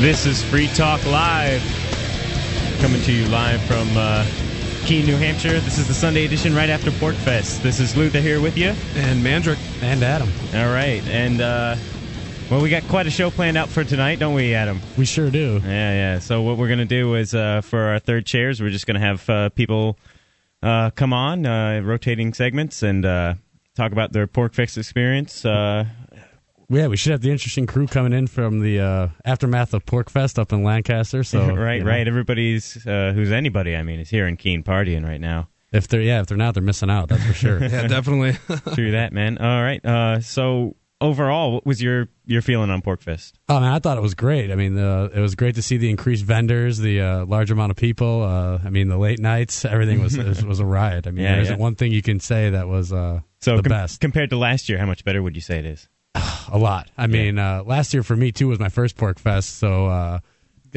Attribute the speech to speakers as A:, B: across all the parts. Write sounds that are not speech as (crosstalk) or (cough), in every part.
A: This is Free Talk Live, coming to you live from uh, Keene, New Hampshire. This is the Sunday edition right after Pork Fest. This is Luther here with you.
B: And Mandrick. And Adam.
A: All right, and uh, well, we got quite a show planned out for tonight, don't we, Adam?
B: We sure do.
A: Yeah, yeah. So what we're gonna do is uh, for our third chairs, we're just gonna have uh, people uh, come on, uh, rotating segments, and uh, talk about their Pork Fest experience. (laughs) Uh,
B: Yeah, we should have the interesting crew coming in from the uh, aftermath of Pork Fest up in Lancaster. So
A: (laughs) right,
B: you know,
A: right. Everybody's uh, who's anybody. I mean, is here in Keene partying right now.
B: If they're yeah, if they're not, they're missing out. That's for sure.
C: (laughs) Yeah, definitely.
A: Through that, man. All right. Uh, so overall, what was your your feeling on Porkfest?
B: Oh man, I thought it was great. I mean, the, it was great to see the increased vendors, the uh, large amount of people. Uh, I mean, the late nights,
A: (laughs)
B: everything was was, was a riot. I mean,
A: Yeah,
B: there isn't
A: yeah.
B: one thing you can say that was uh,
A: So
B: the
A: com-
B: best.
A: compared to last year, how much better would you say it is?
B: a lot. I mean, uh, last year for me too was my first Pork Fest, so uh,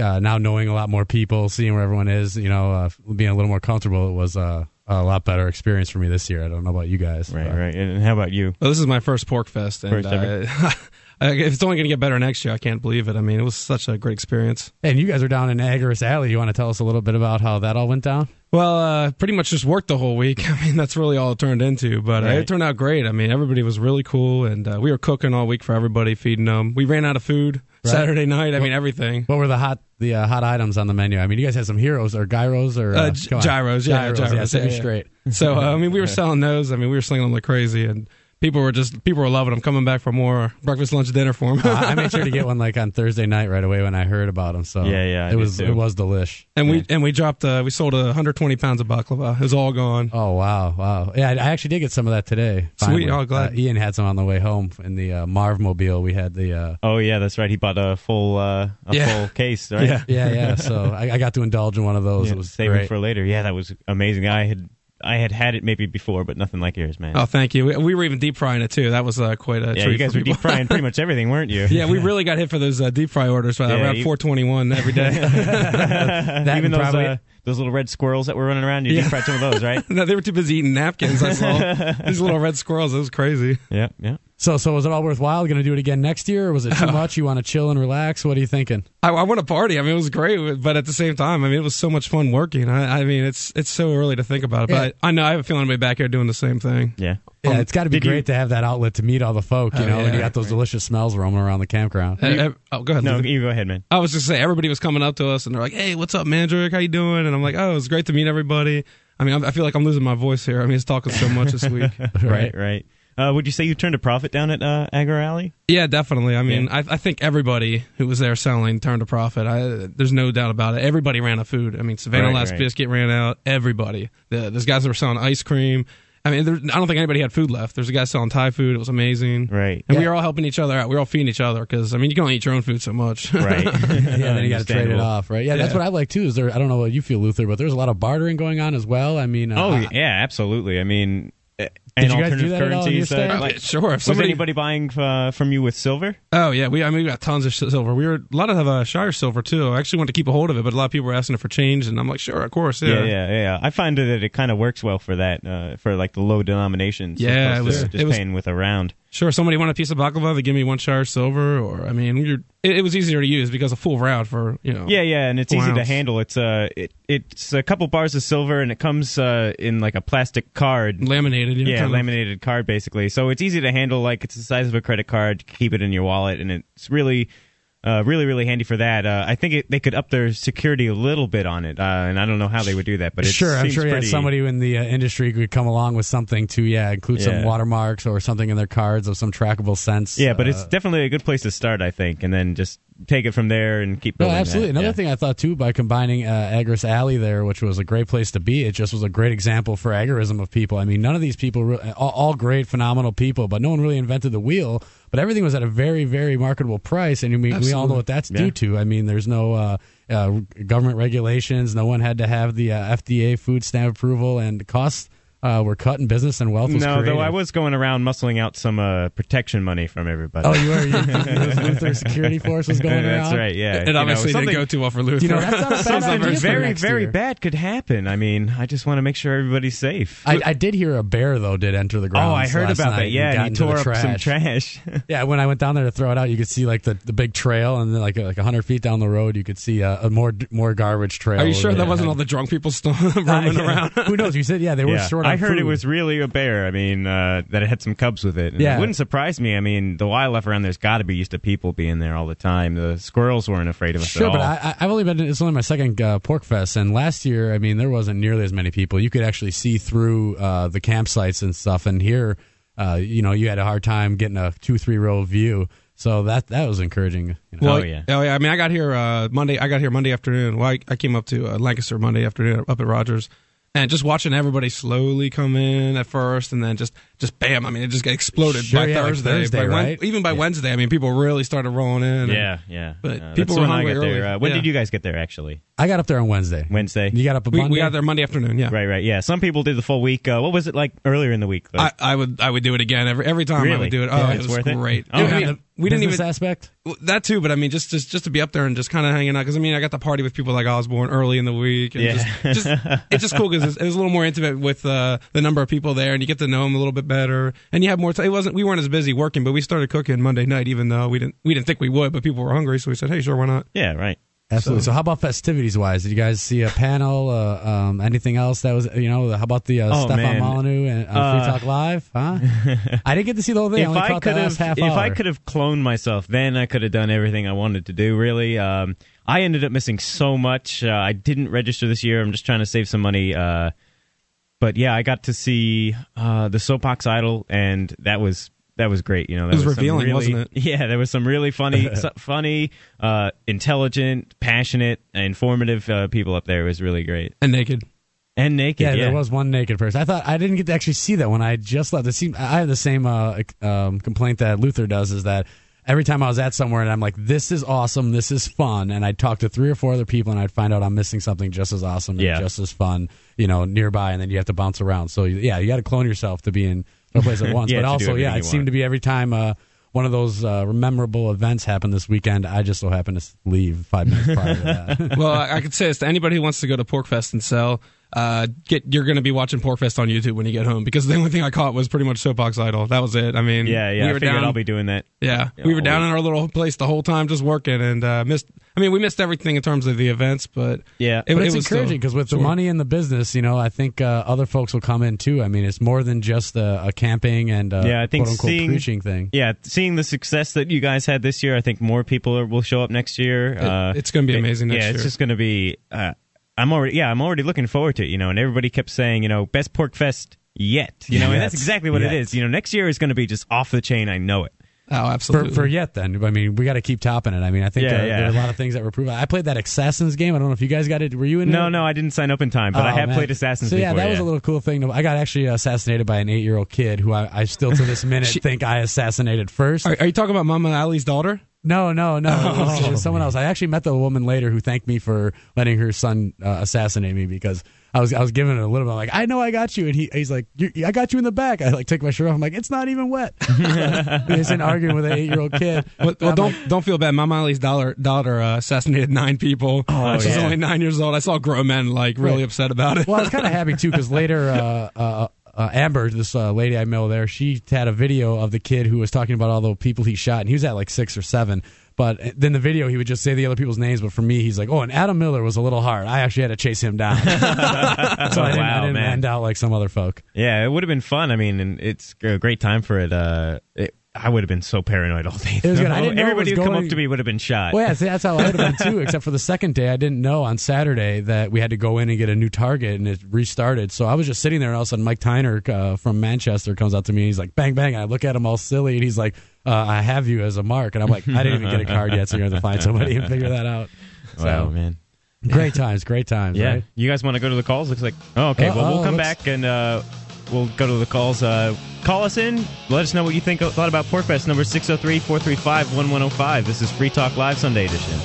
B: uh, now knowing a lot more people, seeing where everyone is, you know, uh, being a little more comfortable, it was uh, a lot better experience for me this year. I don't know about you guys,
A: Right,
B: but-
A: right. And how about you?
C: Well, this is my first pork fest, and
A: First ever.
C: uh, (laughs) I- if it's only going to get better next year, I can't believe it. I mean, it was such a great experience.
B: And you guys are down in Agoras Alley. You want to tell us a little bit about how that all went down?
C: Well, uh, pretty much just worked the whole week. (laughs) I mean, that's really all it turned into, but uh,
A: Right.
C: it turned out great. I mean, everybody was really cool, and uh, we were cooking all week for everybody, feeding them. We ran out of food
B: Right.
C: Saturday night. I mean, everything.
B: What were the hot the uh, hot items on the menu? I mean, you guys had some heroes or gyros or
A: Oh,
C: Uh,
B: uh,
C: gy-
B: come on.
C: gyros, yeah, gyros,
B: yeah, set
C: yeah,
B: me
C: yeah.
B: straight.
C: (laughs) So uh, I mean, we were selling those. I mean, we were slinging them like crazy, and people were just people were loving them. Coming back for more breakfast, lunch, dinner
A: (laughs)
C: for them.
A: Ah,
B: I I made sure to get one like on Thursday night right away when I heard about
C: (laughs)
B: them. So
A: Yeah, yeah, I
B: it
A: did,
B: was
A: too.
B: it was delish.
C: and we and we dropped. Uh, we sold uh, 120 pounds of baklava. It was all gone.
B: Oh wow, wow! Yeah, I, I actually did get some of that today. finally.
C: Sweet. Oh, glad.
B: Uh, Ian had some on the way home in the uh, Marv Mobile. We had the uh,
A: Oh yeah, that's right. He bought a full uh, a
C: Yeah.
A: full case, right?
C: Yeah.
B: (laughs) yeah, yeah. So I, I got to indulge in one of those.
A: Yeah,
B: it was
A: saving
B: great.
A: for later. Yeah, that was amazing. I had I had had it maybe before, but nothing like yours, man.
C: Oh, thank you. We, we were even deep frying it too. That was uh, quite a
A: yeah,
C: treat.
A: you guys
C: for
A: were
C: people.
A: deep frying pretty much everything, weren't you?
C: (laughs) yeah,
A: (laughs)
C: we really got hit for those uh, deep fry orders uh,
A: Yeah,
C: around
A: you-
C: 421
A: (laughs)
C: every day. (laughs)
A: Even
B: and
A: those
B: probably-
A: uh, those little red squirrels that were running around, you deep fried some of those,
B: (laughs)
A: right?
C: no, they were too busy eating napkins.
A: (laughs)
C: I saw these little red squirrels. It was crazy.
A: yeah, yeah.
B: So, so was it all worthwhile? Going to do it again next year? Or was
C: (laughs)
B: it too much? You want to chill and relax? What are you thinking?
C: I, I want to party. I mean, it was great, but at the same time, I mean, it was so much fun working. I, I mean, it's it's so early to think about it, but I, I know I have a feeling I'll be back here doing the same thing.
A: Yeah.
B: Yeah, it's got to be
A: Um, did you-
B: great to have that outlet to meet all the folk. You
C: Oh,
B: know, and
C: yeah,
B: you got those delicious smells roaming around the campground.
C: Uh, uh, oh, go ahead.
A: No,
C: Luther.
A: you go ahead, man.
C: I was just saying, everybody was coming up to us and they're like, "Hey, what's up, Mandrick? How you doing?" And I'm like, "Oh, it's great to meet everybody." I mean, I, I feel like I'm losing my voice here. I mean, it's talking so much this
A: (laughs)
C: week.
A: Right, right. Uh, would you say you turned a profit down at uh, Agar Alley?
C: Yeah, definitely. I mean, I, I think everybody who was there selling turned a profit. I, there's no doubt about it. Everybody ran out of food. I mean, Savannah
A: Right,
C: Last
A: right.
C: Biscuit ran out. Everybody. The, there's guys that were selling ice cream. I mean, there, I don't think anybody had food left. There's a guy selling Thai food. It was amazing.
A: Right.
B: (laughs)
C: And we
B: Yeah.
C: were all helping each other out. We were all feeding each other because, I mean, you can only eat your own food so
A: (laughs)
C: much. (laughs)
A: Right.
B: Yeah, then you got to trade it off, right? Yeah, that's
C: Yeah.
B: what I like too. Is there? I don't know what you feel, Luther, but there's a lot of bartering going on as well. I mean, uh,
A: Oh yeah, absolutely. I mean, uh,
B: Did
A: and
B: you guys do
A: alternative
B: that at all in your
A: currencies.
B: stand?
A: uh, like,
C: sure. If
A: was
C: somebody,
A: anybody buying uh, from you with silver?
C: Oh yeah, we I mean we got tons of silver. We were a lot of uh, Shire silver too. I actually wanted to keep a hold of it, but a lot of people were asking it for change, and I'm like, sure, of course,
A: Yeah,
C: yeah,
A: yeah, yeah. I find that it kind of works well for that, uh, for like the low denominations. as
C: Yeah,
A: opposed
C: it was-
A: to just
C: it was-
A: paying with a round.
C: Sure, somebody want a piece of baklava? They give me one Shire silver, or I mean, you're, it, it was easier to use because a full round for you know.
A: Yeah, yeah, and it's
C: Four
A: easy to
C: ounce.
A: handle. It's uh, it, it's a couple bars of silver, and it comes uh, in like a plastic card.
C: laminated. You know,
A: Yeah,
C: kind of-
A: laminated card basically. So it's easy to handle. Like it's the size of a credit card. You Keep it in your wallet, and it's really, uh, really, really handy for that. Uh, I think it, they could up their security a little bit on it, uh, and I don't know how they would do that, but it
B: sure, I'm
A: seems
B: sure yeah,
A: pretty-
B: somebody in the uh, industry could come along with something to yeah include some
A: Yeah.
B: watermarks or something in their cards of some trackable sense.
A: Yeah, but
B: uh,
A: it's definitely a good place to start, I think, and then just take it from there and keep
B: No,
A: building. that.
B: absolutely. Another
A: Yeah.
B: thing I thought too by combining uh, Agoras Alley there, which was a great place to be, it just was a great example for agorism of people. I mean, none of these people, re- all, all great, phenomenal people, but no one really invented the wheel. But everything was at a very, very marketable price, and we, we all know what that's due to. I mean, there's no uh, uh, government regulations. No one had to have the uh, FDA food stamp approval, and costs uh, were cut and business and wealth was
A: no,
B: created.
A: though I was going around muscling out some uh, protection money from everybody. (laughs)
B: Oh, you were. You, those Luther security force was going around.
A: That's right. Yeah, You
C: It
A: know,
C: obviously didn't
A: something-
C: go too well for Luther.
B: You know, that's not a
A: (laughs)
B: bad
A: something
B: idea for
A: very,
B: next
A: very
B: year.
A: bad could happen. I mean, I just want to make sure everybody's safe.
B: I, I did hear a bear though did enter the ground.
A: oh, I heard about that. Yeah,
B: and
A: and he tore
B: the
A: up
B: trash.
A: some
B: (laughs)
A: trash.
B: Yeah, when I went down there to throw it out, you could see like the, the big trail, and then like like hundred feet down the road, you could see uh, a more more garbage
C: (laughs)
B: trail.
C: Are you sure that wasn't all
B: (laughs) all
C: the drunk people still (laughs)
B: (laughs) Oh,
C: roaming around?
B: Who knows? You said yeah, they were
A: Yeah.
B: short. On
A: I heard it
B: food.
A: was really a bear. I mean, uh, that it had some cubs with it. And
B: Yeah.
A: It wouldn't surprise me. I mean, the wildlife around there's got to be used to people being there all the time. The squirrels weren't afraid of us
B: Sure,
A: at all.
B: but I, I- I've only been. It's only my second uh, pork fest, and last year, I mean, there wasn't nearly as many people. You could actually see through uh, the campsites and stuff, and here, uh, you know, you had a hard time getting a two three row view. So that that was encouraging. You know.
A: Well,
C: Like-
A: Oh, yeah.
C: I mean, I got here uh, Monday. I got here Monday afternoon. Well, I, I came up to uh, Lancaster Monday afternoon up at Rogers, and just watching everybody slowly come in at first, and then just just bam. I mean, it just got exploded
B: Sure,
C: by
B: yeah, like
C: Thursday.
B: Thursday,
C: by Wed-
B: right?
C: even by Wednesday, I mean, people really started rolling in. and-
A: yeah, yeah.
C: But
A: Uh, that's
C: people were
A: when I
C: hungry
A: got there.
C: early.
A: Uh, when
C: Yeah.
A: did you guys get there? Actually,
B: I got up there on Wednesday.
A: Wednesday.
B: You got up a
C: we,
B: Monday?
C: we got there Monday afternoon. Yeah,
A: Right, right. Yeah. Some people did the full week. Uh, what was it like earlier in the week?
C: I,
A: Like,
C: I would I would do it again every every time I
A: Really?
C: would do it. Oh,
A: Yeah,
C: it
A: it's
C: was
A: worth it?
C: great.
A: Oh,
C: Dude, I
A: yeah.
C: mean, we didn't
B: Business
C: even
B: aspect.
C: Well, that too, but I mean, just just just to be up there and just kind of hanging out because I mean, I got the party with people like Osborne early in the week, and
A: Yeah.
C: just, just it's just cool because it was a little more intimate with uh, the number of people there, and you get to know them a little bit better, and you have more time. It wasn't we weren't as busy working, but we started cooking Monday night, even though we didn't we didn't think we would, but people were hungry, so we said, hey, sure, why not?
A: yeah, right.
B: Absolutely. So, how about festivities wise? Did you guys see a panel? Uh, um, anything else that was you know? How about the uh,
A: Oh,
B: stuff on
A: man.
B: Molyneux and on
A: Uh,
B: Free Talk Live?
A: (laughs)
B: Huh? I didn't get to see the whole thing. I
A: if
B: only
A: I
B: caught the
A: could
B: last
A: have,
B: half
A: if I
B: hour.
A: could have cloned myself, then I could have done everything I wanted to do. Really, um, I ended up missing so much. Uh, I didn't register this year. I'm just trying to save some money. Uh, but yeah, I got to see uh, the Soapbox Idol, and that was that was great. You know, that
C: It was
A: some
C: revealing,
A: really-
C: wasn't it?
A: (laughs) Yeah, there was some really funny,
C: (laughs)
A: s- funny, uh, intelligent, passionate, informative uh, people up there. It was really great
C: And naked,
A: and naked.
B: Yeah,
A: Yeah,
B: there was one naked person. I thought I didn't get to actually see that one. I just left. It seemed I have the same uh, um, complaint that Luther does is that every time I was at somewhere and I'm like, "This is awesome, this is fun," and I'd talk to three or four other people and I'd find out I'm missing something just as awesome and
A: Yeah.
B: just as fun, you know, nearby, and then you have to bounce around. So yeah, you got to clone yourself to be in a place
A: (laughs)
B: at once.
A: Yeah,
B: but
A: to do
B: also, yeah,
A: everything
B: it
A: you
B: seemed
A: want.
B: to be every time. Uh, one of those uh, memorable events happened this weekend. I just so happened to leave five minutes prior to that. (laughs)
C: well, I, I could say this to anybody who wants to go to Porkfest and sell. Uh, get you're going to be watching Porkfest on YouTube when you get home because the only thing I caught was pretty much Soapbox Idol. That was it. I mean,
A: yeah, yeah.
C: we
A: I
C: were
A: figured
C: down-
A: I'll be doing that.
C: Yeah,
A: Yeah,
C: we were
A: all
C: down in our little place the whole time, just working, and uh, missed. I mean, we missed everything in terms of the events, but
A: Yeah.
C: it,
B: but
C: it
B: it's
C: was still-
B: encouraging because with
C: sure.
B: the money in the business, you know, I think uh, other folks will come in too. I mean, it's more than just a, a camping and uh
A: Yeah, I think
B: quote unquote
A: seeing-
B: preaching thing.
A: yeah, seeing the success that you guys had this year, I think more people are, will show up next year. uh,
C: it's gonna be
A: it-
C: amazing next
A: yeah,
C: year.
A: it's just going to be. Uh, I'm already, yeah, I'm already looking forward to it. You know, and everybody kept saying, you know, best pork fest yet. You know, and that's
B: Yet.
A: exactly what it
B: Yet.
A: is. You know, next year is going to be just off the chain. I know it.
C: Oh,
B: For,
C: absolutely.
B: for yet then, I mean, we got to keep topping it. I mean, I think uh,
A: Yeah,
B: there,
A: yeah.
B: there are a lot of things that were proven. I played that Assassin's game. I don't know if you guys got it. Were you in?
A: No,
B: it?
A: no, I didn't sign up in time, but I
B: Oh,
A: have
B: man.
A: played Assassins.
B: So yeah,
A: before,
B: that was a little cool thing. To, I got actually assassinated by an eight-year-old kid who I, I still to this minute think I assassinated first.
C: are, are you talking about Mama Ali's daughter?
B: No, no, no. It was, it was someone else. I actually met the woman later who thanked me for letting her son uh, assassinate me because I was I was giving it a little bit. I'm like, I know I got you, and he he's like, you, I got you in the back. I like take my shirt off. I'm like, it's not even wet. (laughs) he's in arguing with an eight year old kid.
C: Well, well
B: I'm
C: don't
B: like,
C: don't feel bad. Mama Ali's daughter daughter uh, assassinated nine people. Oh, She's
A: yeah.
C: only nine years old. I saw grown men like really
B: Right.
C: upset about it.
B: (laughs) well, I was kind of happy too because later, uh, uh, uh, Amber, this uh, lady I know there, she had a video of the kid who was talking about all the people he shot, and he was at like six or seven. But eh, then the video, he would just say the other people's names. But for me, he's like, "Oh, and Adam Miller was a little hard. I actually had to chase him down, (laughs) so I didn't, I
A: Wow,
B: didn't
A: man.
B: end out like some other folk."
A: yeah, it would have been fun. I mean, and it's a great time for it. Uh, it I would have been so paranoid all day.
B: It was
A: though.
B: good. I didn't know it
A: Everybody
B: was
A: who come
B: going-
A: up to me would have been shot.
B: Well, yeah, see, that's how I would have (laughs) been too. Except for the second day, I didn't know on Saturday that we had to go in and get a new target, and it restarted. So I was just sitting there, and all of a sudden, Mike Tyner uh, from Manchester comes up to me, and he's like, "Bang bang!" And I look at him all silly, and he's like, uh, "I have you as a mark," and I'm like, "I didn't even get a card yet, so you're gonna have to find somebody and figure that out." So,
A: wow, man.
B: great times, great times.
A: Yeah.
B: right?
A: You guys want to go to the calls? Looks like. Oh, okay.
B: Uh,
A: well,
B: oh,
A: we'll come
B: let's-
A: back and uh, we'll go to the calls. Uh, call us in. Let us know what you think uh, thought about Porkfest. Number 603 435 1105. This is Free Talk Live Sunday edition.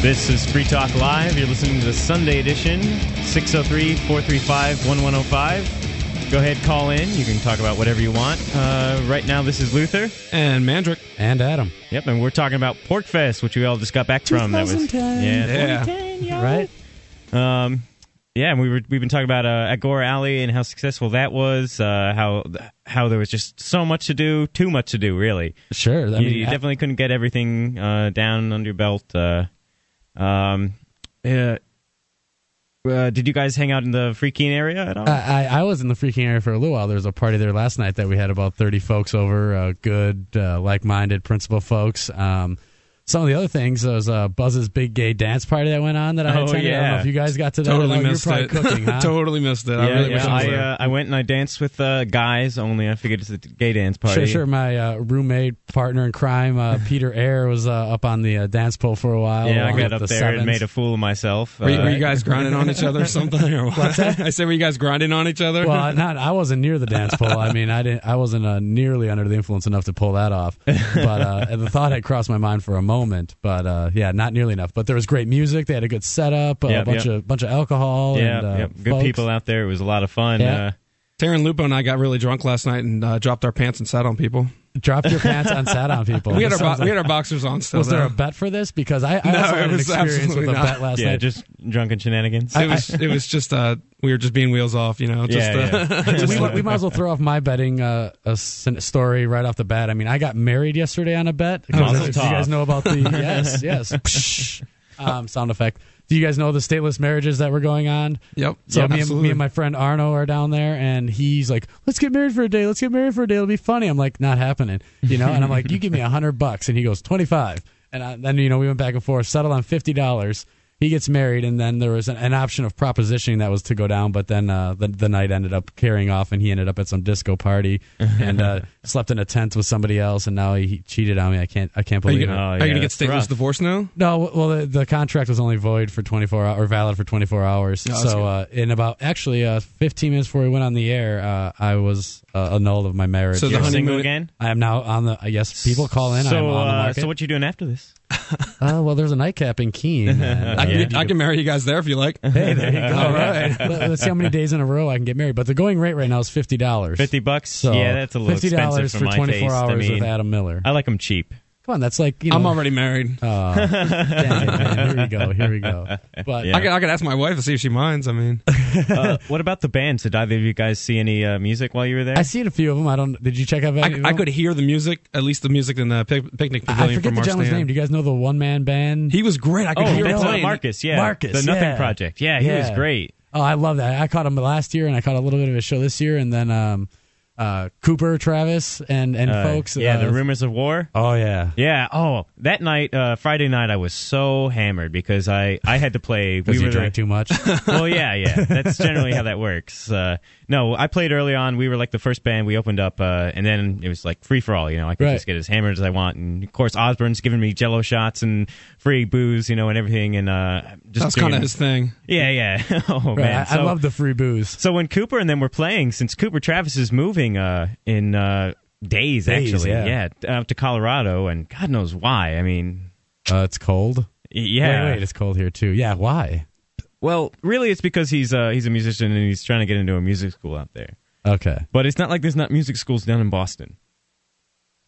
A: This is Free Talk Live. You're listening to the Sunday edition, 603 435 1105. Go ahead, call in. You can talk about whatever you want. Uh, right now, this is Luther.
C: And Mandrick.
B: And Adam.
A: Yep, and we're talking about Pork Fest, which we all just got back from. That was
B: 2010.
A: yeah,
B: Right?
A: um, yeah, and we were we've been talking about uh, Agora Alley and how successful that was. Uh, how how there was just so much to do, too much to do, really.
B: Sure.
A: you,
B: I mean,
A: you
B: I-
A: definitely couldn't get everything uh, down under your belt. Uh, um, yeah. Uh, did you guys hang out in the Freakin area at
C: Uh,
A: all?
B: I, I I was in the freaking area for a little while. There was a party there last night that we had about 30 folks over, uh, good, uh, like minded principal folks. Um, some of the other things, there was uh, Buzz's big gay dance party that went on that I
A: Oh,
B: attended. I don't know
A: yeah.
B: if you guys got to that.
C: Totally
B: Oh, you were
C: missed
B: probably
A: (laughs)
C: it.
B: Cooking, huh?
C: totally missed it. I
A: yeah,
C: really wish
A: yeah.
C: I was
A: I,
C: there.
A: uh, I went and I danced with uh, guys only. I figured it's a gay dance party.
B: Sure, sure. My uh, roommate, partner in crime, uh, Peter Ayer, was uh, up on the uh, dance pole for a while.
A: Yeah, I
B: along
A: got
B: with
A: up
B: the
A: there and
B: sevens.
A: made a fool of myself.
C: Oh, were, you,
A: Uh,
C: were you guys grinding on each other or something? Or what? I said, were you guys grinding on each other?
B: well, not I wasn't near the dance pole. I mean, I didn't. I wasn't uh, nearly under the influence enough to pull that off. But uh, the thought had crossed my mind for a moment. But uh, yeah, not nearly enough. But there was great music. They had a good setup. a
A: Yep,
B: bunch
A: yep.
B: of bunch of alcohol.
A: yeah,
B: and, uh,
A: yep. good
B: folks.
A: people out there. It was a lot of fun.
B: Yeah.
A: Uh,
C: Taryn Lupo and I got really drunk last night and uh, dropped our pants and sat on people.
B: Dropped your pants on sat on
C: (laughs)
B: people.
C: We had
B: This
C: our bo-
B: Oh, sounds like-
C: we had our boxers on still.
B: was there
C: though.
B: a bet for this? Because I, I
C: No,
B: also
C: it
B: had an
C: was
B: experience with
C: absolutely
B: a
C: not.
B: bet last
A: yeah,
B: night.
A: just drunken shenanigans.
C: it was it was just uh we were just being wheels off, you know. Just,
A: yeah,
C: uh,
A: (laughs) yeah.
B: we, we might as well throw off my betting uh, a s- story right off the bat. I mean, I got married yesterday on a bet.
A: Mazel
B: Do you guys
A: tov.
B: know about the yes, yes, Psh. um, sound effect? Do you guys know the stateless marriages that were going on?
C: (laughs) Yep.
B: So
C: Yep,
B: me, and,
C: absolutely.
B: me and my friend Arno are down there, and he's like, "Let's get married for a day. Let's get married for a day. It'll be funny." I'm like, "Not happening," you know. And I'm like, "You give me a hundred bucks," and he goes, 25 And I, then you know we went back and forth, settled on fifty dollars. He gets married, and then there was an, an option of propositioning that was to go down, but then uh, the the night ended up carrying off, and he ended up at some
C: (laughs)
B: disco party and uh, slept in a tent with somebody else, and now he cheated on me. I can't I can't
C: Are
B: believe
C: you
B: it.
C: gonna,
A: Oh,
C: are you
A: yeah,
C: gonna get
A: that's
C: stateless
A: rough.
C: divorce now?
B: No, well, the, the contract was only void for 24 hours, or valid for 24
A: Oh,
B: hours.
C: that's
B: so,
C: good.
B: uh, in about actually uh, 15 minutes before we went on the air, uh, I was uh, annulled of my marriage.
C: So the
A: You're
C: honeymoon-
A: single again.
B: I am now on the. Uh, yes, people call in. I am
A: So,
B: on the
A: uh,
B: market.
A: so what you doing after this?
B: Uh, well, there's a nightcap
A: (laughs)
B: in Keene. and,
C: I
B: uh,
C: can,
B: you
C: get- I can marry you guys there if you
B: (laughs)
C: like.
B: Hey, there you go.
A: (laughs)
B: All right. Let, us see how many days in a row I can get married. But the going rate right now is fifty dollars.
A: Fifty bucks.
B: So
A: yeah, that's a little
B: fifty
A: expensive
B: dollars
A: for,
B: for
A: my
B: twenty
A: taste.
B: four hours
A: I mean,
B: with Adam Miller.
A: I like them cheap. (laughs)
B: Come on, that's like you know.
C: I'm already married.
B: Oh, dang it, man. Here we go. Here
A: (laughs)
B: we go. But
A: Yeah.
C: I could I could ask my wife to see if she minds. I mean,
A: Uh, what about the bands? Did either of you guys see any uh, music while you were there?
B: I seen a few of them. I don't. Did you check out?
C: I, I could hear the music, at least the music in the pic- picnic
B: I
C: pavilion
B: forget
C: from
B: the
C: our
B: gentleman's
C: stand.
B: name. Do you guys know the one man band?
C: He was great. I could
A: oh,
C: hear him
A: that's, uh,
C: playing.
A: Marcus. Yeah,
B: Marcus,
A: the Nothing
B: yeah.
A: Project. Yeah, he was
B: Yeah.
A: great.
B: oh, I love that. I caught him last year, and I caught a little bit of his show this year, and then um, uh, Cooper, Travis, and and
A: Uh,
B: folks.
A: yeah,
B: uh,
A: the Rumors of War.
B: Oh yeah.
A: Yeah. Oh, that night, uh, Friday night, I was so hammered because I I had to play.
B: Because
A: we were
B: you
A: Oh,
B: drank
A: the, (laughs)
B: too much.
A: well, yeah,
B: (laughs)
A: yeah. That's generally how that works. Uh, no, I played early on. We were like the first band. We opened up, uh, and then it was like free for all. You know, I could
B: Right.
A: just get as hammered as I want. And of course, Osborne's giving me Jello shots and free booze, you know, and everything. And uh, just
C: That's kind
A: drinking-
C: of his thing.
A: yeah, yeah. (laughs) oh
B: Right,
A: man,
B: I, I
A: So-
B: love the free booze.
A: so when Cooper and them were playing, since Cooper Travis is moving uh, in uh, days,
B: Days,
A: actually,
B: yeah.
A: out to Colorado, and God knows why. I mean,
B: Uh, it's cold.
A: y- yeah.
B: Wait, wait, it's cold here too. Yeah, why?
A: Well, really, it's because he's uh, he's a musician and he's trying to get into a music school out there.
B: Okay.
A: But it's not like there's not music schools down in Boston.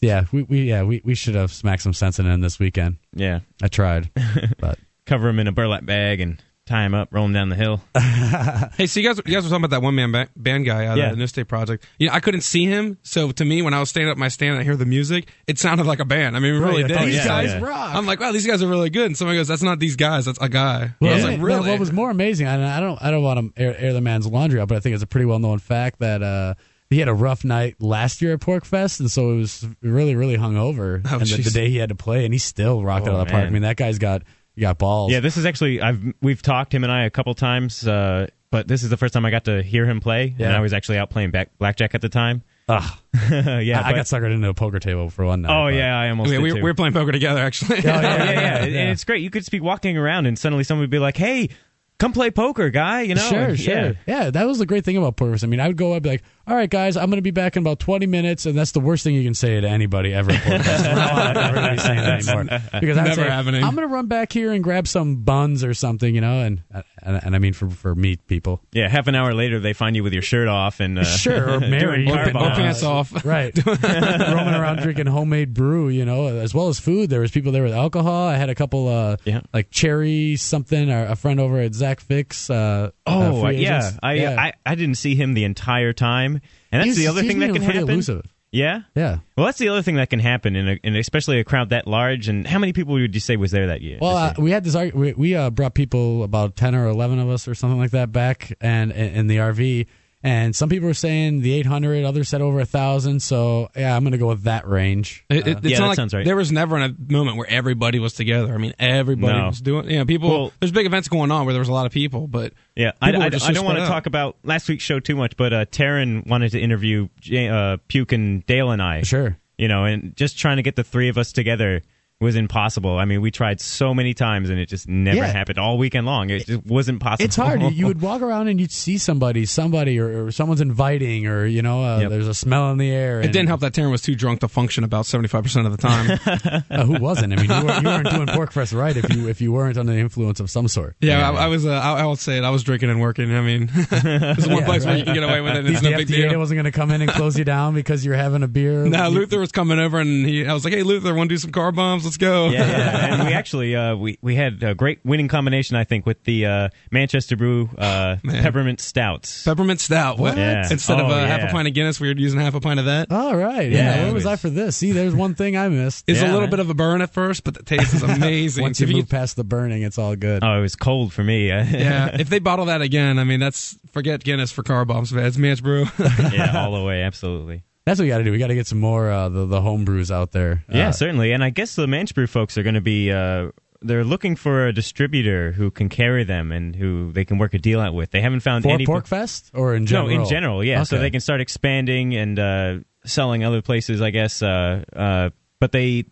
B: Yeah, we, we yeah we, we should have smacked some sense in him this weekend.
A: Yeah, (laughs)
B: I tried, but
A: cover him in a burlap bag and tie him up, roll him down the hill.
B: Oh.
C: Hey, so you guys, you guys were talking about that one man ba- band guy, uh,
A: Yeah.
C: the New State Project. You know, I couldn't see him, so to me, when I was standing up my stand, and I hear the music. It sounded like a band. I mean, it really
B: I
C: did.
B: thought
A: These yeah, guys yeah.
B: rock.
C: I'm like, wow, these guys are really good. And somebody goes, that's not these guys, that's a guy. I was
A: Yeah.
C: like,
B: Man,
C: really?
B: what was more amazing, and I don't, I don't want to air, air the man's laundry out, but I think it's a pretty well known fact that uh, he had a rough night last year at Pork Fest, and so it was really, really hungover.
C: Oh,
B: and the, the
C: jeez.
B: day he had to play, and he still rocked
A: Oh,
B: out of the park. I
A: man.
B: mean, that guy's got, he got balls.
A: Yeah, this is actually I've we've talked him and I a couple times, uh, but this is the first time I got to hear him play,
B: Yeah.
A: and I was actually out playing back, blackjack at the time. (laughs)
B: Ugh.
A: yeah,
B: I, I
A: but-
B: got suckered into a poker table for one night.
A: Oh
B: but-
A: yeah, I almost.
C: Yeah,
A: did
C: we,
A: too.
C: we were playing poker together, actually.
B: Oh,
A: (laughs) Oh,
B: yeah,
A: yeah,
B: (laughs)
A: yeah. And-
B: yeah.
A: And it's great. You could just be walking around and suddenly someone would be like, hey, come play poker, guy. You know?
B: Sure,
A: And-
B: sure.
A: yeah.
B: Yeah. that was the great thing about Porpoise. I mean, I would go up and be like, all right, guys, I'm going to be back in about 20 minutes, and that's the worst thing you can say to anybody ever. From (laughs) now on, I'm never going to be saying that anymore because I'd
C: Never
B: say,
C: happening.
B: I'm going to run back here and grab some buns or something, you know, and and, and I mean for for meat people,
A: Yeah, half an hour later they find you with your shirt off and uh,
B: (laughs) Sure,
A: (laughs)
B: or
A: doing
B: married.
A: car
B: Or- or
A: bombs.
C: pants off.
B: (laughs) right? Roaming around drinking homemade brew, you know, as well as food. There was people there with alcohol. I had a couple, uh,
A: Yeah.
B: like cherry something. Or a friend over at Zach Fix. Uh, uh,
A: Oh
B: free
A: yeah,
B: agents.
A: I, I I didn't see him the entire time, and that's
B: He's-
A: the other
B: he's
A: thing that
B: being
A: can
B: really
A: happen.
B: elusive.
A: Yeah,
B: Yeah.
A: Well, that's the other thing that can happen in, a, in especially a crowd that large. And how many people would you say was there that year?
B: Well,
A: this
B: uh, we had this. argu- We, we uh, brought people about ten or eleven of us or something like that back, and in in the RV. And some people were saying the eight hundred. Others said over a thousand. So yeah, I'm going to go with that range.
C: (laughs) It, it, it's
A: uh, Yeah,
C: not
A: that
C: like
A: sounds right.
C: There was never a moment where everybody was together. I mean, everybody
A: No.
C: was doing. You know, people.
A: Well-
C: there's big events going on where there was a lot of people, but
A: Yeah, I,
C: people
A: I-
C: were just
A: I
C: so
A: don't want to
C: spread out.
A: talk about last week's show too much, but uh, Taryn wanted to interview J- uh, Puke and Dale and I.
B: Sure.
A: You know, and just trying to get the three of us together was impossible. I mean, we tried so many times and it just never
B: Yeah.
A: happened all weekend long. It just wasn't possible.
B: It's hard. You- You
A: (laughs)
B: would walk around and you'd see somebody, somebody, or, or someone's inviting, or you know, uh,
A: Yep.
B: there's a smell in the air.
C: it didn't help that Taryn was too drunk to function about 75 percent of the time. yeah,
B: uh, who wasn't? I mean, you, were, you weren't doing pork fest right if you if you weren't under the influence of some sort.
C: I, I was. Uh, I, I will say it. I was drinking and working. I mean, (laughs) this is one
B: Yeah,
C: place where
B: right.
C: you can get away with it. And it's
B: the
C: no big
B: FDA
C: deal.
B: wasn't going to come in and close you down because you're having a beer.
A: (laughs)
C: Now
B: You-
C: Luther was coming over, and he, I was like, "Hey, Luther, want to do some car bombs? Let's go."
A: yeah, yeah. And we actually uh, we we had a great winning combination, I think, with the uh, Manchester Brew uh, peppermint stouts.
C: (laughs) Peppermint stout. What?
A: Yeah.
C: Instead of
A: Oh,
C: uh, half
A: yeah.
C: a pint of Guinness, we were using half a pint of that.
B: All right. Yeah.
A: Yeah,
B: Where was
A: it
B: I
A: was-
B: for this? See, there's one thing I missed.
C: It's
A: Yeah,
C: a little
A: man.
C: bit of a burn at first, but the taste is amazing.
B: Once you
C: If
B: move
C: you-
B: past the burning, it's all good.
A: oh, it was cold for me. (laughs)
C: yeah, if they bottle that again, I mean, that's forget Guinness for car bombs, man. It's Manch (laughs) Brew.
A: yeah, all the way, absolutely.
B: That's what we got to do. We got to get some more uh, the the home brews out there.
A: Yeah,
B: Uh,
A: certainly. And I guess the Manchbrew folks are going to be uh, they're looking for a distributor who can carry them and who they can work a deal out with. They haven't found
B: for
A: any
B: pork fest or in
A: no,
B: general.
A: in general, yeah. So
B: Okay.
A: they can start expanding and uh, selling other places, I guess. Uh, uh, but they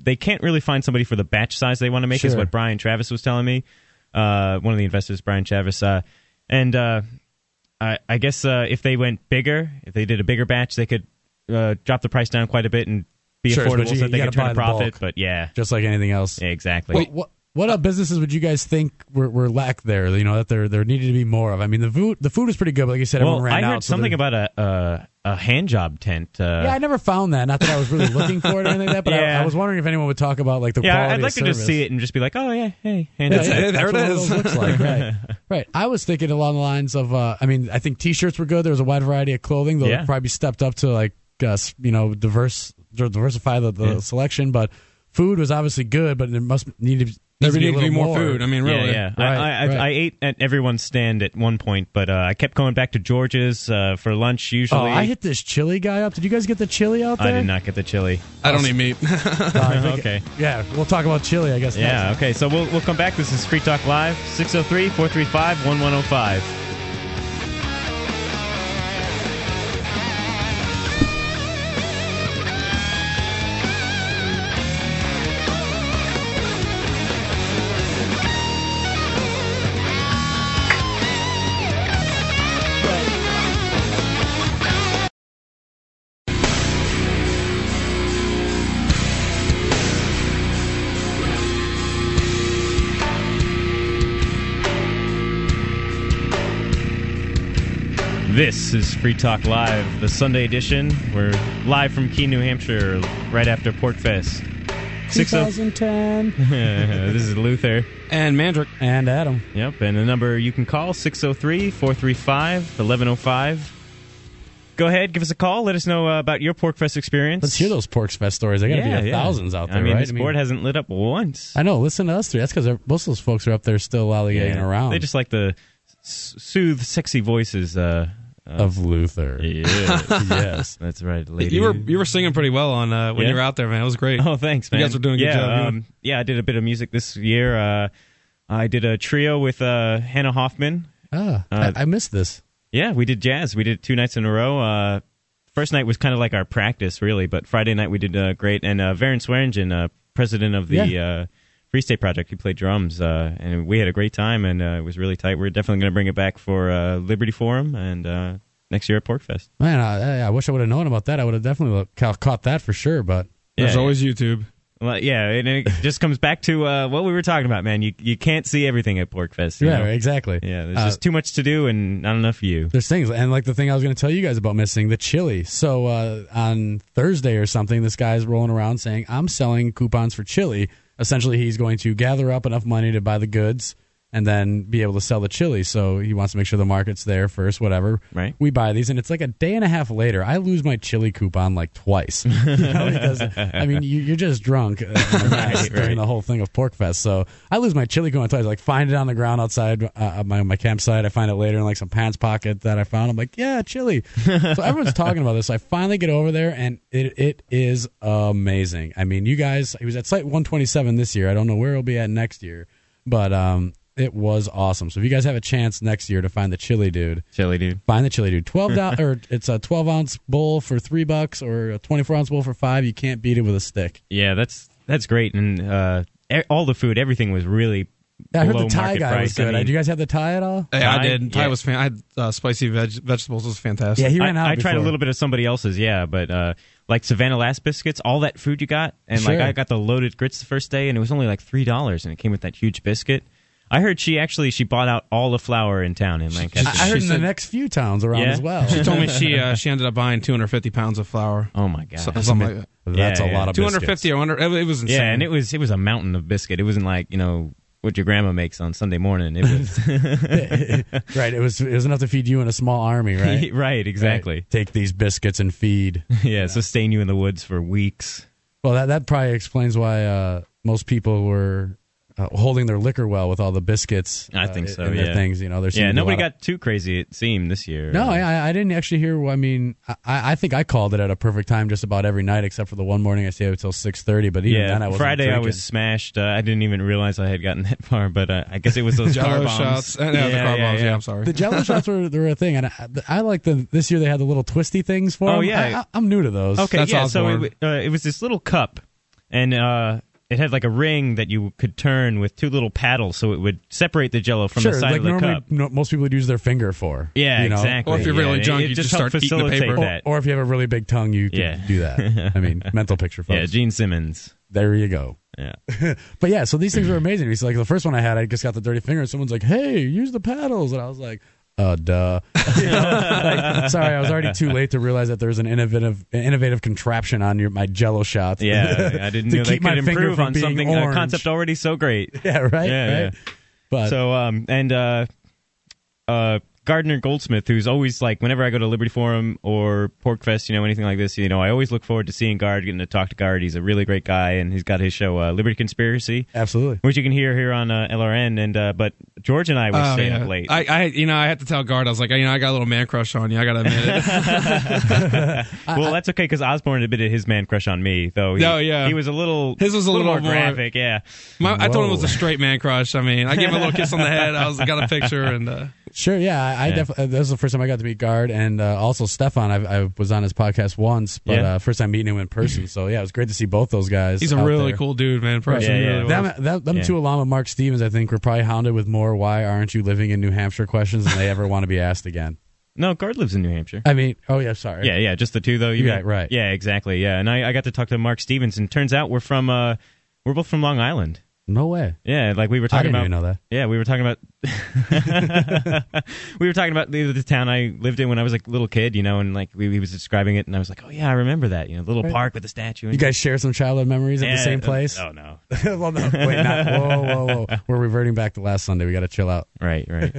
A: they can't really find somebody for the batch size they want to make. Is
B: Sure.
A: what Brian Travis was telling me. Uh, one of the investors, Brian Travis, uh, and uh, I, I guess uh, if they went bigger, if they did a bigger batch, they could uh, drop the price down quite a bit and be
B: Sure,
A: affordable,
B: but you-
A: so
B: you
A: that they
B: gotta
A: could turn
B: buy
A: a
B: the
A: profit.
B: bulk.
A: But yeah,
B: just like anything else.
A: exactly.
B: What what, what uh, businesses would you guys think were, were lack there? You know that there there needed to be more of. I mean the food the food was pretty good, but like you said,
A: well,
B: everyone ran
A: I
B: out.
A: heard
B: so
A: something
B: there-
A: about a uh, a hand job tent. Uh,
B: Yeah, I never found that. Not that I was really looking for it or anything like that, but
A: (laughs)
B: I,
A: Yeah.
B: I was wondering if anyone would talk about like the
A: Yeah,
B: quality
A: I'd like
B: of
A: to just
B: service.
A: see it and just be like, oh yeah, hey, hand
B: Yeah,
A: job.
C: That's
B: yeah,
C: it. There
B: that's
C: it
B: what
C: is.
B: one of those looks
A: (laughs)
B: like, right? right. I was thinking along the lines of, uh, I mean, I think t-shirts were good. There was a wide variety of clothing. They'll
A: Yeah.
B: probably be stepped up to like, uh, s- you know, diverse, d- diversify the, the
A: Yeah.
B: selection. But food was obviously good, but there must need to be,
C: there
B: needs to be, a
C: needed to be
B: little
C: more, food. I mean, really.
A: Yeah, yeah.
B: Right,
A: I, I,
B: right.
A: I, I ate at everyone's stand at one point, but uh, I kept going back to George's uh, for lunch usually.
B: Oh, I hit this chili guy up. Did you guys get the chili out
A: I
B: there?
A: did not get the chili.
C: I don't eat meat. (laughs)
A: (laughs)
B: Oh, I think-
A: okay.
B: Yeah, we'll talk about chili, I guess.
A: Yeah,
B: next.
A: okay. So we'll, we'll come back. This is Free Talk Live, 603 435 1105. This is Free Talk Live, the Sunday edition. We're live from Keene, New Hampshire, right after Porkfest. 603 (laughs)
B: 2010.
A: This is Luther.
C: and Mandrake.
B: and Adam.
A: Yep, and the number you can call 603-435-1105. Go ahead, give us a call. Let us know uh, about your Porkfest experience.
B: Let's hear those Pork's Fest stories. They got to
A: Yeah,
B: be a
A: yeah.
B: thousands out there,
A: I mean,
B: right?
A: this board hasn't lit up once.
B: I know. Listen to us three. That's because most of those folks are up there still lollygagging around.
A: They just like the s- soothe, sexy voices. Uh,
B: (laughs)
A: uh,
B: of Luther.
A: (laughs) yeah,
B: yes.
A: that's right, lady.
C: You were you were singing pretty well on uh, when
A: Yeah.
C: you were out there, man. It was great.
A: (laughs) Oh, thanks,
C: You
A: man.
C: guys were doing a good
A: yeah,
C: job. You
A: Um, yeah, I did a bit of music this year. Uh, I did a trio with uh, Hannah Hoffman.
B: Ah,
A: (laughs) Uh,
B: I, I missed this.
A: Yeah, we did jazz. We did two nights in a row. Uh, first night was kind of like our practice, really, but Friday night we did uh, great. And uh, Varen Swearingen, uh, president of the
B: Yeah.
A: uh, Free State Project, he played drums, uh, and we had a great time, and uh, it was really tight. We're definitely going to bring it back for uh, Liberty Forum, and uh, next year at Porkfest.
B: Man, I, I wish I would have known about that. I would have definitely look- ca- caught that for sure. But
C: There's
A: Yeah.
C: always YouTube.
A: Well, yeah, and it (laughs) just comes back to uh, what we were talking about, man. You you can't see everything at Porkfest. you
B: yeah,
A: know?
B: exactly.
A: Yeah, there's
B: Uh,
A: just too much to do and not enough you.
B: There's things, and like the thing I was going to tell you guys about missing the chili. So uh, on Thursday or something, this guy's rolling around saying, "I'm selling coupons for chili." Essentially, he's going to gather up enough money to buy the goods and then be able to sell the chili. So he wants to make sure the market's there first, whatever.
A: Right.
B: We buy these, and it's like a day and a half later, I lose my chili coupon like twice. (laughs) You know, because, I mean, you, you're just drunk uh, during the whole thing of Porkfest. So I lose my chili coupon twice. Like, find it on the ground outside uh, uh, my, my campsite. I find it later in like some pants pocket that I found. I'm like, yeah, chili. so everyone's talking about this. So I finally get over there, and it, it is amazing. I mean, you guys, he was at Site 127 this year. I don't know where he'll be at next year, but um, it was awesome. So if you guys have a chance next year to find the chili dude,
A: Chili, dude.
B: Find the chili, dude. Twelve (laughs) dollars, or it's a twelve ounce bowl for three bucks, or a twenty four ounce bowl for five. You can't beat it with a stick.
A: Yeah, that's that's great, and uh, e- all the food, everything was really.
B: I Uh, heard
A: below
B: the Thai
A: market
B: guy
A: price.
B: was good.
A: I mean,
B: Do you guys have the Thai at all?
C: Yeah, I
A: Thai?
C: did. Thai
A: Yeah.
C: was fan- I had uh, spicy veg- vegetables. was fantastic.
B: Yeah, he ran
A: I,
B: out.
A: I tried a
B: before.
A: little bit of somebody else's, yeah, but uh, like Savannah Last biscuits, all that food you got, and like
B: Sure.
A: I got the loaded grits the first day, and it was only like three dollars, and it came with that huge biscuit. I heard she actually she bought out all the flour in town in Lancaster.
B: I, I heard
C: She
B: in the
C: said-
B: next few towns around
A: Yeah.
B: as well.
C: She told me she uh, she ended up buying 250 pounds of flour.
A: oh my god!
C: So- something like that.
B: That's
A: Yeah,
B: a
A: yeah.
B: lot of biscuits.
C: 250 or under. It, it was insane.
A: yeah, and it was it was a mountain of biscuit. It wasn't like you know what your grandma makes on Sunday morning. It
B: (laughs)
A: was (laughs)
B: right? It was it was enough to feed you and a small
A: (laughs)
B: army, right?
A: right, exactly.
B: Right. Take these biscuits and feed.
A: Yeah, sustain you in the woods for weeks.
B: Well, that that probably explains why uh, most people were uh, holding their liquor well with all the biscuits.
A: I
B: uh,
A: think so,
B: in their
A: yeah.
B: things, you know, there's
A: Yeah, nobody got too crazy. It seemed this year.
B: No,
A: Uh,
B: I- I, I didn't actually hear. I mean, I, I think I called it at a perfect time just about every night, except for the one morning I stayed up till six thirty. But even
A: yeah.
B: then, I wasn't
A: Friday I
B: drinking.
A: was smashed. Uh, I didn't even realize I had gotten (laughs) that far, but uh, I guess it was
C: (laughs)
A: those car
C: Jello
A: bombs.
C: shots. Uh, no, the car bombs. Yeah, I'm sorry.
A: (laughs)
B: The Jello shots were, were a thing, and I, I like the this year they had the little twisty things for.
A: Oh,
B: 'em.
A: yeah.
B: I, I, I'm new to those.
A: Okay,
C: That's
A: yeah. So
C: Osborne.
A: it, w- uh, it was this little cup, and uh, it had like a ring that you could turn with two little paddles, so it would separate the Jello from
B: sure.
A: the side
B: like
A: of the
B: normally,
A: cup.
B: no- most people would use their finger for.
A: Yeah,
B: you know?
A: exactly.
C: Or if you're really
A: Yeah,
C: drunk,
A: it- it
C: you just
A: helped
C: start eating the
A: facilitate
C: paper.
B: Or,
A: That.
B: or if you have a really big tongue, you can
A: Yeah. (laughs)
B: do that. I mean, mental picture, folks.
A: yeah, Gene Simmons.
B: there you go. (laughs)
A: Yeah.
B: But yeah, so these things were amazing. He's like the first one I had, I just got the dirty finger, and someone's like, "Hey, use the paddles," and I was like, "Uh, duh." (laughs) You know? Like, sorry, I was already too late to realize that there's an innovative, innovative contraption on your my Jello shots. (laughs)
A: Yeah, I didn't
B: To
A: know they
B: keep my
A: could
B: finger
A: improve
B: from
A: on
B: being
A: something
B: orange.
A: a concept already so great.
B: (laughs) yeah, right,
A: Yeah,
B: right.
A: yeah.
B: But
A: So um and uh uh Gardner Goldsmith, who's always like whenever I go to Liberty Forum or Porkfest, you know, anything like this, you know, I always look forward to seeing Guard, getting to talk to Guard. He's a really great guy and he's got his show uh, Liberty Conspiracy,
B: absolutely,
A: which you can hear here on uh, LRN and uh but George and I were
C: Oh,
A: staying
C: yeah.
A: up late.
C: I, I, you know, I had to tell guard. I was like, you know, I got a little man crush on you. I got to admit it.
A: (laughs) well, that's okay because Osborne admitted his man crush on me, though. He,
C: Oh, yeah.
A: he was a little
C: His was a
A: more
C: little more-
A: graphic, yeah.
C: My, I told him it was
B: Whoa.
C: a straight man crush. I mean, I gave him a little kiss on the head. I was got a picture, and uh,
B: sure, yeah. I, I
A: Yeah.
B: definitely that was the first time I got to meet Guard, and uh, also Stefan. I, I was on his podcast once, but
A: Yeah.
B: uh, first time meeting him in person. So yeah, it was great to see both those guys.
C: he's a
B: out
C: really
B: there.
C: cool dude, man. in Person,
A: Yeah,
C: He
A: yeah.
C: really was.
B: Them, that, them
A: Yeah.
B: two, along with Mark Stevens, I think, were probably hounded with more "Why aren't you living in New Hampshire?" questions than they ever want to be asked again.
A: No, Guard lives in New Hampshire.
B: I mean, oh yeah, sorry.
A: Yeah, yeah, just the two though. You
B: Yeah,
A: mean?
B: right.
A: Yeah, exactly. Yeah, and I, I got to talk to Mark Stevens, and turns out we're from uh, we're both from Long Island.
B: no way.
A: Yeah, like we were
B: I
A: talking
B: didn't
A: about.
B: even know that.
A: Yeah, we were talking about (laughs) we were talking about the, the town I lived in when I was like a little kid, you know, and like we, he was describing it, and I was like, oh yeah, I remember that, you know, the little park with the statue. And
B: You guys share some childhood memories at
A: Yeah,
B: the same place.
A: Oh no,
B: (laughs) well, no, wait,
A: (laughs)
B: not. Whoa, whoa, whoa. We're reverting back to last Sunday. We got to chill out.
A: right, right.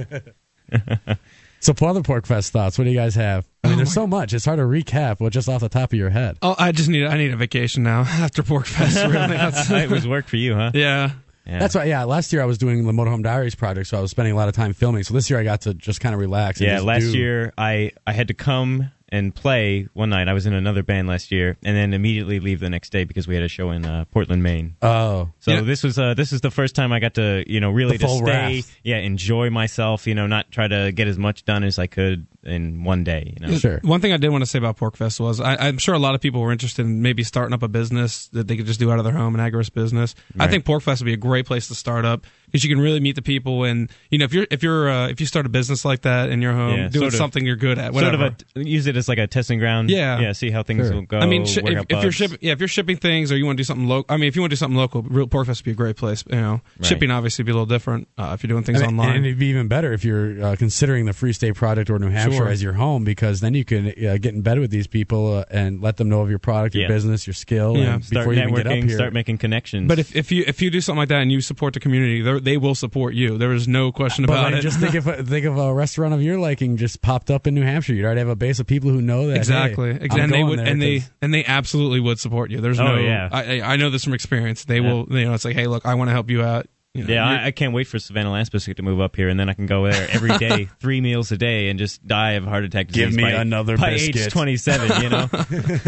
A: (laughs)
B: So, what other Pork Fest thoughts? What do you guys have? I mean,
A: Oh
B: there's so much. It's hard to recap. What just off the top of your head?
C: Oh, I just need I need a vacation now (laughs) after Pork Fest. Really, that's,
A: it was work for you,
B: (laughs)
A: huh?
C: yeah.
A: Yeah.
B: That's right. Yeah, last year I was doing the Motorhome Diaries project, so I was spending a lot of time filming. So this year I got to just kind of relax. and
A: Yeah,
B: just
A: last
B: do-
A: year I I had to come and play one night. I was in another band last year, and then immediately leave the next day because we had a show in uh, Portland, Maine.
B: Oh,
A: So
C: You know-
A: this was uh, this was the first time I got to you know really
B: The
A: to
B: full
A: stay,
B: raft.
A: yeah, enjoy myself, you know, not try to get as much done as I could in one day, you know.
B: sure.
C: One thing I did want to say about Porkfest was I, I'm sure a lot of people were interested in maybe starting up a business that they could just do out of their home, an agorist business. I think Porkfest would be a great place to start up because you can really meet the people. And you know, if you're if you're uh, if you start a business like that in your home,
A: Yeah,
C: doing
A: sort of-
C: something you're good at, whatever.
A: Sort of a, use it as like a testing ground.
C: Yeah.
A: yeah. See how things
B: Sure.
A: will go.
C: I mean, sh-
A: work
C: if,
A: out
C: if you're
A: bugs.
C: shipping, yeah, if you're shipping things, or you want to do something local, I mean, if you want to do something local, real Pork Fest would be a great place. You know,
A: Right.
C: shipping obviously would be a little different uh, if you're doing things
B: And-
C: online.
B: And it'd be even better if you're uh, considering the Free State product or New Hampshire
C: Sure.
B: as your home because then you can uh, get in bed with these people uh, and let them know of your product, your
A: Yeah.
B: business, your skill,
C: Yeah.
B: and
A: start
B: before you even get up
A: networking,
B: here.
A: start making connections.
C: but if, if you if you do something like that and you support the community, they're- they will support you. There is no question
B: but
C: about
B: like,
C: it.
B: just think if think of a restaurant of your liking just popped up in New Hampshire, you'd already have a base of people who know that. hey,
C: Exactly.
B: I'm
C: Ex- and they
B: going
C: would,
B: there
C: and they,
B: 'cause-
C: and they absolutely would support you. There's
A: Oh,
C: no,
A: yeah.
C: I, I- I know this from experience. They will, you know, it's like, hey, look, I want to help you out. You know,
A: yeah,
C: you're-
A: I, I can't wait for Savannah Last Biscuit to move up here, and then I can go there every
B: (laughs)
A: day, three meals a day, and just die of heart attack.
B: Give
A: disease
B: me
A: by,
B: another
A: by age
B: biscuit.
A: twenty-seven. You
B: (laughs)
A: know,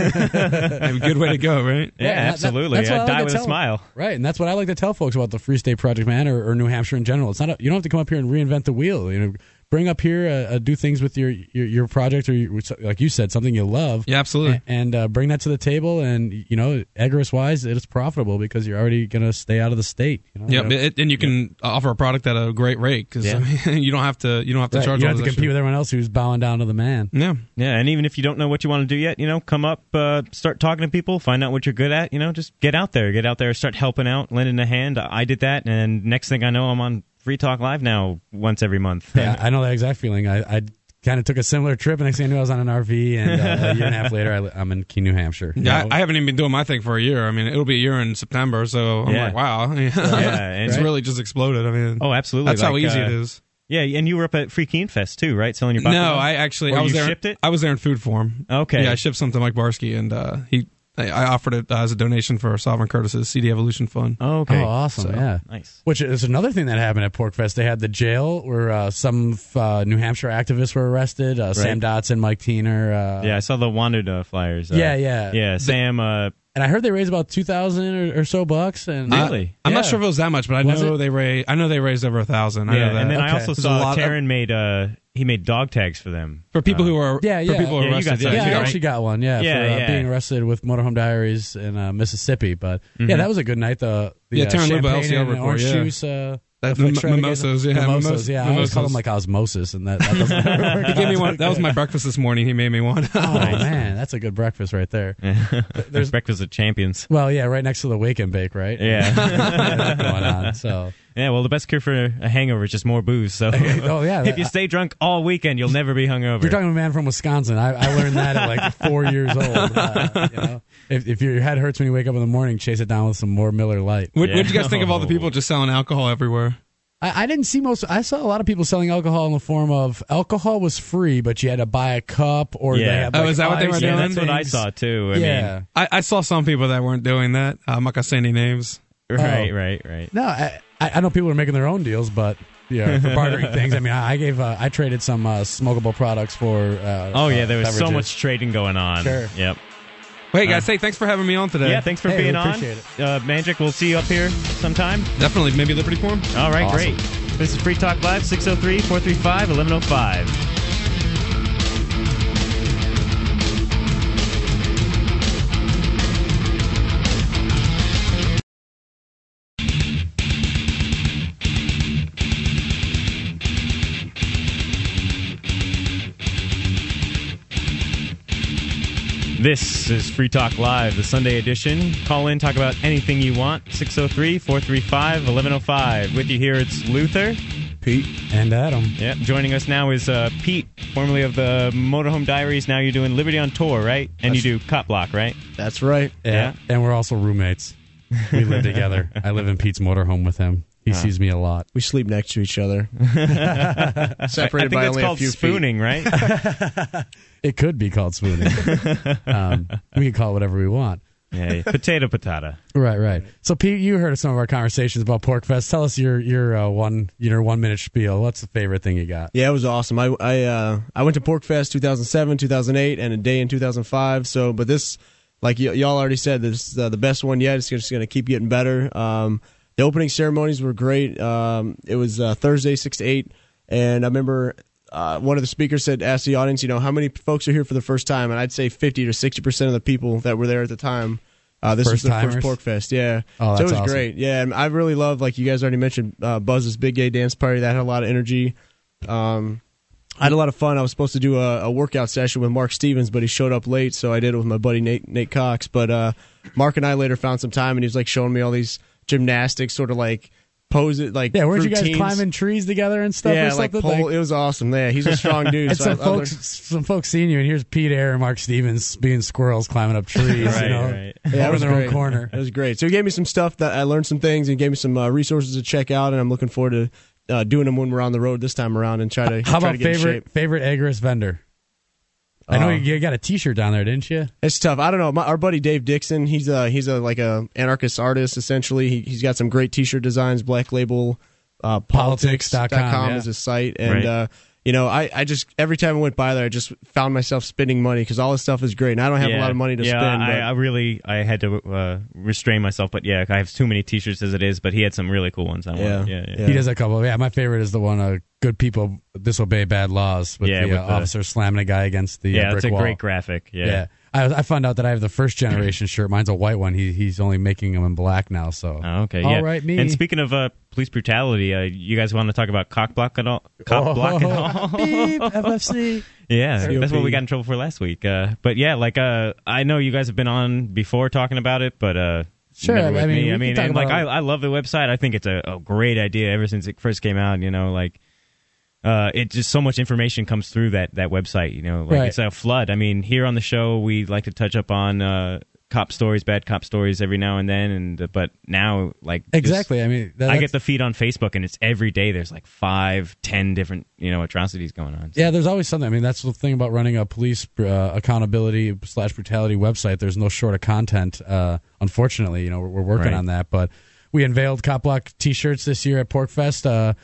C: a good way to go, right?
A: yeah,
B: that- that-
A: absolutely.
B: that's what
A: I
B: like
A: die
B: to
A: with
B: tell-
A: a smile.
B: Right, and that's what I like to tell folks about the Free State Project, man, or, or New Hampshire in general. It's not a, you don't have to come up here and reinvent the wheel. You know, bring up here, uh, uh, do things with your your, your project or your, like you said, something you love.
C: Yeah, absolutely.
B: A- and uh, bring that to the table. And you know, Egress wise, it's profitable because you're already going to stay out of the state. You know?
C: Yeah,
B: you
C: but
B: don't-
C: it, and you can offer a product at a great rate because
A: Yeah.
C: (laughs) you don't have to you don't have to
B: Right,
C: charge.
B: you
C: all Mm-hmm.
B: don't have to
C: this
B: compete with everyone else who's bowing down to the man.
C: extra- Yeah,
A: Yeah, and even if you don't know what you want to do yet, you know, come up, uh, start talking to people, find out what you're good at. You know, just get out there, get out there, start helping out, lending a hand. I did that, and next thing I know, I'm on Free Talk Live now once every month.
B: Yeah, I know that exact feeling. I, I kind of took a similar trip, and next thing I knew, I was on an RV. And uh, a year and a half later, I, li- I'm in Keene, New Hampshire. You
C: yeah.
B: know?
C: I, I haven't even been doing my thing for a year. I mean, it'll be a year in September, so I'm
A: Yeah.
C: like, wow, (laughs)
A: Yeah,
C: it's
A: and-
C: really just exploded. I mean,
A: Oh, absolutely.
C: that's how
A: Like,
C: easy
A: uh,
C: it is.
A: Yeah, and you were up at Free Keen Fest too, right? Selling your
C: No,
A: baklava?
C: I actually
A: Or
C: I was
A: Oh, you
C: there.
A: shipped it?
C: I was there in food form.
A: Okay.
C: Yeah, I shipped something like Barsky, and uh, he I- I offered it as a donation for Sovereign Curtis's CD Evolution Fund.
A: Oh, okay.
B: Oh, awesome!
C: So,
B: yeah,
A: nice.
B: Which is another thing that happened at Porkfest. They had the jail where uh, some uh, New Hampshire activists were arrested. Uh, Sam Dotson, Mike Teener. Uh,
A: Yeah, I saw the wanted uh, flyers. Uh,
B: Yeah, yeah.
A: yeah. Sam, uh,
B: and I heard they raised about two thousand or, or so bucks. And
A: Really?
C: I'm not
B: Yeah.
C: sure if it was that much, but I
B: Was
C: know
B: it?
C: they raised. I know they raised over a thousand. I know
A: yeah,
C: that.
A: and then I
B: Okay.
A: also
C: There's a
A: saw
C: lot of-
A: Taryn made uh, he made dog tags for them
C: for people
A: Uh,
C: who are
B: Yeah, yeah.
C: for people who are
A: Yeah, you
C: arrested.
A: got that
B: yeah, I
A: too, right?
B: actually got one. Yeah,
A: Yeah,
B: for uh,
A: yeah.
B: being arrested with Motorhome Diaries in uh, Mississippi. But yeah, that was a good night. The, the
C: Yeah,
B: uh,
C: Taryn Lou
B: champagne
C: Bell's the
B: and
C: other
B: orange
C: report, yeah.
B: juice. Uh,
C: That-
B: the
C: mim-
B: extravaganza-
C: mimosas, yeah,
B: mimosas.
C: mimos-
B: Yeah, I always call them
C: mimosas.
B: like osmosis, and that, that doesn't
C: (laughs)
B: really work.
C: He gave me one. That was my breakfast this morning. He made me one.
B: (laughs)
C: (laughs)
B: Oh man, that's a good breakfast right there.
A: Uh, (laughs) There's Breakfast of
B: (laughs)
A: Champions.
B: Well, yeah, right next to the wake and bake, right? (laughs)
A: Yeah,
B: Yeah, that's going on. So,
A: yeah. Well, the best cure for a hangover is just more booze. So,
B: oh yeah,
A: (laughs) if you stay drunk all weekend, you'll never be hungover.
B: You're talking to a man from Wisconsin. I, I learned that at like four years old. Uh, you know? if, if your head hurts when you wake up in the morning, chase it down with some more Miller Lite.
C: What
A: Yeah.
C: what do you guys think of all the people just selling alcohol everywhere?
B: I, I didn't see most. I saw a lot of people selling alcohol in the form of alcohol was free, but you had to buy a cup or they
A: Yeah.
B: had.
C: Oh,
B: Like
C: is that what they were
B: ice
A: yeah,
B: and
A: that's what I
B: things.
A: saw too. I
B: yeah.
A: mean,
C: I, I saw some people that weren't doing that. I'm not gonna say any names.
B: Oh.
A: right, right, right.
B: No, I, I I know people are making their own deals, but yeah,
A: (laughs)
B: for bartering things. I mean, I, I gave uh, I traded some uh, smokable products for. Uh,
A: Oh yeah,
B: uh,
A: there was so
B: beverages.
A: much trading going on.
B: Sure.
A: Yep.
C: Hey guys, hey, thanks for having me on today.
A: Uh. Yeah, thanks for
B: Hey, we
A: being
B: appreciate
A: on. Uh, Mandrake, we'll see you up here sometime.
C: Definitely, maybe Liberty Forum.
A: All right,
B: Awesome.
A: great. This is Free Talk Live, 603 435 1105. This is Free Talk Live, the Sunday edition. Call in, talk about anything you want. 603 435 1105. With you here, it's Luther.
B: Pete and Adam.
A: Yep. Joining us now is uh, Pete, formerly of the Motorhome Diaries. Now you're doing Liberty on Tour, right? And you do Cop Block, right?
D: That's right.
A: Yeah.
B: And we're also roommates. We live together. I live in Pete's motorhome with him. He
A: Uh-huh.
B: sees me a lot.
D: We sleep next to each other,
A: I
D: (laughs) separated
A: think
D: by
A: that's
D: only a
A: called
D: few
A: spooning,
D: (laughs)
A: right?
B: It could be called spooning.
A: (laughs)
B: um, we can call it whatever we want.
A: yeah. Potato, patata.
B: Right, right. So, Pete, you heard of some of our conversations about Porkfest. Tell us your your uh, one your one minute spiel. What's the favorite thing you got?
D: feet. Yeah, it was awesome. I I uh, I went to Porkfest 2007, 2008, and a day in 2005. So, but this, like y- y'all already said, this is uh, the best one yet. It's just going to keep getting better. Um, the opening ceremonies were great. Um, it was uh, Thursday, six to eight, and I remember. Uh, one of the speakers said, "Ask the audience, you know, how many folks are here for the first time?" And I'd say fifty to sixty percent of the people that were there at the time Uh, this was the
B: First-timers?
D: first Pork Fest, yeah.
B: Oh,
D: so it
B: that's
D: was
B: awesome.
D: great. Yeah, and I really love like you guys already mentioned uh, Buzz's Big Gay Dance Party. That had a lot of energy. Um, I had a lot of fun. I was supposed to do a, a workout session with Mark Stevens, but he showed up late, so I did it with my buddy Nate Nate Cox. But uh, Mark and I later found some time, and he was like showing me all these gymnastics, sort of like pose it like
B: Yeah, weren't you guys
D: routines.
B: climbing trees together and stuff
D: Yeah,
B: or
D: like,
B: something?
D: pole, it was awesome. Yeah, he's a
B: (laughs)
D: strong dude.
B: and
D: so
B: some
D: I- I
B: folks, some folks seeing you, and here's Pete Air and Mark Stevens being squirrels climbing
D: (laughs)
B: up trees,
A: Right,
B: you know,
A: right.
B: all
D: it
B: in
D: was
B: their
D: great.
B: own corner.
D: It was great. So he gave me some stuff that I learned some things and gave me some uh, resources to check out, and I'm looking forward to uh, doing them when we're on the road this time around and try to
B: How
D: try
B: about
D: to get in shape.
B: favorite favorite Agris vendor? I know
D: Uh,
B: you got a T-shirt down there, didn't you?
D: It's tough. I don't know. My, our buddy Dave Dixon, he's a he's a like a anarchist artist essentially. He, he's got some great T-shirt designs. Black Label uh,
B: Politics.com, yeah.
D: is his site, and
A: Right.
D: uh, you know I, I just every time I went by there, I just found myself spending money because all his stuff is great, and I don't have a lot of money to
A: yeah,
D: spend.
A: I,
D: but-
A: I really I had to uh, restrain myself, but yeah, I have too many T-shirts as it is. But he had some really cool ones. I wanted.
D: Yeah,
A: Yeah, yeah,
D: yeah.
B: He does a couple. Yeah, my favorite is the one. Uh, good people disobey bad laws with,
A: Yeah,
B: the,
A: with
B: uh,
A: the-
B: officer slamming a guy against the uh,
A: Yeah,
B: brick
A: it's a
B: wall.
A: great graphic. Yeah.
B: Yeah. I, I found out that I have the
A: (laughs)
B: first generation shirt. Mine's a white one. He, he's only making them in black now. So
A: Oh, okay.
B: All
A: yeah.
B: right, me.
A: And speaking of uh, police brutality, uh, you guys want to talk about cock block at all? Cock block at
B: (laughs)
A: all?
B: (laughs)
A: (laughs)
B: Beep, FFC.
A: Yeah,
D: COP.
A: that's what we got in trouble for last week. Uh, but yeah, like uh, I know you guys have been on before talking about it, but uh,
B: Sure,
A: never with
B: I mean, we
A: me. I
B: can
A: mean,
B: talk
A: and, like I,
B: about-
A: I love the website. I think it's a, a great idea ever since it first came out. You know, like uh, it just so much information comes through that that website. You know, like
B: Right.
A: it's a flood. I mean, here on the show we like to touch up on uh, cop stories, bad cop stories every now and then, and uh, but now like just-
B: Exactly. I mean, that,
A: I get
B: that's-
A: the feed on Facebook, and it's every day. There's like five, ten different you know atrocities going on. So-
B: Yeah, there's always something. I mean, that's the thing about running a police uh, accountability slash brutality website. There's no short of content. Uh, unfortunately, you know, we're, we're working
A: Right.
B: on that, but we unveiled Cop Block t-shirts this year at Porkfest. Uh,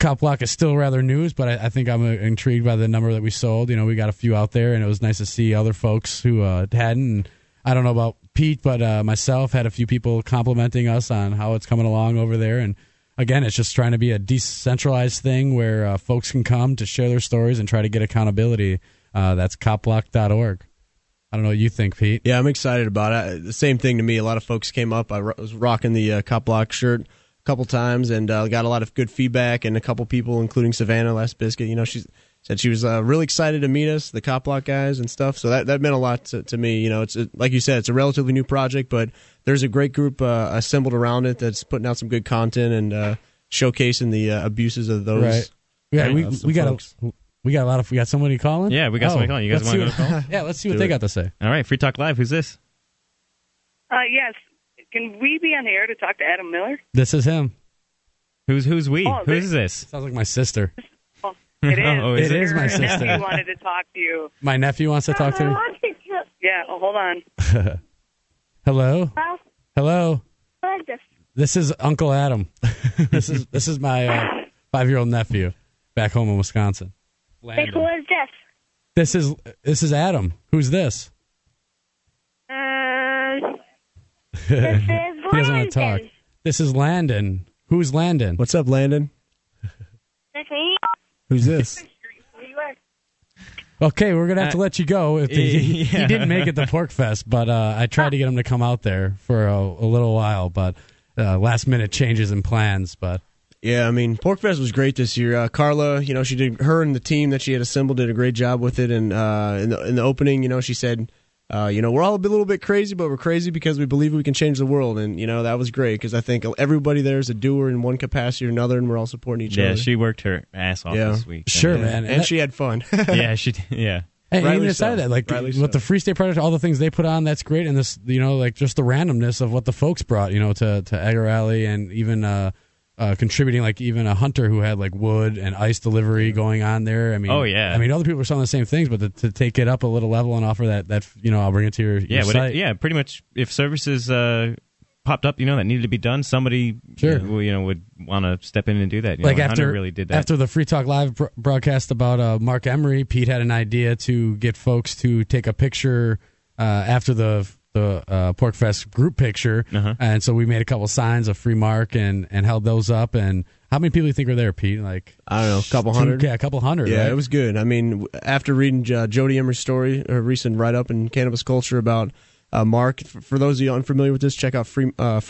B: Cop Block is still rather news, but I, I think I'm uh, intrigued by the number that we sold. You know, we got a few out there, and it was nice to see other folks who uh, hadn't. And I don't know about Pete, but uh, myself had a few people complimenting us on how it's coming along over there, and again, it's just trying to be a decentralized thing where uh, folks can come to share their stories and try to get accountability. Uh, that's copblock.org. I don't know what you think, Pete.
D: Yeah, I'm excited about it. The same thing to me. A lot of folks came up. I ro- was rocking the uh, Cop Block shirt a couple times and uh, got a lot of good feedback. And a couple people, including Savannah Last Biscuit, you know, she said she was uh, really excited to meet us, the Cop Block guys and stuff. So that, that meant a lot to, to me. You know, it's a, like you said, it's a relatively new project, but there's a great group uh, assembled around it that's putting out some good content and uh, showcasing the uh, abuses of those.
B: Right. Yeah,
D: Right,
B: we,
D: that's
B: we
D: some
B: got
D: folks.
B: a we got a lot of we got somebody calling. Oh,
A: Yeah, we got somebody calling. You guys
B: let's
A: wanna
B: see
A: go to
B: what- (laughs) Yeah, let's see what
D: Do
B: they
D: it.
B: got to say.
A: All right, Free Talk Live. Who's this?
E: Uh, yes. Can we be on the air to talk to Adam Miller?
B: This is him.
A: Who's who's we?
E: Oh,
A: Who
E: they-
A: is this?
B: Sounds like my sister.
A: (laughs)
E: Oh, it is.
A: Oh, is
B: It it? is my
E: Your
B: sister.
E: nephew wanted to talk to you.
B: My nephew wants to (laughs) talk to me.
E: Yeah. Oh, hold on.
B: Hello,
F: Well,
B: hello.
F: I like this.
B: This is Uncle Adam. (laughs) this is this is my uh, five year old nephew back home in Wisconsin.
F: Like, who is this?
B: This is this is Adam. Who's this? (laughs)
F: Um, this is Landon.
B: He doesn't want to talk. This is Landon. Who's Landon?
D: What's up, Landon?
F: That's me.
D: Who's this?
B: Okay, we're gonna have to let you go. If the, he,
A: Uh, yeah.
B: he didn't make it to Pork Fest, but uh, I tried to get him to come out there for a, a little while, but uh, last minute changes and plans. But
D: Yeah, I mean, Porkfest was great this year. Uh, Carla, you know, she did her and the team that she had assembled did a great job with it. And uh, in the in the opening, you know, she said, uh, you know, we're all a bit- little bit crazy, but we're crazy because we believe we can change the world. And you know, that was great because I think everybody there is a doer in one capacity or another, and we're all supporting each
A: Yeah,
D: other.
A: she worked her ass off
D: Yeah.
A: this week.
B: Sure,
A: Yeah.
B: man.
D: and,
B: And that-
D: she had fun.
A: (laughs)
D: (laughs)
A: yeah, she. did- Yeah,
B: and
D: Rightly
B: even aside
D: so.
B: that, like
D: Rightly
B: with
D: so.
B: the Free State Project, all the things they put on, that's great. And this, you know, like just the randomness of what the folks brought, you know, to to Edgar Alley and even uh, uh, contributing, like even a hunter who had like wood and ice delivery going on there. I mean,
A: Oh, yeah.
B: I mean, other people were selling the same things, but to, to take it up a little level and offer that that you know, I'll bring it to your, your
A: yeah, but
B: site.
A: it, yeah. Pretty much, if services uh, popped up, you know, that needed to be done, somebody,
B: Sure.
A: uh, you know, would want to step in and do that. You
B: like
A: know, and
B: after
A: Hunter really did that.
B: after the Free Talk Live bro- broadcast about uh, Mark Emery, Pete had an idea to get folks to take a picture uh, after the the uh, Porkfest group picture,
A: Uh-huh.
B: and so we made a couple signs of Free Mark and and held those up. And how many people do you think were there, Pete? Like
D: I don't know, a couple
B: two-
D: hundred.
B: yeah, a couple hundred.
D: Yeah,
B: right?
D: it was good. I mean, w- after reading uh, Jody Emery's story, her recent write up in Cannabis Culture about uh, Mark. For, for those of you unfamiliar with this, check out free, uh,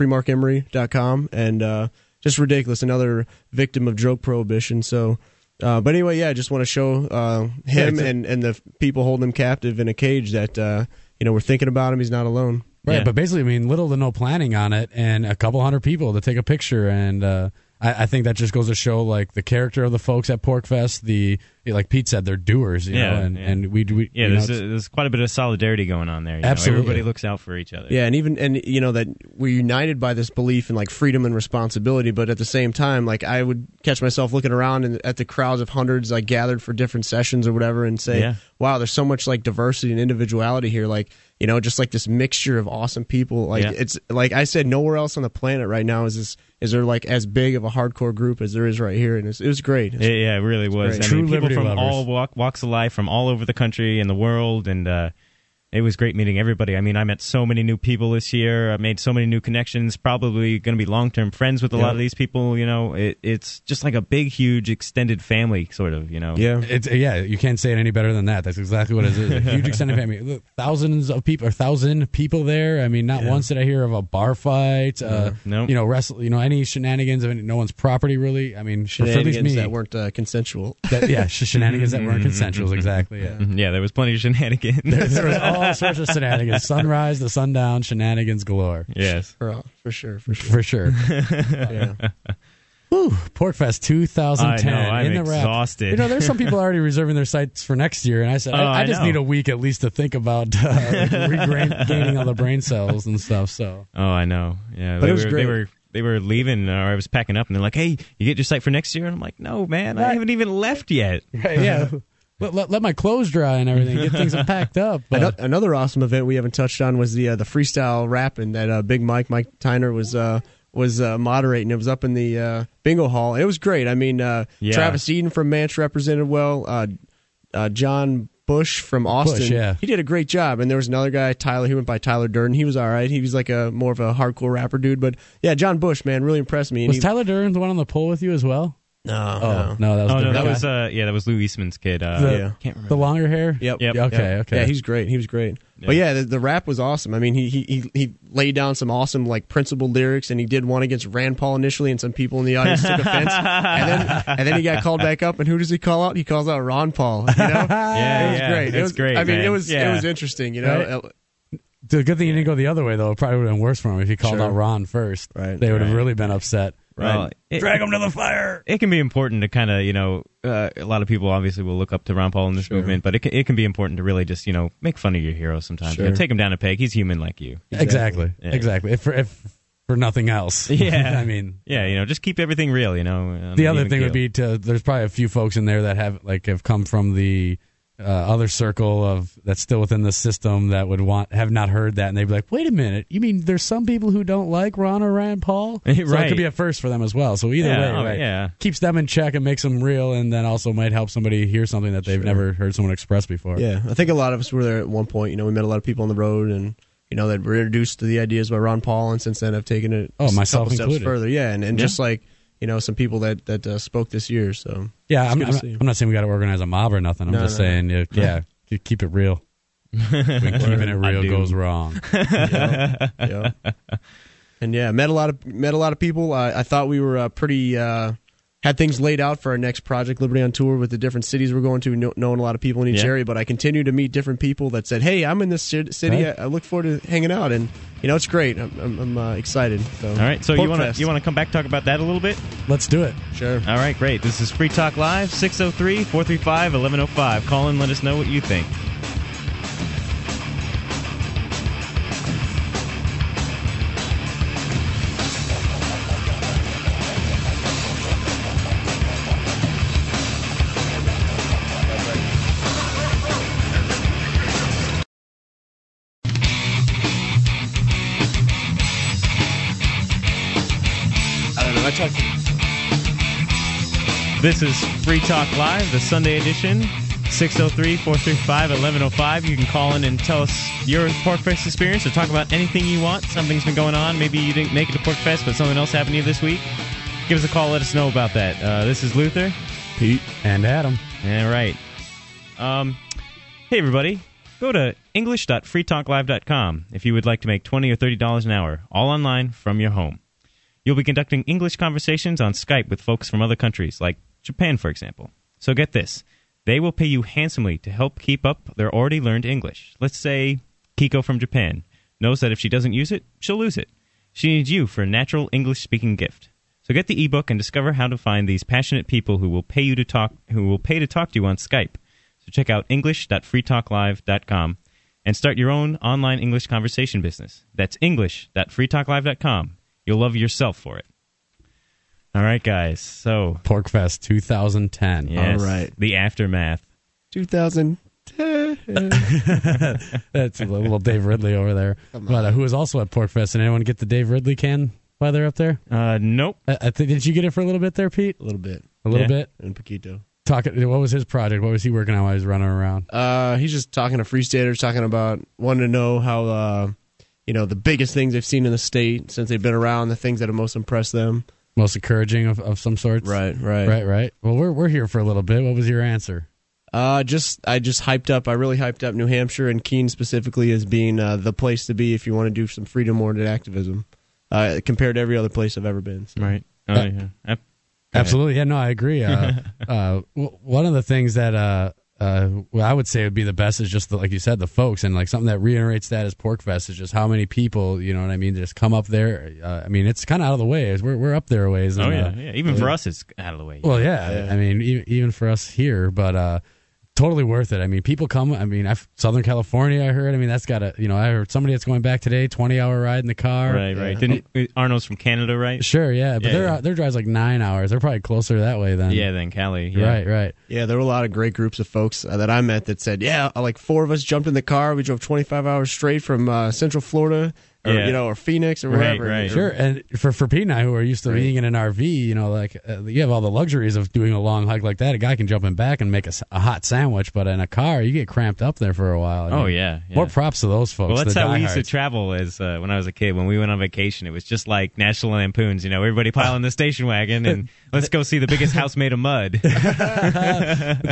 D: freemarkemery.com. And uh, just ridiculous, another victim of drug prohibition. So, uh, but anyway, yeah, I just want to show uh, him and, and the people holding him captive in a cage that, uh, you know, we're thinking about him. He's not alone.
B: Right,
A: Yeah.
B: but basically, I mean, little to no planning on it, and a couple hundred people to take a picture, and uh, I, I think that just goes to show like the character of the folks at Porkfest. The like Pete said, they're doers, you
A: Yeah,
B: know, and,
A: yeah.
B: and we, we
A: Yeah,
B: you know,
A: there's,
B: it's-
A: there's quite a bit of solidarity going on there. you know.
B: Absolutely.
A: Everybody looks out for each other.
D: Yeah, and even and you know that we're united by this belief in like freedom and responsibility, but at the same time, like I would catch myself looking around and at the crowds of hundreds like gathered for different sessions or whatever, and say,
A: Yeah.
D: "Wow, there's so much like diversity and individuality here." Like you know, just like this mixture of awesome people. Like
A: Yeah.
D: it's like I said, nowhere else on the planet right now is this is there like as big of a hardcore group as there is right here, and it's, it was great. It's-
A: Yeah, yeah, it really was.
D: great.
A: I
B: True
A: mean, people
B: liberty
A: from
B: lovers.
A: all walk, walks of life, from all over the country and the world, and uh, it was great meeting everybody. I mean, I met so many new people this year. I made so many new connections. Probably going to be long term friends with a lot of these people. You know, it, it's just like a big, huge extended family, sort of. You know,
D: yeah.
B: it's yeah, you can't say it any better than that. That's exactly what it is. It's a huge extended
A: (laughs)
B: family. Look, thousands of people, or thousand people there. I mean, not once did I hear of a bar fight. Uh,
A: No.
B: you know, wrestle. You know, any shenanigans of any, no one's property really. I mean, sh- for at least
D: Shenanigans
B: me,
D: that weren't uh, consensual. (laughs)
B: that-
A: (laughs)
B: yeah, sh- shenanigans that
A: Mm-hmm,
B: weren't consensual. Exactly. Yeah.
A: yeah. There was plenty of
D: (laughs)
A: shenanigans.
B: there was all sorts of shenanigans. Sunrise, the sundown, shenanigans galore.
A: (laughs) yes.
D: for, uh, for sure, for
B: (laughs)
D: sure.
B: For sure.
D: Yeah.
B: Porkfest 2010.
A: I know, I'm
B: in the wrap.
A: exhausted.
B: You know, there's some people already reserving their sites for next year, and I said,
A: Oh,
B: I, I
A: I
B: just
A: know.
B: need a week at least to think about
A: (laughs)
B: uh, regaining all the brain cells and stuff. So
A: Oh, I know. Yeah,
D: But
A: they
D: it was
A: were,
D: great.
A: They were they were leaving, or I was packing up, and they're like, "Hey, you get your site for next year?" And I'm like, "No, man, I haven't even left yet."
B: yeah, let, let, let my clothes dry and everything,
A: (laughs)
B: get things packed up. But
D: Ano- Another awesome event we haven't touched on was the uh, the freestyle rapping that uh, Big Mike Mike Tyner was uh, was uh, moderating. It was up in the uh, bingo hall. It was great. I mean, uh,
A: Yeah.
D: Travis Eden from Manch represented well. Uh, uh, John Bush from Austin,
B: Bush, yeah.
D: he did a great job. And there was another guy, Tyler. He went by Tyler Durden. He was all right. He was like a more of a hardcore rapper dude. But yeah, John Bush, man, really impressed me. And
B: was
D: he-
B: Tyler Durden the one on the pole with you as well?
D: no,
B: Oh, no, that was,
A: Oh
B: the
A: no, that
B: guy.
A: was uh, yeah, that was Lou Eastman's kid. Uh,
B: The-
D: yeah.
A: can't remember.
B: the longer hair?
D: Yep.
A: Yep.
B: Yeah, okay,
D: Yep.
B: okay.
D: Yeah, he's great. He was great. But yeah, the, the rap was awesome. I mean, he, he he he laid down some awesome like principled lyrics, and he did one against Rand Paul initially, and some people in the audience took offense. And then and then he got called back up, and who does he call out? He calls out Ron Paul. You know?
A: Yeah,
D: it was
A: yeah,
D: great. It
A: it's
D: was
A: great,
D: I mean, it
A: man.
D: was
A: Yeah.
D: it was interesting. You know,
B: The good thing you didn't go the other way though. It probably would have been worse for him if he called
D: Sure.
B: out Ron first.
D: Right,
B: They would have
A: right.
B: really been upset.
A: Well, it-
B: him to the fire.
A: it can be important to kind of you know uh, a lot of people obviously will look up to Ron Paul in this movement, but it can, it can be important to really just you know make fun of your hero sometimes. You know,
D: Sure.
A: take him down a peg. He's human like you.
B: Exactly.
A: Yeah.
B: Exactly. If for, if for nothing else.
A: (laughs) Yeah.
B: (laughs) I mean,
A: Yeah, you know, just keep everything real. You know, on
B: the
A: an
B: other
A: even
B: thing
A: keel.
B: would be to there's probably a few folks in there that have like have come from the uh, other circle of that's still within the system that would want have not heard that and they'd be like, wait a minute, you mean there's some people who don't like Ron or
A: (laughs)
B: Rand Paul? So it
A: Right.
B: could be a first for them as well. So either
A: Yeah,
B: way,
A: oh,
B: right,
A: yeah.
B: keeps them in check and makes them real, and then also might help somebody hear something that they've never heard someone express before.
D: yeah, I think a lot of us were there at one point. You know, we met a lot of people on the road, and you know that were introduced to the ideas by Ron Paul, and since then I've taken it
B: Oh,
D: a
B: myself
D: couple steps
B: included.
D: further. Yeah, and and just like you know some people that that uh, spoke this year. So
B: Yeah, I'm,
D: good
B: I'm,
D: to
B: not,
D: see.
B: I'm not saying we got to organize a mob or nothing. I'm
D: No,
B: just
D: no, no.
B: saying, uh, yeah, you keep it
D: (laughs)
B: real. when keeping it real goes wrong.
D: (laughs) yeah. And yeah, met a lot of met a lot of people. I, I thought we were uh, pretty uh, had things laid out for our next project, Liberty on Tour, with the different cities we're going to, kno- knowing a lot of people in each
A: Yeah.
D: area. But I continue to meet different people that said, "Hey, I'm in this ci- city.
B: Right.
D: I, I look forward to hanging out." And you know, it's great. I'm, I'm, I'm uh, excited. So.
A: All right, so you want
D: Porkfest.
A: to you want to come back talk about that a little bit?
B: Let's do it.
D: sure.
A: All right, great. This is Free Talk Live 603-435-1105. Call in, let us know what you think.
D: I don't know. I talked.
A: This is Free Talk Live, the Sunday edition, 603 435 1105. You can call in and tell us your Porkfest experience or talk about anything you want. Something's been going on. Maybe you didn't make it to Porkfest, but something else happened to you this week. Give us a call. Let us know about that. Uh, this is Luther.
B: Pete and Adam.
A: All right. Um, hey, everybody. Go to english.freetalklive.com if you would like to make 20 or $30 an hour, all online from your home. You'll be conducting English conversations on Skype with folks from other countries, like Japan, for example. So get this they will pay you handsomely to help keep up their already learned English. Let's say Kiko from Japan knows that if she doesn't use it, she'll lose it. She needs you for a natural English speaking gift. So get the ebook and discover how to find these passionate people who will pay you to talk who will pay to talk to you on Skype. So check out english.freetalklive.com and start your own online English conversation business. That's english.freetalklive.com. You'll love yourself for it. All right, guys. So,
B: Porkfest 2010.
A: yes,
D: All right.
A: the aftermath.
D: 2010.
B: That's a
D: (laughs)
B: little Dave Ridley over there. But uh, who was also at Porkfest? And anyone get the Dave Ridley can while they're up there?
A: Uh, nope.
B: I, I think, did you get it for a little bit there, Pete?
D: A little bit.
B: A little
A: Yeah.
B: bit.
D: And Paquito.
B: Talking. What was his project? What was he working on while he was running around?
D: Uh, he's just talking to free staters, talking about wanting to know how, uh, you know, the biggest things they've seen in the state since they've been around, the things that have most impressed them.
B: Most encouraging of, of some sorts.
D: right.
B: Right. Right. Well, we're we're here for a little bit. What was your answer?
D: Uh, just I just hyped up. I really hyped up New Hampshire and Keene specifically as being uh, the place to be if you want to do some freedom-oriented activism, uh, compared to every other place I've ever been. So.
A: Right. Oh,
B: Uh,
A: yeah. Ap-
B: Absolutely. Yeah, no, I agree.
A: (laughs)
B: Uh, uh, w- one of the things that uh, uh, well, I would say would be the best is just the, like you said, the folks, and like something that reiterates that is Porkfest is just how many people, you know what I mean, just come up there. Uh, I mean, it's kind of out of the way. We're we're up there a ways.
A: oh,
B: and,
A: yeah.
B: uh,
A: yeah. Even for us, it's out of the way.
B: well, yeah. I mean, e- even for us here, but uh, totally worth it. I mean, people come. I mean, i Southern California. I heard. I mean, that's got a you know. I heard somebody that's going back today, twenty hour ride in the car.
A: right, right. Didn't uh, Arnold's from Canada, right?
B: Sure. Yeah. But
A: Yeah,
B: their
A: yeah.
B: their drive's like nine hours. They're probably closer that way then.
A: Yeah, then Cali. Yeah.
B: Right. Right.
D: Yeah, there were a lot of great groups of folks uh, that I met that said, "Yeah, uh, like four of us jumped in the car. We drove 25 hours straight from uh, Central Florida, or
A: Yeah.
D: you know, or Phoenix, or
A: Right,
D: wherever."
A: right.
B: Sure, and for for Pete and I, who are used to being in an RV, you know, like uh, you have all the luxuries of doing a long hike like that. A guy can jump in back and make a, s- a hot sandwich, but in a car, you get cramped up there for a while. I
A: Oh,
B: mean,
A: yeah. yeah.
B: More props to those folks.
A: well, that's
B: the
A: how we used to
B: diehards.
A: travel as uh, when I was a kid. When we went on vacation, it was just like National Lampoons. You know, everybody pile in the station wagon
B: (laughs)
A: and let's go see the biggest house made of mud.
B: Oh,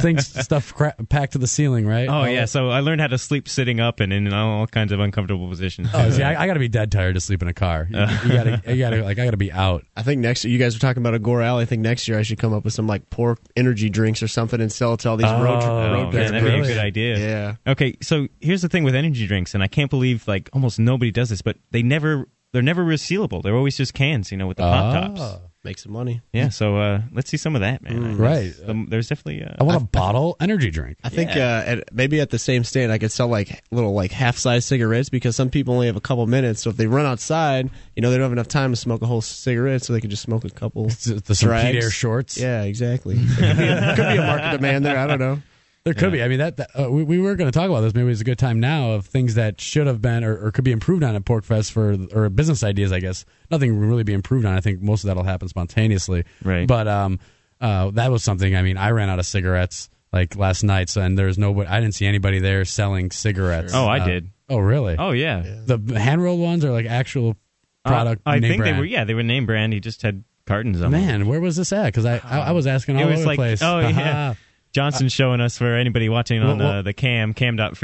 B: things stuff cra- packed to the ceiling, right?
A: Oh
B: All
A: yeah,
B: that-
A: so I learned how to sleep sitting up and in all kinds of uncomfortable positions.
B: Oh, see, I, I got to be dead tired to sleep in a car.
A: (laughs)
B: You, you gotta, you gotta, like, I gotta be out.
D: I think next year, you guys were talking about Agora Alley. I think next year I should come up with some like pork energy drinks or something and sell it to all these road,
B: Oh,
A: Oh,
D: road
A: man,
D: guys.
A: that'd be a
B: brilliant.
A: good idea.
D: Yeah.
A: Okay, so here's the thing with energy drinks, and I can't believe like almost nobody does this, but they never they're never resealable. They're always just cans, you know, with the pop
B: Ah.
A: tops.
D: Make some money.
A: Yeah, so uh, let's see some of that, man. I guess.
B: Right.
A: The- there's definitely uh,
B: I want a bottle energy drink.
D: I think uh, at, maybe at the same stand I could sell like little like half size cigarettes because some people only have a couple minutes. So if they run outside, you know they don't have enough time to smoke a whole cigarette, so they can just smoke a couple.
B: The, the (laughs) some Pete
D: Drags.
B: Air shorts.
D: Yeah, exactly. (laughs) It could, be a, could be a market demand there. I don't know.
B: There could be. I mean, that, that uh, we, we were going to talk about this. Maybe it's a good time now of things that should have been or, or could be improved on at Porkfest for or business ideas. I guess nothing will really be improved on. I think most of that'll happen spontaneously.
A: Right.
B: But um, uh, that was something. I mean, I ran out of cigarettes like last night, so and there's nobody. I didn't see anybody there selling cigarettes.
A: Oh, I
B: Uh,
A: did.
B: Oh, really?
A: Oh yeah.
B: the hand rolled ones are like actual
A: Uh,
B: product.
A: I
B: name
A: think
B: brand.
A: they were yeah, they were name brand. He just had cartons on. them.
B: Man, where was this at? Because I, I I was asking all
A: It was
B: over
A: like-
B: the
A: (laughs)
B: place.
A: oh,
B: (laughs)
A: yeah. Johnson's showing us for anybody watching on
B: Well, well-
A: uh, the cam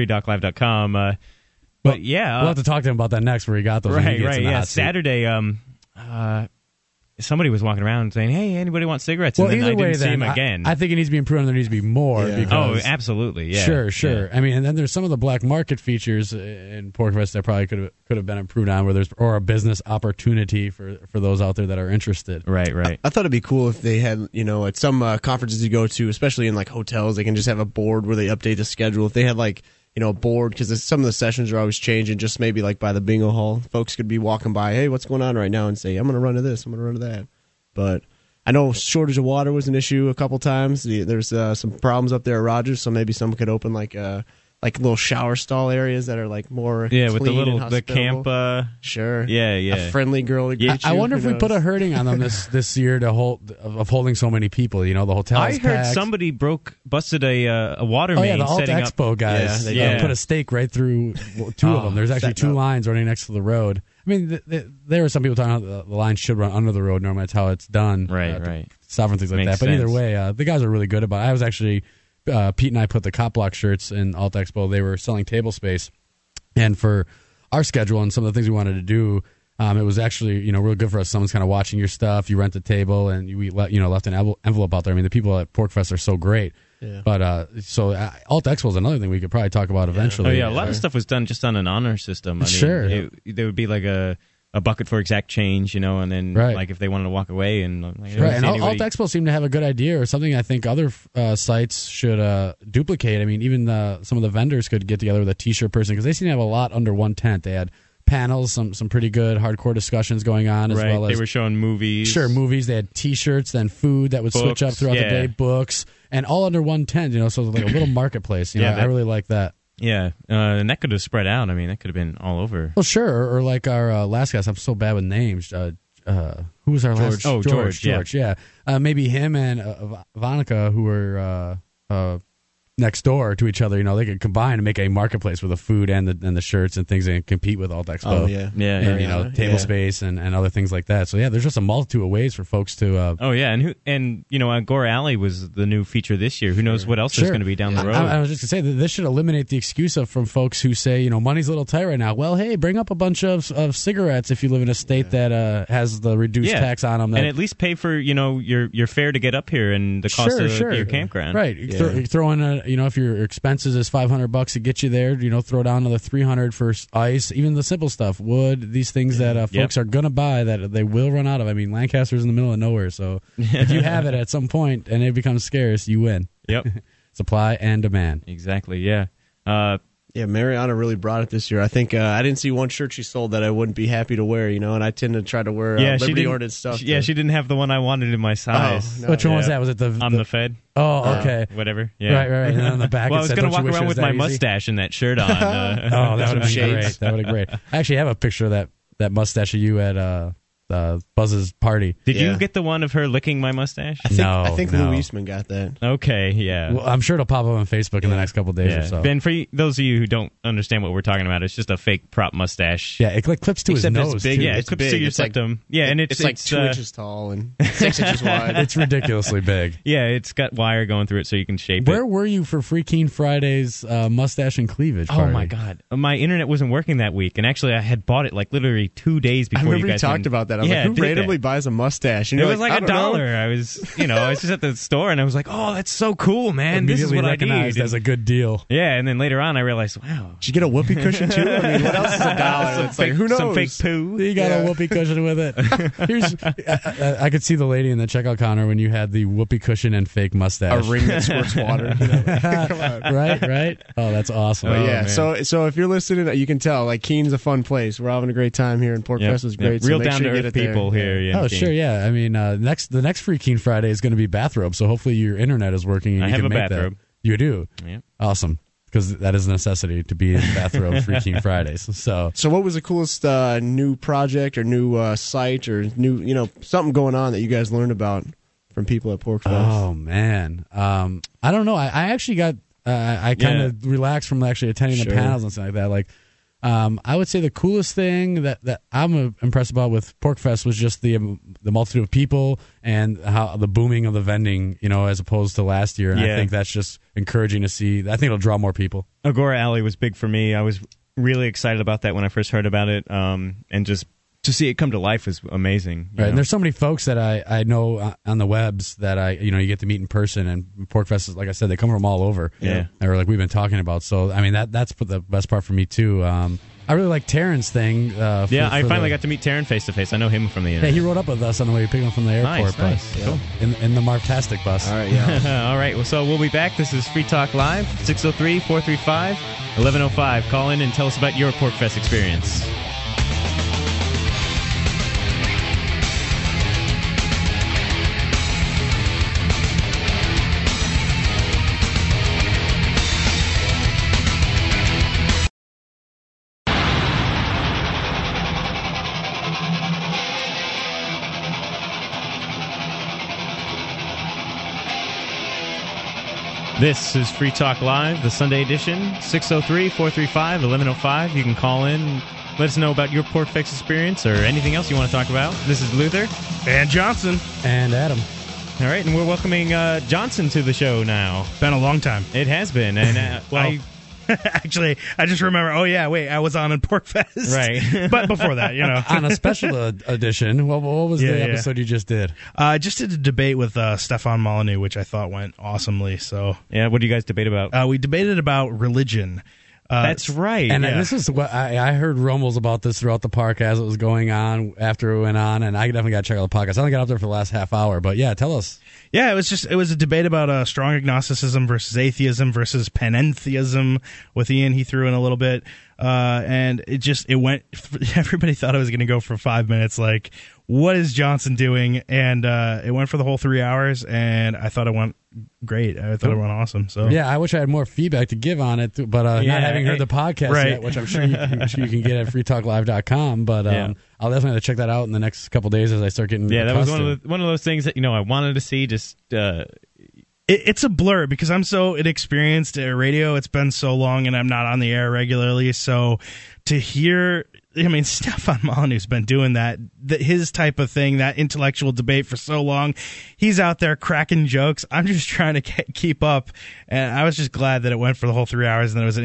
A: cam.freedocklive.com. Uh, but
B: Well,
A: yeah, uh,
B: We'll have to talk to him about that next, where he got those. when he
A: right,
B: gets
A: right,
B: in the
A: yeah.
B: hot seat.
A: Saturday, um, uh, somebody was walking around saying, "Hey, anybody want cigarettes?"
B: Well,
A: and then I
B: either
A: didn't
B: way,
A: see
B: then,
A: him
B: I-
A: again.
B: I, think it needs to be improved. and There needs to be more.
D: Yeah.
A: oh,
B: Because,
A: absolutely, yeah,
B: sure,
A: yeah.
B: sure. I mean, and then there's some of the black market features in Porkfest that probably could have could have been improved on, where there's or a business opportunity for for those out there that are interested.
A: Right, right.
D: I thought it'd be cool if they had, you know, at some uh, conferences you go to, especially in like hotels, they can just have a board where they update the schedule. If they had like, you know, a board because some of the sessions are always changing. Just maybe like by the bingo hall, folks could be walking by, hey, what's going on right now, and say, I'm going to run to this, I'm going to run to that. But I know shortage of water was an issue a couple times. The- There's uh, some problems up there at Rogers, so maybe someone could open like uh, like little shower stall areas that are like more
A: Yeah, with the
D: clean and
A: little the camp.
D: hospitable.
A: Uh,
D: sure
A: Yeah, yeah.
D: a friendly girl to
A: Yeah.
D: greet
B: I
D: you,
B: wonder
D: who
B: if we
D: knows?
B: put a herding on them this this year to hold of of holding so many people. You know, the hotel.
A: I heard somebody broke busted a uh, a water
B: Oh
A: main
B: yeah, the Alt
A: setting up.
B: Expo guys.
D: Yeah,
B: they
D: they
A: did.
B: put a stake right through two
A: Oh,
B: of them. There's actually
D: setting
A: uh,
B: two
D: up.
B: lines running next to the road. I mean, th- th- there are some people talking about the, the line should run under the road. Normally, that's how it's done.
A: Right,
B: uh, to
A: right.
B: Stop and things like
A: Makes
B: that. But either
A: sense.
B: way, uh, the guys are really good about. it. I was actually uh, Pete and I put the Cop Block shirts in Alt Expo. They were selling table space, and for our schedule and some of the things we wanted to do, um, it was actually you know real good for us. Someone's kind of watching your stuff. You rent a table, and you we let you know left an envel- envelope out there. I mean, the people at Porkfest are so great.
D: Yeah.
B: But uh, so uh, Alt Expo is another thing we could probably talk about eventually.
A: Oh yeah, a lot of stuff was done just on an honor system. I mean,
B: Sure.
A: it- there would be like a, a bucket for exact change, you know, and then
B: Right.
A: like if they wanted to walk away and like, I didn't
B: Right,
A: see
B: and Alt, Alt
A: anybody-
B: Expo seemed to have a good idea or something. I think other uh, sites should uh, duplicate. I mean, even the, some of the vendors could get together with a T-shirt person because they seem to have a lot under one tent. They had panels, some some pretty good hardcore discussions going on, as
A: right,
B: well
A: they
B: as
A: were showing movies.
B: sure movies. They had T-shirts, then food that would switch up
A: Books,
B: throughout the
A: yeah.
B: day, books, and all under one tent. You know, so it was like
A: (clears throat)
B: a little marketplace. You
A: Yeah,
B: know, I
A: that-
B: really like that.
A: Yeah, uh, and that could have spread out. I mean, that could have been all over.
B: Well, sure. Or, or like our uh, last guest, I'm so bad with names. Uh, uh, who was our last?
A: George. Oh,
B: George.
A: George, yeah.
B: George, yeah. Uh, maybe him and uh, Va- Vanica, who were uh, uh, next door to each other. You know, they could combine and make a marketplace with the food and the and the shirts and things, and compete with Alt Expo.
D: Oh, yeah.
A: Yeah,
B: And, you
A: yeah.
B: know,
D: Yeah.
B: table
D: Yeah.
B: space and, and other things like that. So yeah, there's just a multitude of ways for folks to. Uh,
A: Oh yeah, and who and you know, uh, Gore Alley was the new feature this year. Who knows what else is
B: Sure.
A: going to be down the road?
B: I, I was just gonna say that this should eliminate the excuse of from folks who say you know money's a little tight right now. Well, hey, bring up a bunch of of cigarettes if you live in a state that uh, has the reduced
A: yeah,
B: tax on them. That,
A: and at least pay for you know your your fare to get up here and the cost
B: sure,
A: of
B: sure.
A: your campground.
B: Right. You Throw, you throw in a, you know, if your expenses is 500 bucks to get you there, you know, throw down another 300 for s- ice, even the simple stuff, wood, these things that uh,
A: Yep.
B: folks are going to buy that they will run out of. I mean, Lancaster's in the middle of nowhere. So if you have it at some point and it becomes scarce, you win.
A: Yep. (laughs)
B: Supply and demand.
A: exactly. Yeah. Uh,
D: Yeah, Mariana really brought it this year. I think uh, I didn't see one shirt she sold that I wouldn't be happy to wear, you know, and I tend to try to wear uh,
A: yeah. She
D: Liberty
A: didn't.
D: Ordered stuff.
A: she- yeah,
D: to- Oh,
A: she didn't have the one I wanted in my size.
D: no.
B: Which one was
A: yeah.
B: that? Was it the.
A: I'm the Fed.
B: oh, okay.
A: Whatever. Yeah.
B: Right, right, right. And then on the back
A: well,
B: it
A: I was
B: said,
A: gonna
B: "Don't you
A: walk
B: wish it
A: around with
B: was that
A: my
B: easy?"
A: mustache and that
B: (laughs)
A: shirt on. (laughs) Uh,
B: Oh, that would have been great. That would have great. I actually have a picture of that, that mustache of you at uh, uh, Buzz's party.
A: did
D: Yeah.
A: you get the one of her licking my mustache?
D: I think,
B: No,
D: I think
B: no.
D: Lou Eastman got that.
A: Okay. Yeah.
B: Well, I'm sure it'll pop up on Facebook in the next couple of days
A: yeah.
B: or so.
A: Ben, for you, those of you who don't understand what we're talking about, it's just a fake prop mustache.
B: yeah, it like clips to
D: Except
B: his
D: it's
B: nose.
D: big.
B: too.
A: Yeah,
D: it's
A: it clips to
D: big.
A: your
D: It's like-
A: septum. yeah, and it's
D: it's like
A: it's,
D: two
A: uh,
D: inches tall and
A: (laughs)
D: six inches
B: (laughs)
D: wide.
B: It's ridiculously big.
A: Yeah, it's got wire going through it, so you can shape
B: Where
A: it.
B: were you for Free Keen Friday's uh, mustache and cleavage?
A: Oh
B: party?
A: my god, Uh, my internet wasn't working that week, and actually, I had bought it like literally two days
D: I
A: before
D: remember
A: you
D: you
A: guys
D: talked
A: went-
D: about that. I was
A: yeah,
D: like,
A: did
D: who
A: that.
D: randomly buys a mustache? And
A: It
D: you're
A: was like
D: I
A: a
D: don't know.
A: dollar. I was, you know, I was just at the store, and I was like, "Oh, that's so cool, man! This is
B: Immediately
A: what I
B: recognized
A: need."
B: as a good deal.
A: yeah, and then later on, I realized, wow,
D: Did you get a whoopee cushion too? I mean, what else is a
A: (laughs)
D: dollar?
A: some
D: it's like
A: fake-
D: who knows?
A: Some fake poo.
B: (laughs) You got a whoopee cushion
A: (laughs)
B: with it. Here's, I, I, I could see the lady in the checkout counter when you had the whoopee cushion and fake
D: a
B: mustache.
D: ring that squirts water.
A: (laughs)
D: you know? Come on.
B: right, right. Oh, that's awesome.
D: But
A: Oh,
D: yeah,
A: man.
D: so so if you're listening, you can tell like Keene's a fun place. We're having a great time here, and Pork
A: Yep,
D: Fest is
A: yep.
D: great. so
A: Real
D: make
A: down
D: sure you
A: to
D: get
A: earth
D: it there.
A: people here. Yeah.
B: Oh
A: Keene.
B: sure, yeah. I mean, uh, next the next Free Keen Friday is going to be bathrobe, so hopefully your internet is working and
A: I
B: you
A: have
B: can
A: a
B: make
A: bathrobe.
B: that. You do,
A: Yeah.
B: awesome, because that is a necessity to be in bathrobe Free
A: (laughs)
B: Keen Fridays. So
D: So what was the coolest uh, new project or new uh, site or new you know something going on that you guys learned about from people at Pork Fest?
B: Oh man, um, I don't know. I, I actually got uh, I kind of relaxed from actually attending the
D: Sure.
B: panels and stuff like that. Like, um, I would say the coolest thing that that I'm uh, impressed about with Porkfest was just the um, the multitude of people and how the booming of the vending, you know, as opposed to last year. And I
A: Yeah.
B: think that's just encouraging to see. I think it'll draw more people.
A: Agora Alley was big for me. I was really excited about that when I first heard about it, um, and just to see it come to life was amazing. you
B: Right. And
A: know?
B: there's so many folks that I, I know uh, on the webs that I, you know, you get to meet in person and Porkfest is, like I said, they come from all over.
A: Yeah.
B: Or like we've been talking about. So, I mean, that that's the best part for me too. Um, I really like Terren's thing. Uh, for-
A: yeah, I
B: for
A: finally
B: the-
A: got to meet Taryn face to face. I know him from the
B: Yeah,
A: internet.
B: he rode up with us on the way to pick him up from the airport
A: Nice,
B: bus.
A: nice.
B: Yeah.
A: Cool.
B: In, in the Martastic bus.
D: All right,
A: (laughs)
D: yeah.
A: All right. Well, so we'll be back. This is Free Talk Live, 603 435 1105. Call in and tell us about your Pork Fest experience. This is Free Talk Live, the Sunday edition, 603 435 1105. You can call in, let us know about your Pork Fest experience or anything else you want to talk about. This is Luther.
C: And Johnson.
B: And Adam.
A: All right, and we're welcoming uh, Johnson to the show now.
G: Been a long time.
A: It has been, and (laughs) uh,
G: Well,
A: I-
G: (laughs) actually, I just remember. Oh yeah, wait, I was on in Porkfest, (laughs)
A: Right.
G: but before that, you (laughs) know,
B: on a
A: (laughs)
B: special uh, edition. What, what was
G: Yeah,
B: the
G: yeah.
B: episode you just did?
G: I Uh, just did a debate with uh, Stefan Molyneux, which I thought went awesomely. So
A: yeah. What do you guys debate about?
G: uh, we debated about religion. Uh,
A: That's right.
B: And
G: Yeah.
B: this is what I, I heard rumbles about this throughout the park as it was going on after it went on, and I definitely got to check out the podcast. I only got up there for the last half hour, but yeah, tell us.
G: Yeah, it was just it was a debate about uh, strong agnosticism versus atheism versus panentheism with Ian. He threw in a little bit, uh, and it just it went. (laughs) Everybody thought I was going to go for five minutes. Like, what is Johnson doing? And uh, it went for the whole three hours, and I thought it went great. I thought it went awesome. So
B: Yeah, I wish I had more feedback to give on it, but uh,
A: Oh. Yeah,
B: not having heard the podcast
G: right.
B: yet, which I'm sure you, I'm sure you
A: (laughs)
B: can get at freetalklive.com. But um,
A: Yeah.
B: I'll definitely have to check that out in the next couple days as I start getting.
A: yeah, that was one
B: accustomed.
A: of the, one of those things that you know I wanted to see. Just uh,
G: it, it's a blur because I'm so inexperienced at radio. It's been so long, and I'm not on the air regularly. So to hear, I mean, (laughs) Stefan Molyneux's been doing that, that his type of thing, that intellectual debate for so long. He's out there cracking jokes. I'm just trying to ke- keep up, and I was just glad that it went for the whole three hours, and that it was an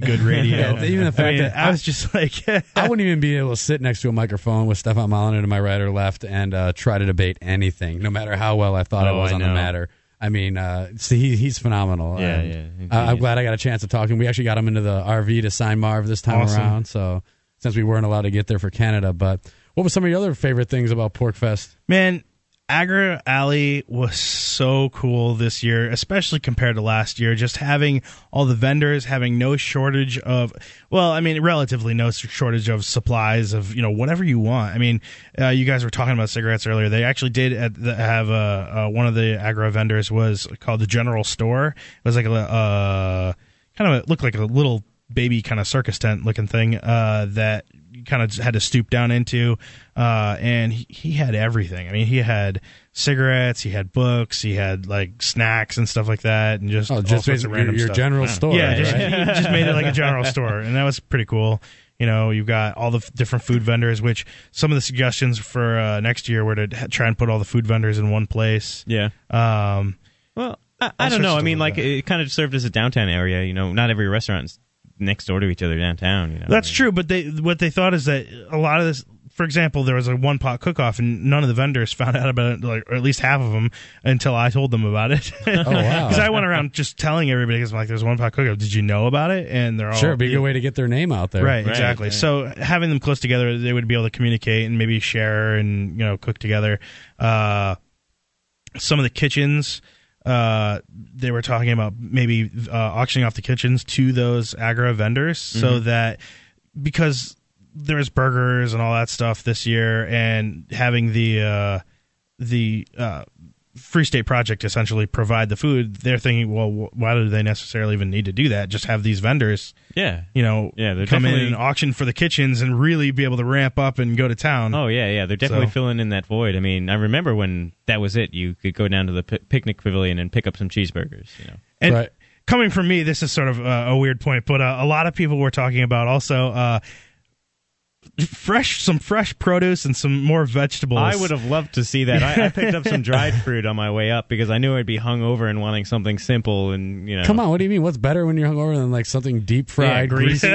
B: (laughs)
G: good radio.
B: Yeah, even the fact
G: I mean,
B: that-
G: I was just like, (laughs)
A: (laughs)
B: I wouldn't even be able to sit next to a microphone with Stefan Molyneux to my right or left and uh, try to debate anything, no matter how well I thought I
A: Oh,
B: was
A: I
B: on the
A: know.
B: matter. I mean, uh, see, he, he's phenomenal.
A: Yeah,
B: And,
A: yeah, indeed.
B: I, I'm glad I got a chance to talk to him. We actually got him into the RV to sign Marv this time
G: Awesome.
B: around, so since we weren't allowed to get there for Canada. But what were some of your other favorite things about Porkfest?
G: Man, Agra Alley was so cool this year, especially compared to last year. Just having all the vendors, having no shortage of, well, I mean, relatively no shortage of supplies of you know whatever you want. I mean, uh, you guys were talking about cigarettes earlier. They actually did at the, have uh, uh, one of the Agra vendors was called the General Store. It was like a uh, kind of a, looked like a little baby kind of circus tent looking thing uh, that kind of had to stoop down into. Uh, and he, he had everything. I mean, he had cigarettes, he had books, he had like snacks and stuff like that, and just
B: Oh,
G: all
B: just
G: sorts
B: your,
G: of random
B: your
G: stuff.
B: general store.
G: Yeah,
B: right?
G: just, (laughs) he just made it like
B: (laughs)
G: a general store, and that was pretty cool. You know, you've got all the f- different food vendors, which some of the suggestions for uh, next year were to ha- try and put all the food vendors in one place.
A: yeah.
G: Um,
A: Well, I, I
G: All
A: don't know.
G: sorts
A: I
G: of
A: mean,
G: stuff like
A: like it kind of served as a downtown area. You know, not every restaurant's next door to each other downtown. You know,
G: That's true, but they what they thought is that a lot of this. For example, there was a one pot cook off, and none of the vendors (laughs) found out about it, like, or at least half of them, until I told them about it.
B: Oh,
G: (laughs)
B: wow.
G: Because I went around just telling everybody, because I'm like, there's one pot cook off. Did you know about it? And they're all
B: Sure, it'd be a good way to get their name out there.
G: Right,
A: Oh, Right,
G: exactly.
A: right.
G: So having them close together, they would be able to communicate and maybe share and you know cook together. Uh, some of the kitchens, uh, they were talking about maybe uh, auctioning off the kitchens to those agro vendors so that because there's burgers and all that stuff this year, and having the uh, the uh, Free State Project essentially provide the food. They're thinking, well, wh- why do they necessarily even need to do that? Just have these vendors
A: Yeah.
G: you know,
A: Yeah, they're
G: come in
A: definitely-
G: and auction for the kitchens and really be able to ramp up and go to town.
A: Oh yeah, yeah. They're definitely
G: So-
A: filling in that void. I mean, I remember when that was it. You could go down to the pi picnic pavilion and pick up some cheeseburgers. You know.
G: and
B: Right.
G: coming from me, this is sort of uh, a weird point, but uh, a lot of people were talking about also uh, fresh, some fresh produce and some more vegetables.
A: I would have loved to see that. I, I picked up some (laughs) dried fruit on my way up because I knew I'd be hungover and wanting something simple and you know.
B: Come on, what do you mean? What's better when you're hungover than like something deep fried,
A: Yeah,
B: grease
A: grease-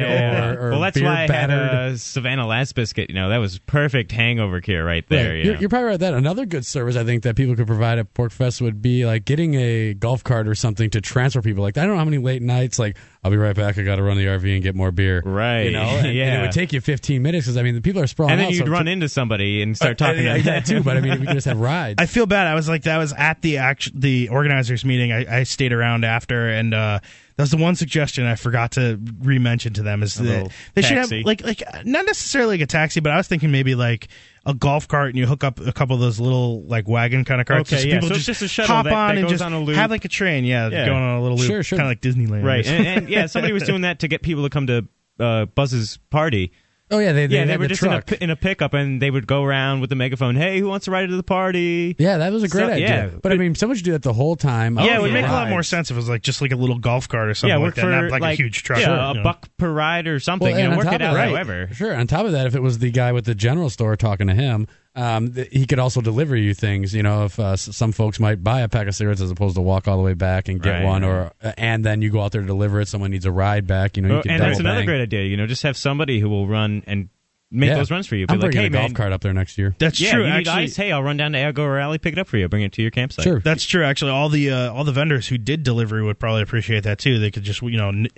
A: (laughs) Yeah.
B: or, or
A: well, that's
B: beer
A: why
B: battered?
A: I had uh, a Savannah Last Biscuit. You know, that was perfect hangover cure right there.
B: Right.
A: you
B: You're,
A: know.
B: you're probably right. That another good service I think that people could provide at Pork Fest would be like getting a golf cart or something to transfer people. Like I don't know how many late nights. Like I'll be right back. I got to run the RV and get more beer.
A: Right. (laughs)
B: You know. And, and
A: Yeah.
B: it would take you 15 minutes because I mean the people are sprawling.
A: and then
B: out,
A: you'd
B: so
A: run into somebody and
B: (laughs)
A: start talking
B: Yeah,
A: to
B: that too. But I mean, we could just have rides.
G: I feel bad. I was like, that was at the act- the organizers meeting. I, I stayed around after, and uh, that was the one suggestion I forgot to re-mention to them is that
A: little
G: they should have
A: taxi.
G: like like uh, not necessarily like a taxi, but I was thinking maybe like a golf cart, and you hook up a couple of those little like wagon kind of carts.
A: Okay, yeah.
G: people
A: So it's
G: just
A: just a shuttle
G: hop
A: that-
G: on
A: that
G: and
A: goes
G: just
A: on a loop.
G: have like a train, yeah,
A: Yeah.
G: going on a little loop,
B: Sure, sure.
G: kind of like Disneyland,
A: (laughs)
G: or (laughs)
A: right.
G: something.
A: And, and yeah, somebody was doing that to get people to come to uh, Buzz's party.
B: oh yeah, they, they,
A: yeah,
B: had
A: they were
B: the
A: just in a,
B: truck.
A: pi- in a pickup and they would go around with the megaphone. Hey, who wants to ride to the party?
B: yeah, that was a great
A: So-
B: idea.
A: yeah.
B: but, I mean, someone should do that the whole time. Oh,
G: yeah, it would
A: yeah.
G: make a lot more
B: Rides.
G: sense if it was like just like a little golf cart or something
A: yeah,
G: like
A: work
G: that,
A: for
G: not like, a huge truck.
A: Yeah,
G: you
A: a
G: know.
A: buck per ride or something.
B: Well,
A: you
B: and
A: know, work
B: on top
A: it
B: of
A: out
B: that-
A: however.
B: Sure. On top of that, if it was the guy with the general store talking to him, um, th- he could also deliver you things. You know, if uh, s- some folks might buy a pack of cigarettes as opposed to walk all the way back and get
A: Right.
B: one, or uh, and then you go out there to deliver it. Someone needs a ride back. You know, you
A: Oh,
B: can
A: and
B: double
A: that's another
B: bang.
A: great idea. You know, just have somebody who will run and make
B: Yeah.
A: those runs for you. Be
B: I'm
A: like,
B: bringing
A: hey
B: a golf
A: man,
B: cart up there next year.
G: That's
A: yeah,
G: true.
A: you need
G: actually,
A: ice? Hey, I'll run down to Algo Rally, pick it up for you, bring it to your campsite.
B: Sure.
G: That's true. Actually, all the uh, all the vendors who did delivery would probably appreciate that too. They could just you know n-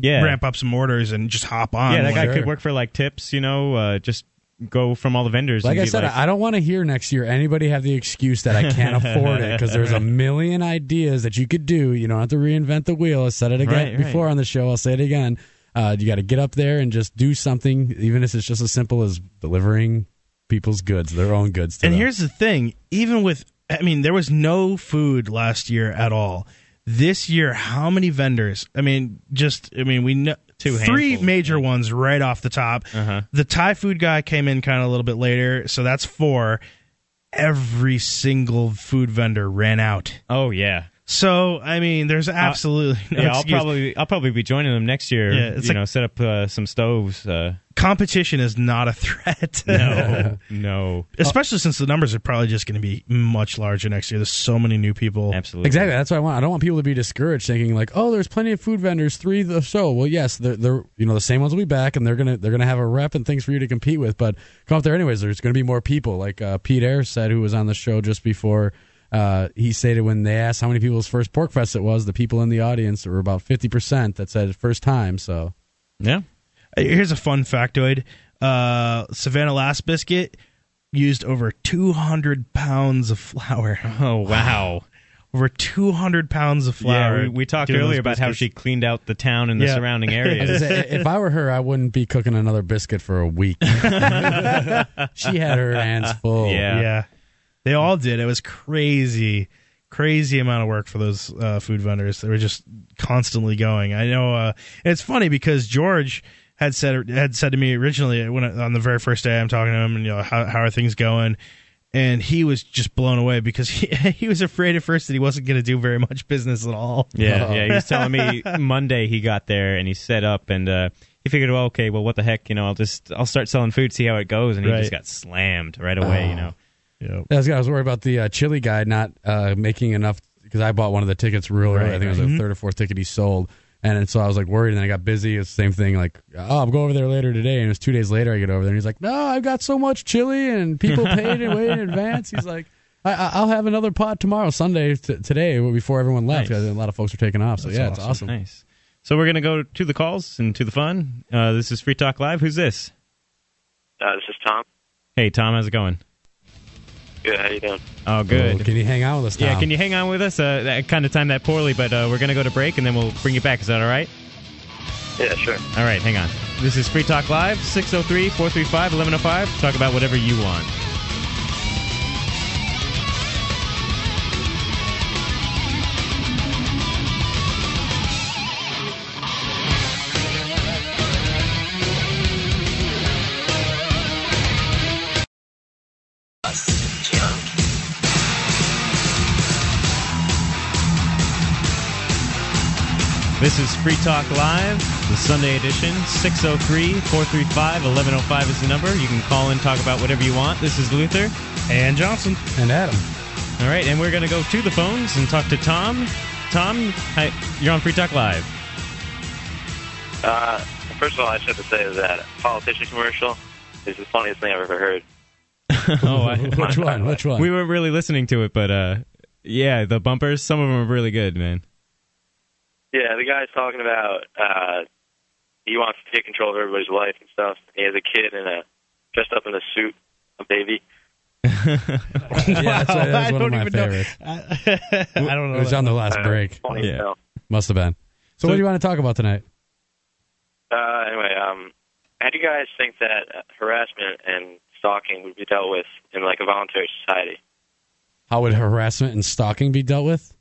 A: Yeah.
G: ramp up some orders and just hop on.
A: Yeah, that guy
B: Sure.
A: could work for like tips. You know, uh, just go from all the vendors.
B: Like
A: and
B: I
A: be
B: said, I I don't want to hear next year anybody have the excuse that I can't afford it
A: (laughs)
B: because there's a million ideas that you could do. You don't have to reinvent the wheel. I said it again
A: Right, right.
B: before on the show. I'll say it again. Uh, you got to get up there and just do something, even if it's just as simple as delivering people's goods, their own goods. To
G: And
B: them.
G: here's the thing: even with, I mean, there was no food last year at all. This year, how many vendors? I mean, just, I mean, we know
A: Two
G: three
A: handfuls,
G: major ones right off the top. The Thai food guy came in kind of a little bit later, so that's four. Every single food vendor ran out.
A: oh yeah.
G: So I mean, there's absolutely no
A: yeah, I'll
G: excuse.
A: probably I'll probably be joining them next year.
G: Yeah,
A: you
G: it's like-
A: know, set up uh, some stoves. Uh,
G: competition is not a (laughs) threat.
A: no, (laughs) no,
G: (laughs) Especially since the numbers are probably just going to be much larger next year. There's so many new people.
A: absolutely,
B: Exactly. That's what I want. I don't want people to be discouraged, thinking like, "Oh, there's plenty of food vendors, three the show." Well, yes, they're, they're you know the same ones will be back, and they're gonna they're gonna have a rep and things for you to compete with. But come up there anyways. There's gonna be more people. Like uh, Pete Ayers said, who was on the show just before. Uh, he stated when they asked how many people's first pork fest it was, the people in the audience there were about fifty percent that said first time. So
A: Yeah,
G: Uh, Here's a fun factoid uh, Savannah Last Biscuit used over 200 pounds of flour.
A: Oh wow.
G: (laughs) Over 200 pounds of
A: Yeah,
G: flour.
A: we, we talked
G: doing
A: earlier
G: those
A: about how she
G: biscuits.
A: cleaned out the town and the
G: Yeah.
A: surrounding
B: I was
A: areas.
B: gonna say, if I were her, I wouldn't be cooking another biscuit for a week. she had her hands full.
A: Yeah.
G: Yeah. They all did. It was crazy, crazy amount of work for those uh, food vendors. They were just constantly going. I know. Uh, and it's funny because George had said had said to me originally when I- on the very first day I'm talking to him and you know how how are things going. And he was just blown away because he, (laughs) he was afraid at first that he wasn't going to do very much business at all.
A: Yeah,
B: Uh-oh.
A: yeah. He was telling me Monday he got there and he set up and uh, he figured, well, okay, well, what the heck, you know, I'll just I'll start selling food, see how it goes, and he
G: Right.
A: just got slammed right away, you know.
B: I was, I was worried about the uh, chili guy not uh, making enough because I bought one of the tickets real early. I think it was the third or fourth ticket he sold, and, and so I was like worried. And then I got busy. It's the same thing. Like, oh, I'll go over there later today. And it was two days later I get over there, and he's like, No, I've got so much chili, and people paid it way in advance. He's like. I- I, I'll have another pot tomorrow, Sunday, t- today, before everyone left.
A: Nice.
B: 'cause A lot of folks are taking off. So, yeah, it's awesome.
A: Nice. So we're gonna go to the calls and to the fun. Uh, this is Free Talk Live. Who's this?
H: Uh, this is Tom.
A: Hey, Tom, how's it going?
H: Good. How you doing?
A: Oh, good.
B: Oh, can you hang out with us now?
A: Yeah, can you hang on with us? Uh, that kind of timed that poorly, but uh, we're going to go to break and then we'll bring you back. Is that all right?
H: Yeah, sure.
A: All right, hang on. This is Free Talk Live, 603 435 1105. Talk about whatever you want. This is Free Talk Live, the Sunday edition, 603 435 1105 is the number. You can call in, talk about whatever you want. This is Luther.
G: And Johnson.
B: and Adam.
A: All right, and we're going to go to the phones and talk to Tom. Tom, hi, you're on Free Talk Live.
H: Uh, first of all, I just have to say that politician commercial is the funniest thing I've ever heard.
A: oh, I,
B: (laughs) Which one? Which one?
A: we weren't really listening to it, but uh, yeah, the bumpers, some of them are really good, man.
H: Yeah, the guy's talking about uh, he wants to take control of everybody's life and stuff. He has a kid in a dressed up in a suit, a baby.
B: (laughs) yeah, that's,
G: Wow,
B: that's
G: I
B: one of
G: don't
B: my
G: even know.
B: favorites.
G: I don't
B: It
G: know.
B: was
G: that.
B: on the last
H: Uh,
B: break.
H: Funny
A: Yeah.
H: as hell.
B: Must have been. So, what do you want to talk about tonight?
H: Uh, anyway, um, how do you guys think that uh, harassment and stalking would be dealt with in like a voluntary society?
B: How would harassment and stalking be dealt with?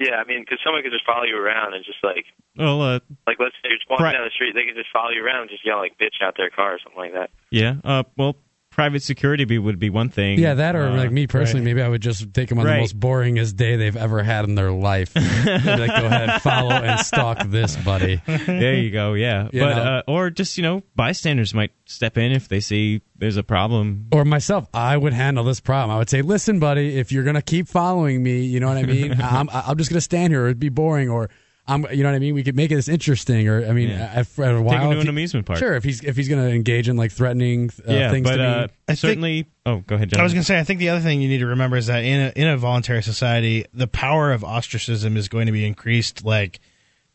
H: Yeah, I mean, because someone could just follow you around and just like
A: Well, uh,
H: Like, let's say you're just walking
A: Right.
H: down the street, they can just follow you around and just yell like "bitch" out their car or something like that.
A: yeah, uh, well, private security be, would be one thing.
B: Yeah, that or
A: Uh,
B: like me personally, maybe I would just take them on the
A: Right.
B: most boringest day they've ever had in their (laughs) life. And be like, go ahead, follow and stalk this (laughs) buddy.
A: there you go. Yeah,
B: (laughs) You
A: but
B: know?
A: uh, or just you know, bystanders might step in if they see there's a problem.
B: Or myself, I would handle this problem. I would say, listen, buddy, if you're gonna keep following me, you know what I mean. (laughs) I'm I'm just gonna stand here. It'd be boring, or I'm, you know what I mean. We could make this interesting, or I mean,
A: Yeah.
B: I- after a while,
A: Take them
B: if
A: to an
B: he-
A: amusement park.
B: Sure, if he's if he's gonna engage in like threatening uh,
A: yeah,
B: things
A: but
B: to me,
A: uh,
G: I think-
A: certainly. oh, go ahead, John.
G: I was going to say, I think the other thing you need to remember is that in a, in a voluntary society, the power of ostracism is going to be increased like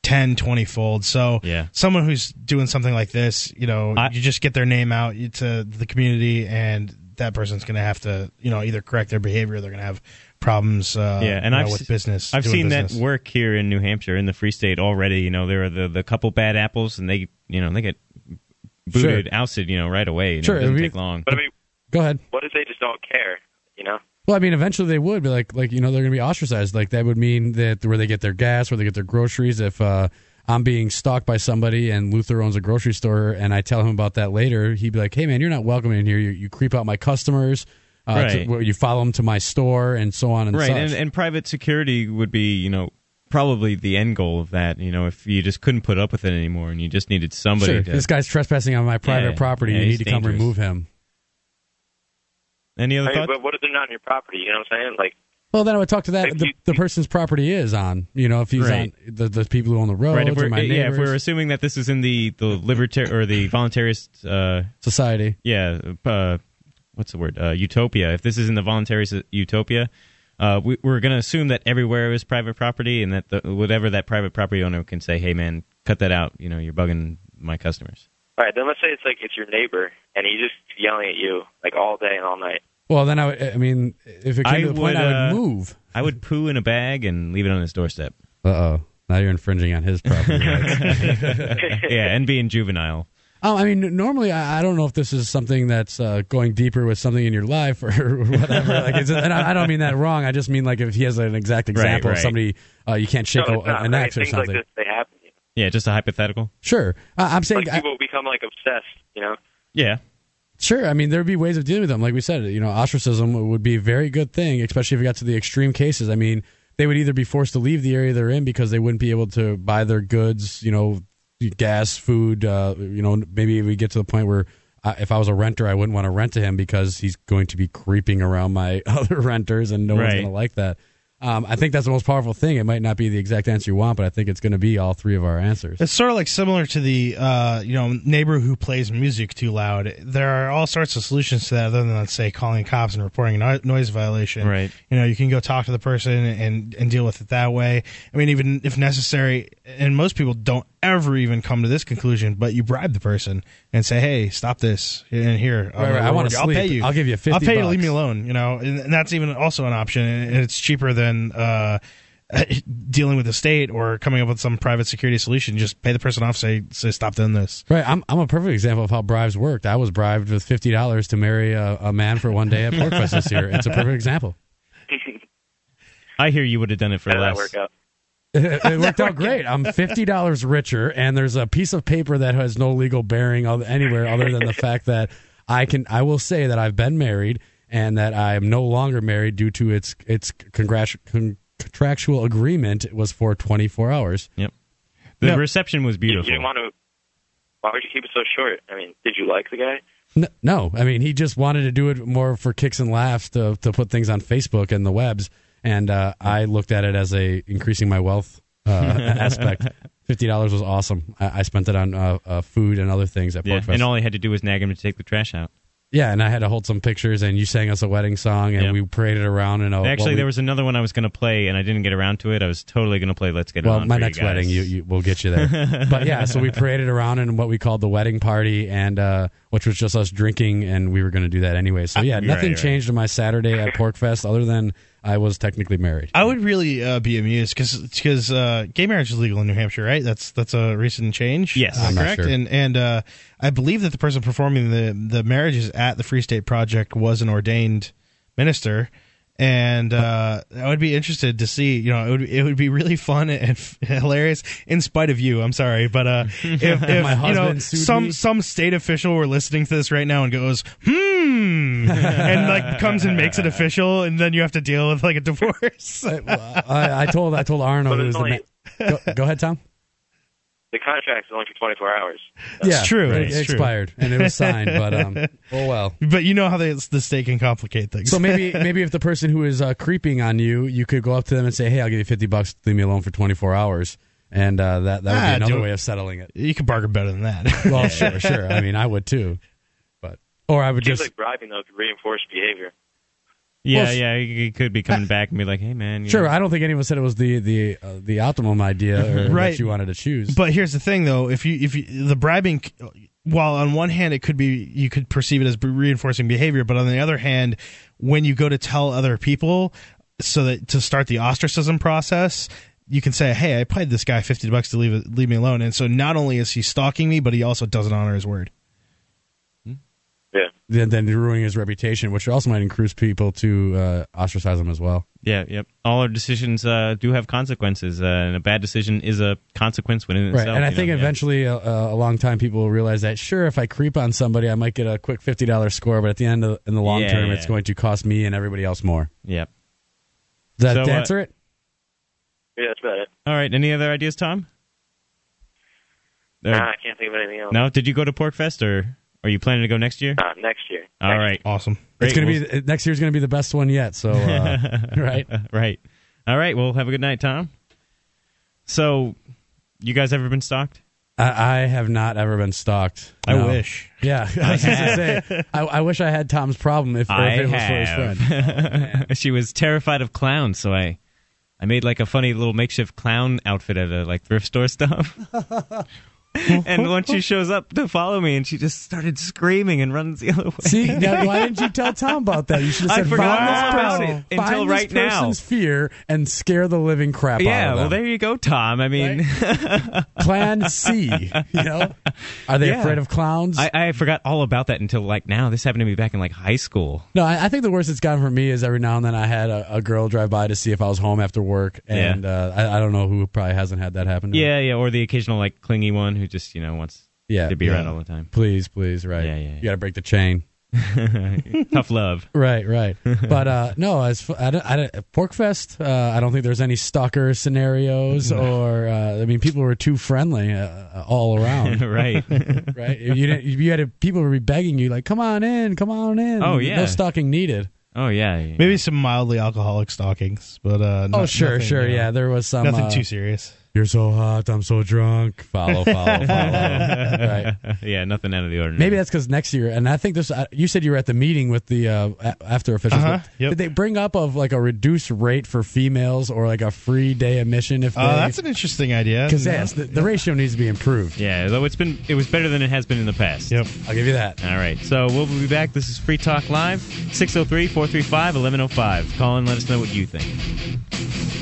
G: 10, 20 fold. So,
A: Yeah.
G: someone who's doing something like this, you know,
A: I-
G: you just get their name out to the community, and that person's going to have to, you know, either correct their behavior or they're going to have problems uh,
A: yeah, and
G: you know,
A: I've
G: with
A: s-
G: business.
A: I've
G: doing
A: seen
G: business.
A: that work here in New Hampshire in the Free State already. You know, there are the, the couple bad apples, and they you know they get booted, ousted, you know, right away. You know,
B: Sure,
A: it doesn't
B: we-
A: take long.
H: But I mean,
B: go ahead.
H: what if they just don't care? You know,
B: Well, I mean, eventually they would be like, like you know, they're going to be ostracized. Like that would mean that where they get their gas, where they get their groceries. If uh, I'm being stalked by somebody and Luther owns a grocery store, and I tell him about that later, he'd be like, "Hey, man, you're not welcome in here. You, you creep out my customers. Uh, to-
A: Right.
B: well, you follow them to my store, and so on and
A: right
B: such."
A: and, and private security would be you know probably the end goal of that you know if you just couldn't put up with it anymore and you just needed somebody
B: sure,
A: to,
B: this guy's trespassing on my private
A: Yeah,
B: property.
A: yeah,
B: you need
A: he's
B: to come
A: dangerous.
B: remove him.
A: any other
H: Hey,
A: thoughts
H: but what if they're not on your property? You know what I'm saying? Like,
B: Well, then I would talk to that
H: If
B: the,
H: you-
B: the person's property is on. You know, if he's
A: Right.
B: on the, the people who own the roads
A: right if
B: or
A: we're,
B: Oh, my
A: yeah if
B: neighbors,
A: we're assuming that this is in the the libertarian or the voluntarist uh
B: society.
A: yeah uh what's the word uh utopia if this is in the voluntarist utopia uh, we, we're going to assume that everywhere is private property, and that the, whatever that private property owner can say, "Hey, man, cut that out. You know, you're bugging my customers."
H: all right, then let's say it's like it's your neighbor and he's just yelling at you like all day and all night.
B: Well, then I would. I mean, if it came
A: I
B: to the
A: would,
B: point, I
A: uh,
B: would move.
A: I would poo in a bag and leave it on his
H: (laughs)
A: doorstep.
B: Uh oh. Now you're infringing on his property rights.
A: yeah, and being juvenile.
B: um, I mean, normally, I, I don't know if this is something that's uh, going deeper with something in your life or (laughs) whatever. Like, it's, and I, I don't mean that wrong. I just mean like if he has an exact example of
A: right.
B: somebody uh, you can't shake
H: no,
B: a,
H: it's not,
B: an
H: right?
B: axe or
H: Things
B: something.
H: like this they happen. You know?
A: Yeah, just a hypothetical.
B: sure, I I'm saying
H: Like people become like obsessed. You know, (laughs)
A: Yeah,
B: Sure, I mean there'd be ways of dealing with them. Like we said, you know, ostracism would be a very good thing, especially if it got to the extreme cases. I mean, they would either be forced to leave the area they're in because they wouldn't be able to buy their goods, you know, gas, food. Uh, you know, maybe we get to the point where I, if I was a renter, I wouldn't want to rent to him because he's going to be creeping around my (laughs) other renters, and no one's
A: Right.
B: going to like that. Um, I think that's the most powerful thing. It might not be the exact answer you want, but I think it's going to be all three of our answers.
G: It's sort of like similar to the uh, you know neighbor who plays music too loud. There are all sorts of solutions to that, other than let's say calling cops and reporting a no- noise violation.
A: Right.
G: You know, you can go talk to the person and and deal with it that way. I mean, even if necessary, and most people don't ever even come to this conclusion, but you bribe the person and say, "Hey, stop this!" And here,
B: Right, right, I wanna
G: will pay
B: sleep.
G: you.
B: I'll give you
G: I'll
B: 50
G: pay you. to Leave
B: bucks.
G: me alone. You know, and, and that's even also an option, and it's cheaper than. Uh, (laughs) dealing with the state or coming up with some private security solution, just pay the person off, say, say stop doing this.
B: Right, I'm I'm a perfect example of how bribes worked. I was bribed with fifty dollars to marry a, a man for one day at Porkfest this year. It's a perfect example.
A: I hear you would have done it for
H: how does that
A: less.
H: work out?
B: (laughs) It, it worked out great. I'm fifty dollars richer, and there's a piece of paper that has no legal bearing oth- anywhere other than the fact that I can I will say that I've been married and that I am no longer married due to its its congrat- con- contractual agreement was for twenty four hours.
A: Yep. The
G: No.
A: reception was
H: You, you
A: beautiful.
H: didn't want to. Why would you keep it so short? I mean, did you like the guy?
B: No, no, I mean he just wanted to do it more for kicks and laughs to to put things on Facebook and the webs, and uh, I looked at it as a increasing my wealth
A: (laughs)
B: uh, aspect. Fifty dollars was awesome. I, I spent it on uh, uh, food and other things at
A: yeah,
B: Porkfest.
A: and all I had to do was nag him to take the trash out.
B: yeah, and I had to hold some pictures, and you sang us a wedding song, and
A: Yep.
B: we paraded around. And uh,
A: Actually,
B: well,
A: there
B: we-
A: was another one I was going to play, and I didn't get around to it. I was totally going to play "Let's Get It
B: well,
A: On."
B: my
A: for
B: next
A: you guys.
B: wedding, you, you we'll get you there. but yeah, so we paraded around in what we called the wedding party, and uh, which was just us drinking, and we were going to do that anyway. So yeah, nothing
A: right.
B: changed on my Saturday at Porkfest other than I was technically married.
G: I would really uh, be amused because uh, gay marriage is legal in New Hampshire, right? That's that's a recent change.
A: Yes.
G: uh,
A: I'm
B: not
G: correct.
B: sure.
G: And and uh, I believe that the person performing the the marriages at the Free State Project was an ordained minister, and uh, I would be interested to see. You know, it would it would be really fun and (laughs) f- hilarious in spite of you. I'm sorry, but uh, if,
B: (laughs)
G: if
B: My
G: you know
B: husband sued
G: some
B: me.
G: some state official were listening to this right now and goes, hmm, hmm, and like comes and makes it official, and then you have to deal with like a divorce. (laughs)
B: I, I, I told I told Arnold
H: But
B: it was
H: it's
B: the
H: only-
B: ma- go, go ahead, Tom.
H: The contract is only for 24 hours.
B: That's
G: true.
B: It,
G: It's
B: it
G: true.
B: expired and it was signed, but um, oh well.
G: But you know how they, the state can complicate things.
B: So maybe maybe if the person who is uh, creeping on you, you could go up to them and say, "Hey, I'll give you fifty bucks. to Leave me alone for twenty four hours," and uh, that that would
G: Ah,
B: be another
G: do-
B: way of settling it.
G: you could bargain better than that.
B: (laughs)
G: (laughs)
B: Well, sure, sure. I mean, I would too, but or I would
H: Seems
B: just
H: like bribing though could reinforce behavior.
A: Yeah,
B: Well,
A: yeah, he could be
B: (laughs)
A: coming back and be like, "Hey, man." you
B: sure.
A: know,
B: I don't think anyone said it was the the uh, the optimum idea or
G: Right.
B: that you wanted to choose.
G: But here's the thing, though: if you if you, the bribing, while on one hand it could be you could perceive it as reinforcing behavior, but on the other hand, when you go to tell other people, so that to start the ostracism process. You can say, "Hey, I paid this guy fifty bucks to leave leave me alone," and so not only is he stalking me, but he also doesn't honor his word.
H: Yeah.
B: then then ruining his reputation, which also might encourage people to uh, ostracize him as well.
A: Yeah, yep. All our decisions uh, do have consequences, uh, and a bad decision is a consequence within
B: Right,
A: itself.
B: and I
A: you
B: think
A: know, yeah.
B: eventually, uh, uh, a long time, people will realize that. Sure, if I creep on somebody, I might get a quick fifty dollars score, but at the end, of, in the long
A: Yeah,
B: term,
A: yeah.
B: it's going to cost me and everybody else more.
A: Yep.
B: Does that
A: So, uh,
B: answer it?
H: Yeah, that's about it.
A: All right. Any other ideas, Tom? There-
H: Nah, I can't think of anything else.
A: No. Did you go to Porkfest, or are you planning to go next year?
H: Nah, next year.
A: All
H: Next
A: right.
G: Awesome.
B: it's going to be uh, next year's going to be the best one yet.
A: (laughs)
B: So, uh, right?
A: right. All right. Well, have a good night, Tom. So, you guys ever been stalked?
B: I, I have not ever been stalked.
G: I
B: No.
G: wish.
B: Yeah, (laughs) I was going to say, I, I wish I had Tom's problem if, or
A: I
B: if it was for
A: have.
B: his friend.
A: (laughs) she was terrified of clowns, so I, I made like a funny little makeshift clown outfit at a like thrift store stuff. (laughs) and once she shows up to follow me, and she just started screaming and runs the other way.
B: See,
A: (laughs)
B: now, why didn't you tell Tom about that? You should have
A: I
B: said,
A: forgot
B: find this
A: all about
B: person-
A: it
B: find
A: until
B: this
A: right now."
B: person's fear and scare the living crap out
A: yeah,
B: of them.
A: well, there you go, Tom. I mean,
B: Plan C.
A: (laughs)
B: You know, are they
A: Yeah.
B: afraid of clowns?
A: I, I forgot all about that until like now. This happened to me back in like high school.
B: no, I, I think the worst it's gotten for me is every now and then I had a, a girl drive by to see if I was home after work,
A: Yeah.
B: and uh, I, I don't know who probably hasn't had that happen. To me.
A: Yeah, yeah, or the occasional like clingy one who just you know wants
B: Yeah,
A: to be
B: yeah.
A: around all the time. (laughs)
B: Please, please, right?
A: Yeah, yeah, yeah.
B: You got to break the chain.
A: Tough love. (laughs)
B: Right, (laughs) right. but uh, no, as f- I don't, I don't, Porkfest, uh, I don't think there's any stalker scenarios, or uh, I mean, people were too friendly uh, all (laughs) around.
A: right. (laughs)
B: right? You didn't, you had people were begging you, like, "Come on in, come on in."
A: Oh, yeah.
B: no stalking needed.
A: Oh yeah. yeah.
G: Maybe some mildly alcoholic stalkings, but uh,
B: Oh,
G: not-
B: sure,
G: nothing,
B: sure.
G: you know,
B: Yeah, there was some.
G: nothing
B: uh,
G: too serious.
B: You're so hot. I'm so drunk. Follow, (laughs) follow, follow.
A: (laughs)
B: right.
A: yeah, nothing out of the ordinary.
B: Maybe that's because next year, and I think this. I- You said you were at the meeting with the uh, a- after officials.
G: Uh-huh,
B: but
G: yep.
B: Did they bring up of like a reduced rate for females or like a free day admission? If
G: Uh, that's an interesting idea.
B: because
G: No.
B: the, the ratio needs to be improved.
A: Yeah, though it's been it was better than it has been in the past.
G: Yep.
B: I'll give you that.
A: All right. So we'll be back. This is Free Talk Live, 603-435-1105. Call and let us know what you think.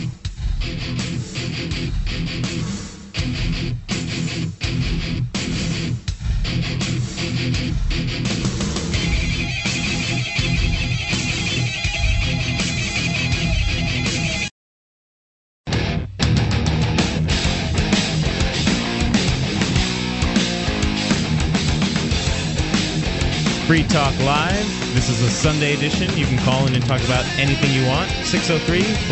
A: Free Talk Live. This is a Sunday edition. You can call in and talk about anything you want. 603-435-1105.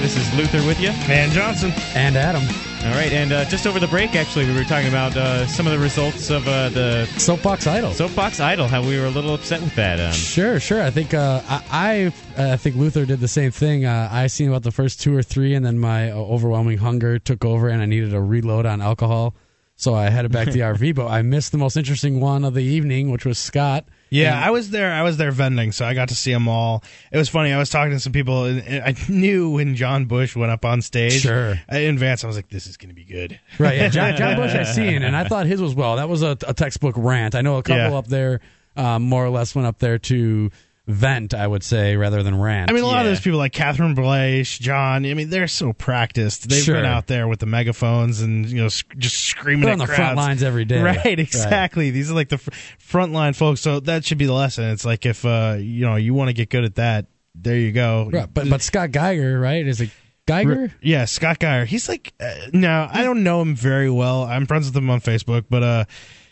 A: This is Luther with you.
G: Van Johnson.
B: And Adam,
A: All right. And uh, just over the break, actually, we were talking about uh, some of the results of uh, the
B: soapbox idol.
A: Soapbox Idol, how we were a little upset with that. Um,
B: Sure, sure. I think uh, I, I, uh, I think Luther did the same thing. Uh, I seen about the first two or three, and then my uh, overwhelming hunger took over, and I needed a reload on alcohol, so I headed back to the
G: (laughs)
B: RV. But I missed the most interesting one of the evening, which was Scott.
G: Yeah, I was there. I was there vending, so I got to see them all. It was funny. I was talking to some people, and, and I (laughs) knew when John Bush went up on stage. Uh,
B: Sure.
G: In advance, I was like, "This is going to be good."
B: Right, yeah, John, John Bush I seen,
G: (laughs)
B: and I thought his was well. That was a, a textbook rant. I know a couple
G: Yeah.
B: up there, um, more or less, went up there to vent. I would say rather than rant.
G: I mean, a lot of
A: Yeah.
G: those people, like Catherine Blash, John. I mean, they're so practiced. They've
B: Sure.
G: been out there with the megaphones and you know, sc- just screaming
B: They're
G: at
B: on the front
G: crowds.
B: lines every day. Right.
G: Right, exactly. These are like the fr- front line folks. So that should be the lesson. It's like if uh, you know you want to get good at that, there you go.
B: Right, but but Scott Geiger, right? Is it Geiger?
G: Yeah, Scott Geyer. He's like, uh, no, I don't know him very well. I'm friends with him on Facebook, but uh,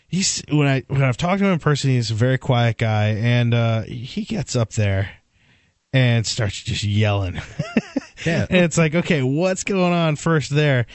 G: he's when I when I've talked to him in person, he's a very quiet guy, and uh, he gets up there and starts just yelling. (laughs)
B: Yeah.
G: and it's like, okay, what's going on first there?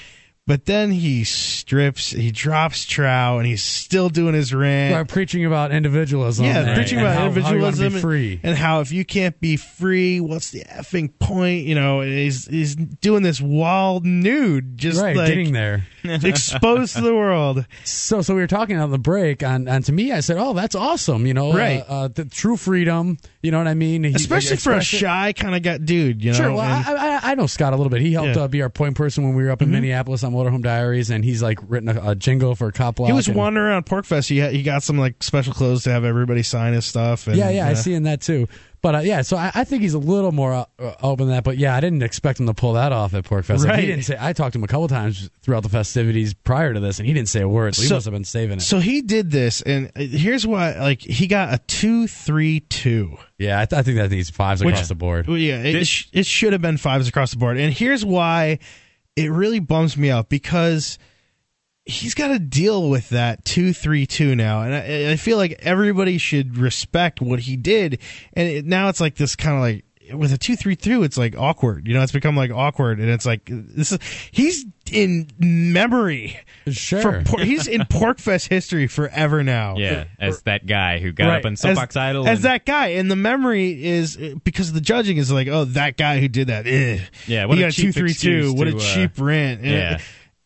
G: But then he strips, he drops trow, and he's still doing his rant.
B: By preaching about individualism.
G: Yeah,
B: and-
G: preaching
B: and
G: about
B: how- how you wanna be
G: individualism and-
B: free.
G: and how if you can't be free, what's the effing point? You know, and he's he's doing this wild nude, just
B: right,
G: like
B: getting there.
G: (laughs)
B: (laughs)
G: exposed to the world.
B: So, so we were talking on the break, and, and to me, I said, "Oh, that's awesome!" You know,
G: Right.
B: Uh, uh, the true freedom. You know what I mean? He-
G: especially for a
B: express it.
G: shy kind of guy, dude. You know,
B: Sure. Well,
G: and-
B: I, I, I know Scott a little bit. He helped
G: Yeah. Mm-hmm.
B: uh, be our point person when we were up in Minneapolis on Motorhome Diaries, and he's like written a, a jingle for Cop Block.
G: he was
B: and-
G: wandering around Porkfest. He had, he got some like special clothes to have everybody sign his stuff. And,
B: Yeah, yeah, I
G: uh,
B: see in that too. But uh, yeah, so I, I think he's a little more uh, uh, open to that. But yeah, I didn't expect him to pull that off at Porkfest. Like,
G: Right.
B: he didn't say. I talked to him a couple times throughout the festivities prior to this, and he didn't say a word. So, he
G: So-
B: must have been saving it.
G: So he did this, and uh, here's why. Like he got a two three two.
B: yeah, I, th- I think that needs fives
G: Which-
B: across the board.
G: Well, yeah, it, sh- it should have been fives across the board. And here's why it really bums me out because he's got to deal with that 2 3 2 now. And I, I feel like everybody should respect what he did. And it, now it's like this kind of like. With a two three two, it's like awkward. You know, it's become like awkward, and it's like this is he's in memory
B: Sure.
G: for por- he's in Porkfest history forever now.
A: Yeah, as that guy who got
G: Right.
A: up on Soapbox
G: as,
A: Idol.
G: As
A: and-
G: that guy. And the memory is because the judging is like, oh, that guy who did that. eh.
A: Yeah, what
G: he
A: a
G: got
A: cheap
G: two, three, two.
A: excuse
G: What a
A: to, uh,
G: cheap rant. And
A: yeah.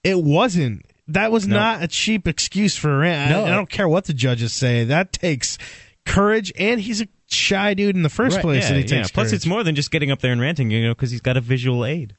G: It, it wasn't. That was not a cheap excuse for a rant. I-
B: No.
G: I, don't care what the judges say. That takes courage, and he's a shy dude in the first
A: Right,
G: place.
A: yeah,
G: and he
A: yeah.
G: takes
A: Plus,
G: courage.
A: it's more than just getting up there and ranting, you know, because he's got a visual aid.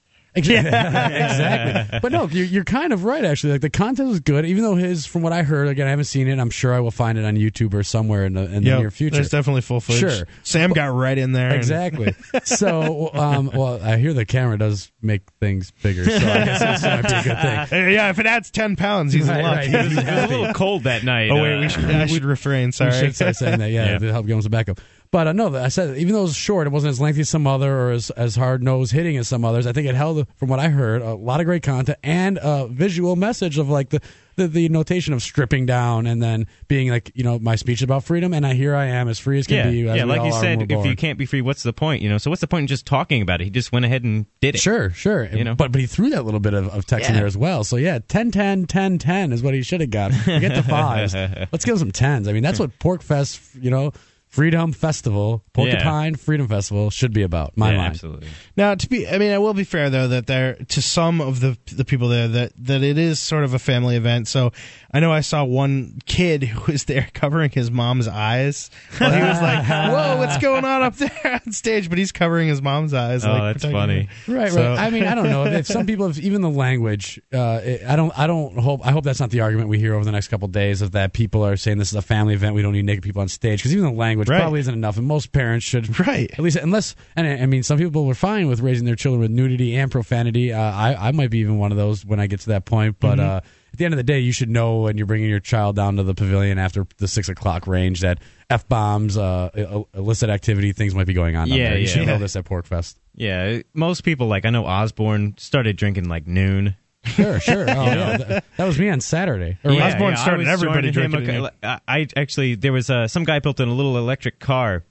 B: (laughs) exactly. But no, you're, you're kind of right. Actually, like the content was good, even though his, from what I heard, again, I haven't seen it. I'm sure I will find it on YouTube or somewhere in the in
G: Yep,
B: the near future.
G: There's definitely full footage.
B: Sure.
G: Sam got right in there. and-
B: Exactly. so, um, well, I hear the camera does make things bigger, so I guess that's might be a good thing.
G: Uh, (laughs) yeah, if it adds 10 pounds, he's
B: Right,
G: in luck.
B: right.
A: It was a little (laughs) cold that night.
G: Oh, wait,
A: uh, (laughs)
G: we should, I should refrain. Sorry.
B: We should start saying that. Yeah,
A: Yeah.
B: to help give him some backup. But uh, no, I said even though it was short, it wasn't as lengthy as some other or as, as hard nosed hitting as some others. I think it held, from what I heard, a lot of great content and a visual message of like the, the, the notation of stripping down and then being like, you know, my speech is about freedom, and I here I am as free as can
A: yeah,
B: be. as
A: yeah.
B: we
A: Like
B: all
A: you
B: are when
A: said,
B: we're
A: if
B: born.
A: you can't be free, what's the point? You know. So what's the point in just talking about it? He just went ahead and did it.
B: Sure, sure.
A: You know?
B: But but he threw that little bit of, of text in there as well. So yeah, 10 10 10 10 is what he should have got. Forget the fives. Let's give him some tens. I mean, that's what Pork Fest, you know, Freedom Festival, Porcupine Freedom Festival should be about. My
A: Yeah,
B: mind.
A: absolutely.
G: Now, to be, I mean, I will be fair though that there to some of the the people there that that it is sort of a family event. So I know I saw one kid who was there (laughs) covering his mom's eyes. While he
A: (laughs)
G: was like, "Whoa, what's going on up there on stage?" But he's covering his mom's eyes.
A: Oh,
G: like,
A: that's
G: protecting
A: funny.
G: her.
B: Right,
G: So-
B: right. I mean, I don't know if some people, have, even the language. Uh, it, I don't, I don't hope. I hope that's not the argument we hear over the next couple of days of that people are saying this is a family event. We don't need naked people on stage because even the language
G: Right.
B: probably isn't enough, and most parents should
G: (laughs) Right.
B: at least unless and I I mean some people were fine with raising their children with nudity and profanity. Uh, I I might be even one of those when I get to that point, but.
A: Mm-hmm.
B: uh at the end of the day, you should know when you're bringing your child down to the pavilion after the six o'clock range that f bombs, uh, ill- illicit activity, things might be going on. down
A: Yeah,
B: there. you
A: yeah.
B: should know this at Porkfest.
A: Yeah, most people like I know Osborne started drinking like noon.
B: Sure, (laughs) sure. Oh, yeah. That, that was me on Saturday. Or
A: Yeah,
G: Osborne
A: yeah, I
G: started
A: was
G: everybody
A: joining him
G: drinking
A: a- I, I actually there was uh, some guy built in a little electric car,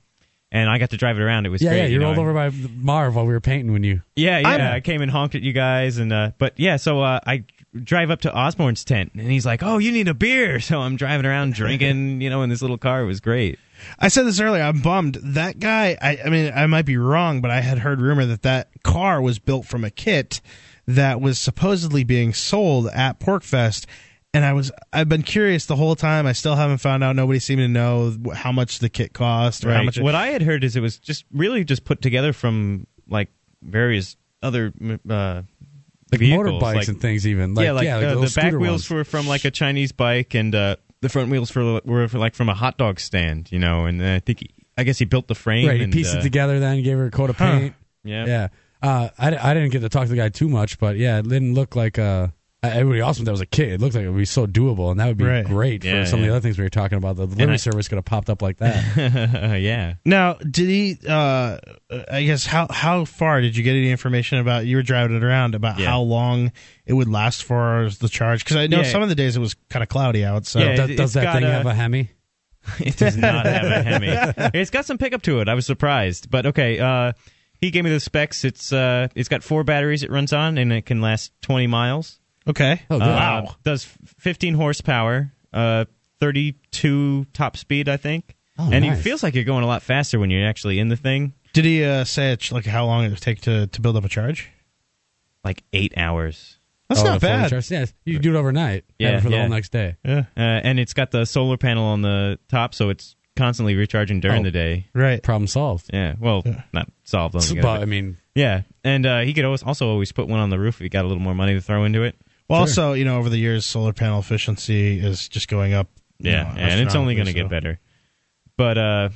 A: and I got to drive it around. It was
B: yeah,
A: great.
B: yeah. You
A: know,
B: rolled
A: and-
B: over by Marv while we were painting when you.
A: Yeah, yeah.
G: I'm-
A: i came and honked at you guys, and uh, but yeah, so uh, I drive up to Osborne's tent, and he's like, "Oh, you need a beer," (laughs) so I'm driving around drinking, you know, in this little car. It was great.
G: I said this earlier. I'm bummed. That guy. I, I mean, I might be wrong, but I had heard rumor that that car was built from a kit that was supposedly being sold at Porkfest. And I was, I've been curious the whole time. I still haven't found out. Nobody seemed to know wh- how much the kit cost or how
A: Right.
G: much. it-
A: what I had heard is it was just really just put together from like various other m- uh,
B: Like
A: vehicles,
B: motorbikes
A: like-
B: and things, even. Like,
A: yeah, like, uh,
B: those
A: the back
B: scooter
A: wheels
B: ones.
A: were from like a Chinese bike, and uh, the front wheels for, were for, like from a hot dog stand, you know. And uh, I think he, I guess he built the frame.
B: Right, he
A: and,
B: pieced
A: uh,
B: it together, then gave her a coat of
G: Huh.
B: paint.
A: Yeah.
B: Yeah. Uh, I, di- I didn't get to talk to the guy too much, but yeah, it didn't look like uh, I- It would be awesome if that was a kid. It looked like it would be so doable, and that would be
G: Right.
B: great for
A: Yeah,
B: some of
A: yeah.
B: the other things we were talking about. The delivery
A: I-
B: service could have popped up like
A: (laughs) (laughs)
B: that.
A: yeah.
G: Now, did he? Uh, I guess how how far did you get any information about? You were driving it around about
A: Yeah.
G: how long it would last for as the charge? Because I know
A: Yeah.
G: some of the days it was kind of cloudy out. So
A: Yeah.
B: Does-
A: it- it's
B: does that
A: got
B: thing
A: a-
B: have a Hemi?
A: It does not have a
B: (laughs)
A: Hemi. It's got some pickup to it. I was surprised, but okay. Uh, he gave me the specs. It's uh, it's got four batteries it runs on, and it can last 20 miles.
G: okay,
B: Oh, good.
A: Uh, Does 15 horsepower, uh, 32 top speed, I think.
B: Oh,
A: and
B: nice.
A: it feels like you're going a lot faster when you're actually in the thing.
G: did he uh, say it, like how long it would take to to build up a charge?
A: Like eight hours.
G: That's
B: Oh,
G: not
B: the fully
G: bad.
B: charged- Yes, you do it overnight. have
A: Yeah,
B: it for the
A: yeah.
B: whole next day.
G: Yeah,
A: Uh, and it's got the solar panel on the top, so it's constantly recharging during
B: Oh.
A: the day.
G: right.
B: Problem solved.
A: Yeah. Well, not solved. I don't think,
B: But I
A: but-
B: mean,
A: yeah. And uh, he could always, also always put one on the roof if he got a little more money to throw into it.
G: Well, also, you know, over the years, solar panel efficiency is just going up. you
A: Yeah.
G: know,
A: and it's only going to
G: astronomically,
A: get
G: so.
A: better. But uh,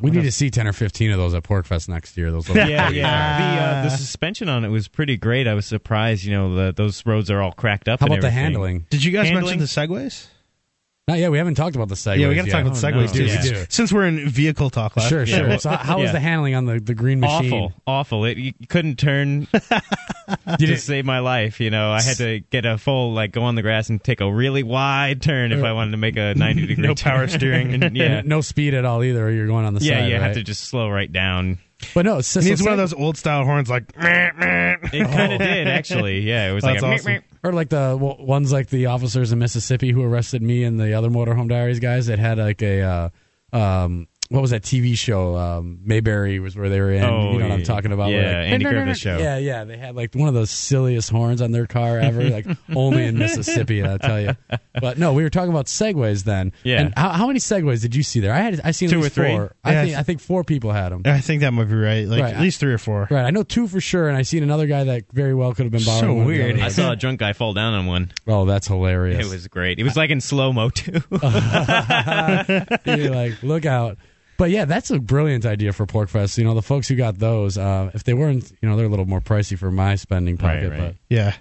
B: we need to see ten or fifteen of those at Porkfest next year. Those little
A: (laughs) yeah, yeah. the, uh, the suspension on it was pretty great. I was surprised. You know, the, those roads are all cracked up.
B: How
A: and
B: about the
A: everything.
B: handling?
G: Did you guys
A: Handling?
G: mention the segways?
B: Not yet. We haven't talked about the segways.
G: Yeah, we got to
B: yet.
G: talk about
A: Oh,
G: segways
A: no.
G: too.
A: Yeah.
G: since-
B: Yeah.
G: Since we're in vehicle talk, last
B: Sure,
G: Yeah.
B: sure.
A: well,
B: so how was
A: yeah.
B: the handling on the, the green machine?
A: Awful, awful. It, you couldn't
B: (laughs)
A: turn
B: Did
A: to
B: it,
A: save my life. You know, I had to get a full like go on the grass and take a really wide turn if I wanted to make
B: (laughs)
A: a ninety degree.
G: No
A: turn.
G: power steering.
A: And, (laughs) yeah,
B: no speed at all either. Or you're going on the
A: yeah.
B: side.
A: You
B: right?
A: have to just slow right down.
B: But no, it's
G: It
B: just
G: needs one of those old style horns, like meh, meh.
B: Oh.
A: It kind of did
B: (laughs)
A: actually. Yeah, it was
G: That's
A: like a
G: awesome.
A: meep, meep.
B: or like the well, ones like the officers in Mississippi who arrested me and the other motorhome diaries guys that had like a uh, um what was that TV show um Mayberry was where they were in
A: Oh,
B: you know what I'm
A: yeah.
B: talking about
A: Yeah,
B: where, like,
A: Andy
B: "No, no,
A: Griffith
B: no, no."
A: show.
B: yeah yeah they had like one of the silliest horns on their car ever
A: (laughs)
B: like only in Mississippi I'll tell you but no we were talking about segways then
A: Yeah.
B: and how, how many segways did you see there I had I seen
A: Two
B: at
A: or
B: least
A: three?
B: four I
G: Yeah, I
B: think
G: th-
B: I think four people had them
G: I think that might be right. Like
B: Right.
G: at least three or four.
B: right I know two for sure and I seen another guy that very well could have been borrowing
G: So
B: one of the
G: weird.
B: other
A: I
B: ones.
A: saw a drunk guy fall down on one.
B: oh that's hilarious
A: It was great. It was like in slow mo too.
B: You're like, look out. But yeah, that's a brilliant idea for Porkfest. You know, the folks who got those, uh, if they weren't, you know, they're a little more pricey for my spending
A: Right,
B: pocket.
A: right.
G: Yeah.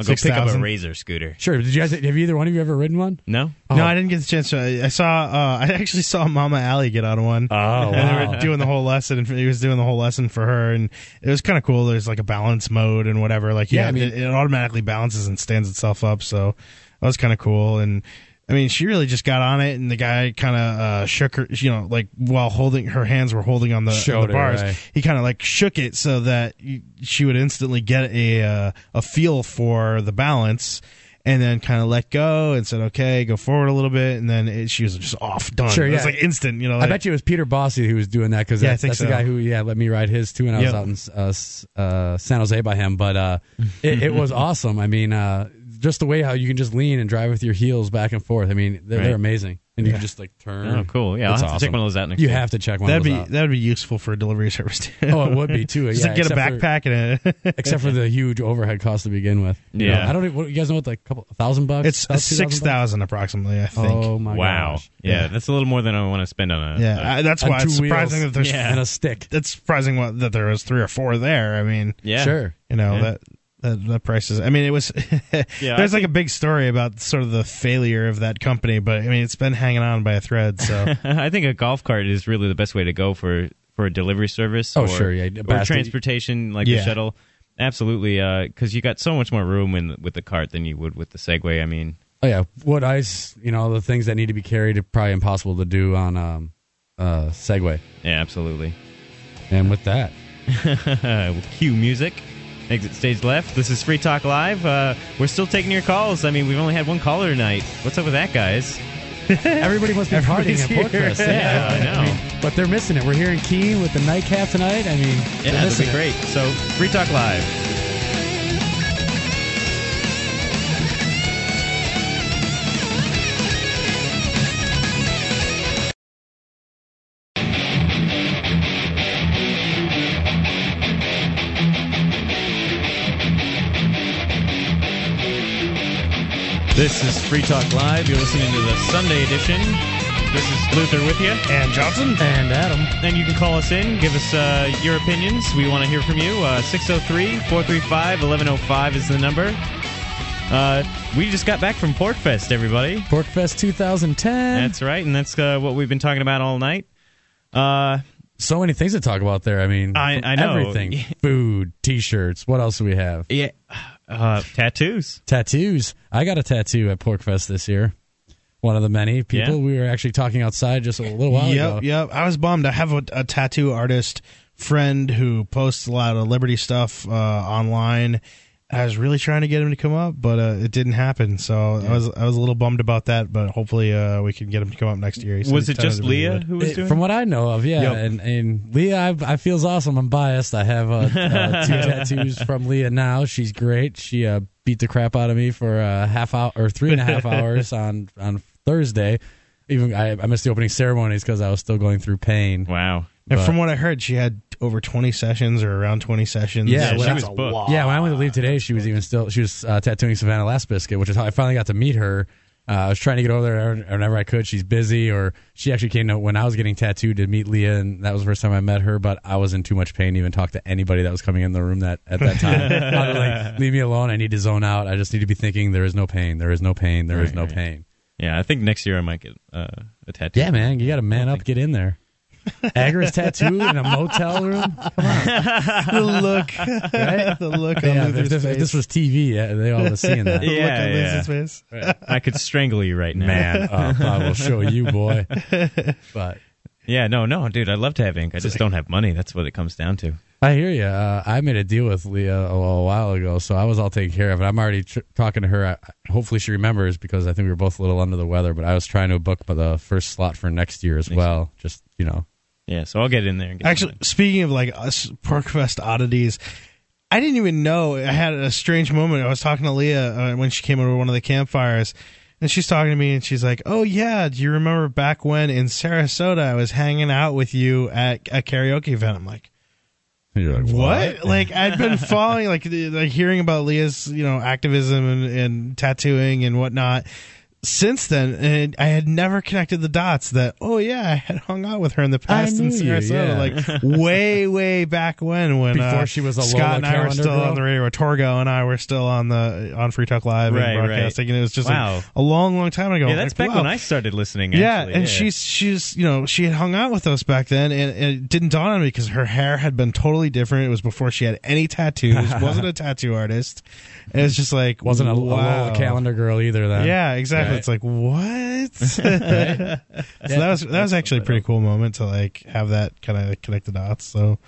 A: I'll go pick up a
G: 6,000.
A: razor scooter.
B: But sure, did you guys have either one of you ever ridden one?
A: No.
B: Oh.
G: No, I didn't get the chance to. I- I saw. Uh, (laughs) I actually saw Mama Alley get on one.
B: (laughs) Oh,
G: And they
B: wow.
G: were doing the whole lesson, and he was doing the whole lesson for her, and it was kind of cool. There's like a balance mode and whatever. Like, yeah,
B: Yeah, I mean-
G: it, it automatically balances and stands itself up. So that was kind of cool. And I mean, she really just got on it, and the guy kind of uh, shook her, you know, like while holding her hands were holding on the, on
B: Showed her,
G: the bars.
B: right.
G: He kind of like shook it so that y- she would instantly get a uh, a feel for the balance. And then kind of let go and said, "Okay, go forward a little bit." And then it, she was just off, done.
B: Sure,
G: it was
B: yeah.
G: like instant, you know.
B: I
G: like-
B: bet you it was Peter Bossy who was doing that because
G: Yeah, I
B: that's,
G: think
B: that's
G: so.
B: the guy who, yeah, let me ride his too, and I
G: Yep.
B: was out in uh, S- uh, San Jose by him. But uh, it, it
G: (laughs)
B: was awesome. I mean, uh, just the way how you can just lean and drive with your heels back and forth. I mean, they're,
A: Right.
B: they're amazing, and you can just like turn.
A: Oh, cool. Yeah, I'll
B: it's
A: have to check
B: awesome.
A: one of those out next
B: You
A: year.
B: have to check one
G: That'd
B: of
G: be
B: those out.
G: that'd be useful for a delivery (laughs) service too.
B: Oh, it would be
G: (laughs)
B: too.
G: Just
B: yeah,
G: to get a
B: except for-
G: backpack and a. (laughs)
B: except for the huge overhead cost to begin with. You know,
A: Yeah.
B: I don't. Even, what, you guys know what? Like couple a thousand bucks.
G: it's
B: About
G: six
B: 2,000 bucks?
G: thousand approximately, I think.
B: Oh my
A: wow.
B: gosh!
A: Yeah, that's a little more than I want to spend on a.
G: yeah, I, that's
B: On
G: why
B: two
G: it's surprising
B: wheels.
G: that there's.
B: (laughs)
G: (laughs)
B: and a stick.
G: It's surprising what, that there was three or four there. I mean,
A: Yeah.
B: Sure.
G: you know
A: Yeah.
G: that. That, that price is. I mean, it was. (laughs)
A: Yeah,
G: there's
A: I
G: like a big story about sort of the failure of that company, but I mean, it's been hanging on by a thread.
B: (laughs)
G: So
A: (laughs) I think a golf cart is really the best way to go for for a delivery service.
B: Oh,
A: or,
B: sure, yeah, a
A: or
B: basket.
A: transportation like
G: Yeah.
A: the shuttle. Absolutely, because you got so much more room in, with the cart than you would with the Segway. I mean,
B: Oh yeah, wood ice. You know the things that need to be carried are probably impossible to do on um, uh, Segway.
A: yeah, absolutely. (laughs)
B: And with that,
A: Uh, we'll cue music. Exit stage left. This is Free Talk Live. Uh, we're still taking your calls. I mean, we've only had one caller tonight. What's up with that, guys?
B: everybody must be partying
G: Everybody's
B: at (laughs) Porkfest.
A: Yeah, I know.
B: mean, but they're missing it. We're here in Keene with the nightcap tonight. I mean, they're
A: Yeah, that'll
B: missing
A: be
B: it.
A: great. So, Free Talk Live. This is Free Talk Live. You're listening to the Sunday edition. This is Luther with you.
G: and Johnson,
B: And Adam,
A: And you can call us in, give us uh, your Uh, oh opinions. We want to hear from you. 603 435 1105 is the number. Uh, we just got back from Porkfest, everybody.
B: Porkfest 2010.
A: That's right, and that's uh, what we've been talking about all night. Uh,
B: so many things to talk about there. I mean,
A: I- I know. (laughs)
B: everything:
A: Yeah.
B: food, t-shirts. What else do we have?
A: yeah, uh, tattoos.
B: Tattoos. I got a tattoo at Porkfest this year. One of the many people
A: Yeah.
B: we were actually talking outside just a little while
G: yep,
B: ago.
G: yep. I was bummed. I have a, a tattoo artist friend who posts a lot of Liberty stuff uh, online. I was really trying to get him to come up, but uh, it didn't happen. So I was I was a little bummed about that. But hopefully uh, we can get him to come up next year. He said
A: Was
G: he
A: it
G: thought
A: just
G: it'd be
A: Leah
G: good.
A: who was
B: It-
A: doing?
B: Eh, From what I know of, yeah,
A: Yep.
B: and and Leah, I, I feels awesome. I'm biased. I have uh, uh,
A: (laughs)
B: two tattoos from Leah now. She's great. She uh, beat the crap out of me for a half hour or three and a
A: (laughs)
B: half hours on on Thursday. Even I, I missed the opening ceremonies because I was still going through pain.
A: wow.
G: And
B: But-
G: from what I heard, she had over twenty sessions or around twenty sessions.
B: Yeah,
A: she
B: well,
A: was
B: that's
A: booked.
B: Yeah, when I went to leave today, she was even still. She was uh, tattooing Savannah Last Biscuit, which is how I finally got to meet her. Uh, I was trying to get over there whenever I could. She's busy, or she actually came to when I was getting tattooed to meet Leah, and that was the first time I met her. But I was in too much pain to even talk to anybody that was coming in the room that at that
A: (laughs)
B: time. I was like, leave me alone. I need to zone out. I just need to be thinking. There is no pain. There is no pain. There is
A: Right,
B: no
A: right.
B: pain.
A: Yeah, I think next year I might get uh, a tattoo.
B: Yeah, man, you got to man up. Get in there. Agra's tattoo in a motel
A: (laughs)
B: room.
G: the look, the look on
B: Yeah, if,
G: Luther's
B: this, if
G: face.
B: this was TV, yeah, they all was seeing that.
G: the look
A: (laughs) Yeah,
G: on
A: yeah.
G: Luther's face.
A: I could strangle you right now,
B: man (laughs) up. uh, I will show you, boy. But
A: Yeah, no, no, dude. I'd love to have ink. I just don't have money. That's what it comes down to.
B: I hear you. Uh, I made a deal with Leah a little while ago, so I was all taken care of. And I'm already tr- talking to her. I, I- hopefully, she remembers because I think we were both a little under the weather. But I was trying to book the first slot for next year as well. Just you know,
A: Yeah, so I'll get in there. And get
G: Actually, speaking of like us Porkfest oddities, I didn't even know. I had a strange moment. I was talking to Leah uh, when she came over to one of the campfires, and she's talking to me, and she's like, "Oh yeah, do you remember back when in Sarasota I was hanging out with you at a karaoke event?" I'm like.
B: you're like (laughs)
G: What? like I'd been following, like the- like hearing about Leah's, you know, activism and, and tattooing and whatnot since then, and I had never connected the dots that oh yeah, I had hung out with her in the past in
B: knew you,
G: Sarasota,
B: (laughs)
G: like way way back when when
B: Before
G: uh,
B: she was a Lola
G: Scott and I were
B: Calendar
G: still
B: girl?
G: on the radio, or Torgo and I were still on the on Free Talk Live
A: Right,
G: and
A: right.
G: broadcasting, and it was just like,
A: Wow.
G: a long long time ago.
A: Yeah, that's back
G: Like, wow.
A: when I started listening.
G: Yeah,
A: actually.
G: and she's she's you know she had hung out with us back then, and, and it didn't dawn on me because her hair had been totally different. It was before she had
B: (laughs)
G: any tattoos. wasn't a tattoo artist. And it's just like
B: Wasn't a, a
G: wow.
B: Lola calendar girl either. Then
G: Yeah, exactly.
B: Right.
G: It's like
B: (laughs)
G: what? So that was that was actually a pretty cool moment to like have that kind of connect the dots. So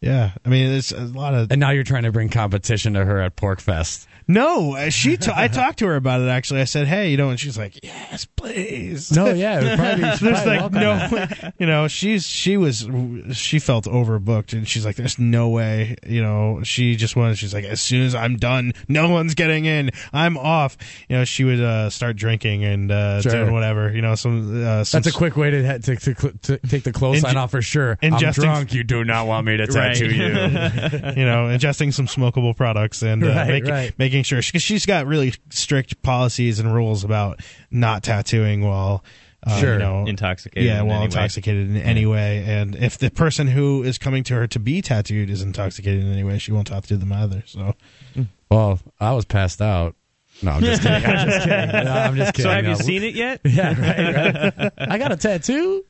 G: yeah, I mean, there's a lot of
B: And now you're trying to bring competition to her at Porkfest.
G: no. uh, She t- I talked to her about it actually. I said, hey, you know, and she's like, yes, please.
B: No, yeah, it would probably, be-
G: (laughs) there's
B: probably
G: like
B: welcome
G: no
B: that.
G: (laughs) you know she's she was she felt overbooked and she's like there's no way you know she just wanted she's like as soon as i'm done no one's getting in i'm off you know she would uh start drinking and uh
B: Sure.
G: doing whatever you know some uh some
B: That's a quick way to, ha- to, to, cl- to take the clothes
G: Inge-
B: sign off for sure. I'm
G: ingesting-
B: drunk. You do not want me to tattoo (laughs)
G: (laughs)
B: you.
G: you know ingesting some smokable products and uh,
B: Right,
G: make-
B: right.
G: making sure because she's got really strict policies and rules about not tattooing while uh, you
B: Sure.
G: know,
A: intoxicated.
G: yeah,
A: in
G: well,
A: any way.
G: intoxicated in any way. And if the person who is coming to her to be tattooed is intoxicated in any way, she won't talk to them either. So
B: Well, I was passed out. No, I'm just kidding. I'm just kidding. No, I'm just
A: (laughs)
B: kidding.
A: So have
B: No.
A: you seen it yet,
B: (laughs) Yeah, right, right. I got a tattoo.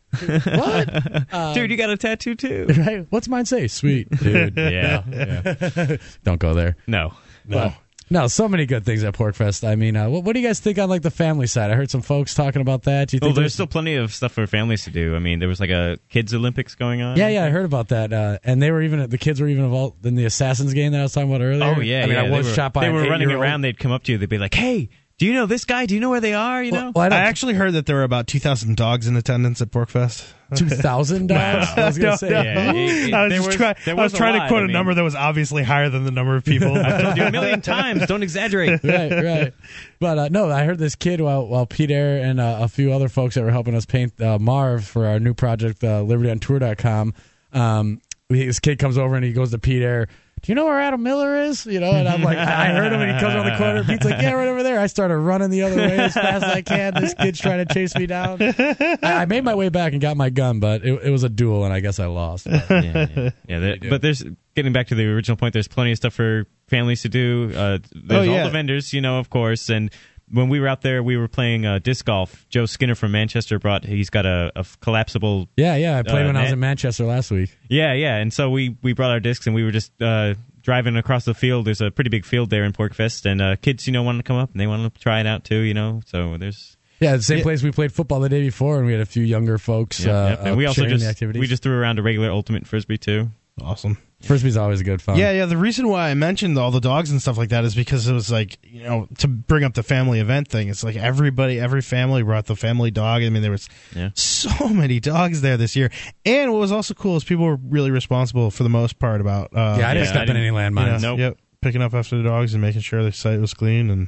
B: What?
A: (laughs)
B: Um,
A: dude? You got a tattoo
G: (laughs)
A: too?
B: Right? What's mine say? Sweet,
A: (laughs)
B: dude.
A: Yeah.
B: Yeah. Don't go there.
A: No.
B: No. No, so many good things at Porkfest. I mean, uh, what, what do you guys think on like the family side? I heard some folks talking about that. Do you
A: Well,
B: think
A: there's Oh, still plenty of stuff for families to do. I mean, there was like a kids Olympics going on.
B: Yeah, yeah, I heard about that. Uh, and they were even the kids were even involved in the Assassins game that I was talking about earlier.
A: Oh yeah.
B: I mean,
A: yeah.
B: I was
A: they were,
B: shot by
A: They
B: an
A: were running
B: eight-year-old.
A: around. They'd come up to you. They'd be like, "Hey, do you know this guy? Do you know where they are? You know."
B: Well, I
G: I
B: don't
G: actually heard that there were about two thousand dogs in attendance at Porkfest.
B: two thousand dollars. I was gonna
A: (laughs)
B: say
A: Yeah, it- it-
G: (laughs) I was,
A: there
G: just
A: was-
G: try-
A: there
G: I was
A: was a
G: trying
A: lot,
G: to quote
A: I
G: a
A: mean- (laughs)
G: number that was obviously higher than the number of people.
A: Told you a million times.
G: (laughs)
A: Don't exaggerate.
B: right, right. But uh, no, I heard this kid while while Pete Air and uh, a few other folks that were helping us paint uh, Marv for our new project, uh, LibertyOnTour.com. Um, he- this kid comes over and he goes to Pete Air do you know where Adam Miller is? You know, and I'm like, I heard him, and he comes around the corner. Pete's like, yeah, right over there. I started running the other way as fast as I can. This kid's trying to chase me down. I, I made my way back and got my gun, but it, it was a duel, and I guess I lost. But-
A: yeah,
B: (laughs)
A: yeah. yeah there- but there's getting back to the original point. There's plenty of stuff for families to do. Uh, there's
G: Oh,
A: all
G: yeah.
A: the vendors, you know, of course. And when we were out there, we were playing uh, disc golf. Joe Skinner from Manchester brought. He's got a, a collapsible.
B: yeah, yeah. I played
A: Uh,
B: when I was
A: Matt-
B: in Manchester last week.
A: Yeah, yeah. And so we we brought our discs and we were just. Uh, Driving across the field, there's a pretty big field there in Porkfest, and uh, kids, you know, wanted to come up and they wanted to try it out too, you know. So there's
B: Yeah, the same place we played football the day before, and we had a few younger folks.
A: Yep,
B: uh,
A: yep. and we
B: uh,
A: also
B: sharing the
A: just
B: activities.
A: we just threw around a regular ultimate frisbee too.
G: Awesome.
B: frisbee's always good fun.
G: Yeah, yeah. The reason why I mentioned all the dogs and stuff like that is because it was like you know to bring up the family event thing. It's like everybody, every family brought the family dog. I mean, there was
A: Yeah.
G: so (laughs) many dogs there this year. And what was also cool is people were really responsible for the most part about. Uh,
B: yeah. I didn't
A: Yeah,
B: step
A: I
B: in any
A: didn't-
B: landmines.
G: you know,
A: Nope.
G: Yep. Picking up after the dogs and making sure the site was clean and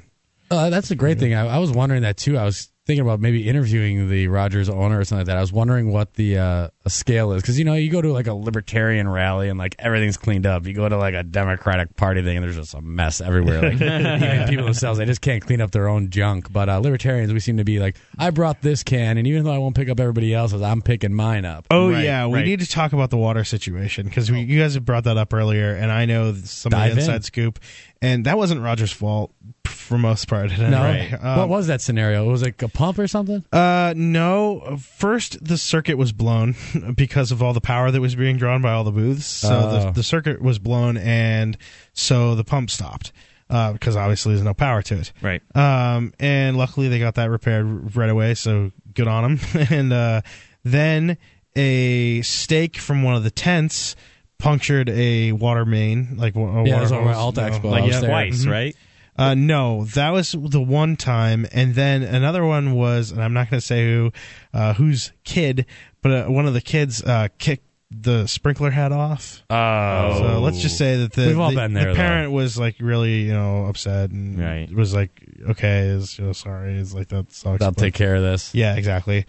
B: Uh, that's a great thing. I, I was wondering that too. I was thinking about maybe interviewing the Rogers owner or something like that. I was wondering what the uh, a scale is because you know you go to like a libertarian rally and like everything's cleaned up. You go to like a Democratic Party thing and there's just a mess everywhere. (laughs) Like even people themselves, they just can't clean up their own junk. But uh, libertarians, we seem to be like, I brought this can, and even though I won't pick up everybody else's, I'm picking mine up.
G: Oh
A: Right,
G: yeah, we
A: right.
G: need to talk about the water situation because we you guys have brought that up earlier, and I know some of
B: Dive
G: the
B: in.
G: inside scoop, and that wasn't Roger's fault for most part.
B: No,
G: Right.
B: what
G: Um,
B: was that scenario? It was like a pump or something.
G: uh, no. First, the circuit was blown (laughs) because of all the power that was being drawn by all the booths. So the,
B: Oh.
G: the circuit was blown, and so the pump stopped uh, because obviously there's no power to it.
A: Right.
G: Um, and luckily they got that repaired r- right away, so good on them. (laughs) and uh, then a stake from one of the tents punctured a water main, like wa- a
B: Yeah, it
G: water
B: was over
G: hose. Oh.
B: at Alta Expo
G: like,
B: upstairs.
G: yeah,
A: Twice,
G: mhm.
A: right?
G: Uh, no, that was the one time, and then another one was, and I'm not going to say who, uh, whose kid, but uh, one of the kids uh, kicked the sprinkler head off.
B: Oh,
G: So let's just say that the,
B: We've all
G: the,
B: been
G: the
B: there, though.
G: parent was like really, you know, upset and
A: Right.
G: was like, okay, is you know, sorry, is like that sucks.
B: I'll
G: but-
B: take care of this.
G: Yeah, exactly.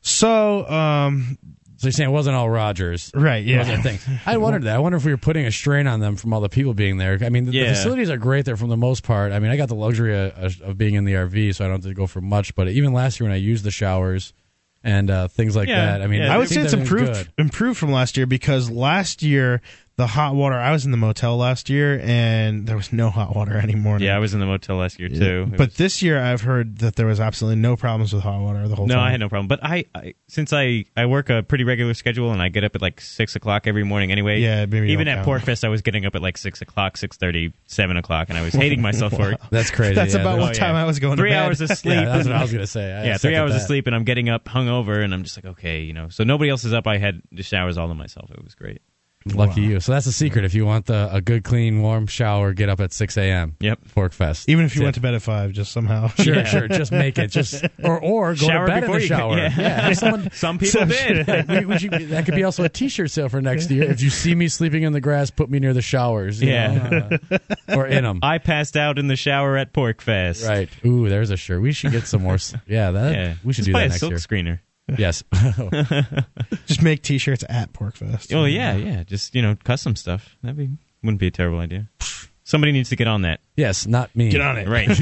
G: So, um,
B: So you're saying it wasn't all Rogers?
G: right, yeah,
B: Those are things. I wondered that. I wonder if we were putting a strain on them from all the people being there. I mean, the, the
A: Yeah.
B: facilities are great there for the most part. I mean, I got the luxury of, of being in the RV, so I don't have to go for much. But even last year when I used the showers and uh, things like
A: Yeah.
B: that, I mean,
A: Yeah,
G: I would say
B: think
G: it's
B: everything's
G: improved
B: good.
G: improved from last year because last year the hot water. I was in the motel last year and there was no hot water anymore.
A: Yeah, I was in the motel last year too. It
G: but
A: was-
G: this year I've heard that there was absolutely no problems with hot water the whole
A: no,
G: time.
A: I had no problem. But I, I since I I work a pretty regular schedule and I get up at like six o'clock every morning anyway.
G: Yeah, maybe you
A: even
G: don't
A: at
G: count.
A: Porkfest, I was getting up at like six o'clock, six thirty, seven o'clock, and I was hating myself for it.
B: (laughs) That's crazy.
G: That's
B: yeah,
G: about
B: there's-
G: what time I was going to
A: Three
G: bed. (laughs)
A: hours of sleep.
B: (laughs) Yeah, that's
A: and-
B: what I was gonna say.
A: yeah,
B: I
A: three
B: second
A: hours of
B: that.
A: sleep, and I'm getting up hungover, and I'm just like, okay, you know. So nobody else is up. I had the showers all to myself. It was great.
B: Lucky you. So that's the secret. If you want the, a good, clean, warm shower, get up at six a.m.
A: Yep.
B: Fork Fest.
G: Even if you went to bed at five, just somehow.
B: Sure, sure. Just make it. Just or or go
A: Shower
B: to bed in
A: before
B: the
A: you go-
B: shower.
A: yeah. (laughs)
B: someone-
A: Some people did.
B: We- we should- that could be also a T-shirt sale for next year. If you see me sleeping in the grass, put me near the showers. you
A: (laughs) Yeah.
B: know, uh, or in them.
A: I passed out in the shower at Porkfest.
B: Right. Ooh, there's a shirt. We should get some more. s- Yeah, that
A: Yeah,
B: we should
A: Just
B: do
A: buy
B: that
A: a
B: next
A: silk
B: year.
A: screener.
B: Yes. (laughs)
G: (laughs) just make t-shirts at Porkfest.
A: Oh yeah, yeah. Just you know, custom stuff. That'd be wouldn't be a terrible idea. Somebody needs to get on that.
B: yes, not me.
G: Get on it. (laughs)
A: Right. (laughs)
G: Not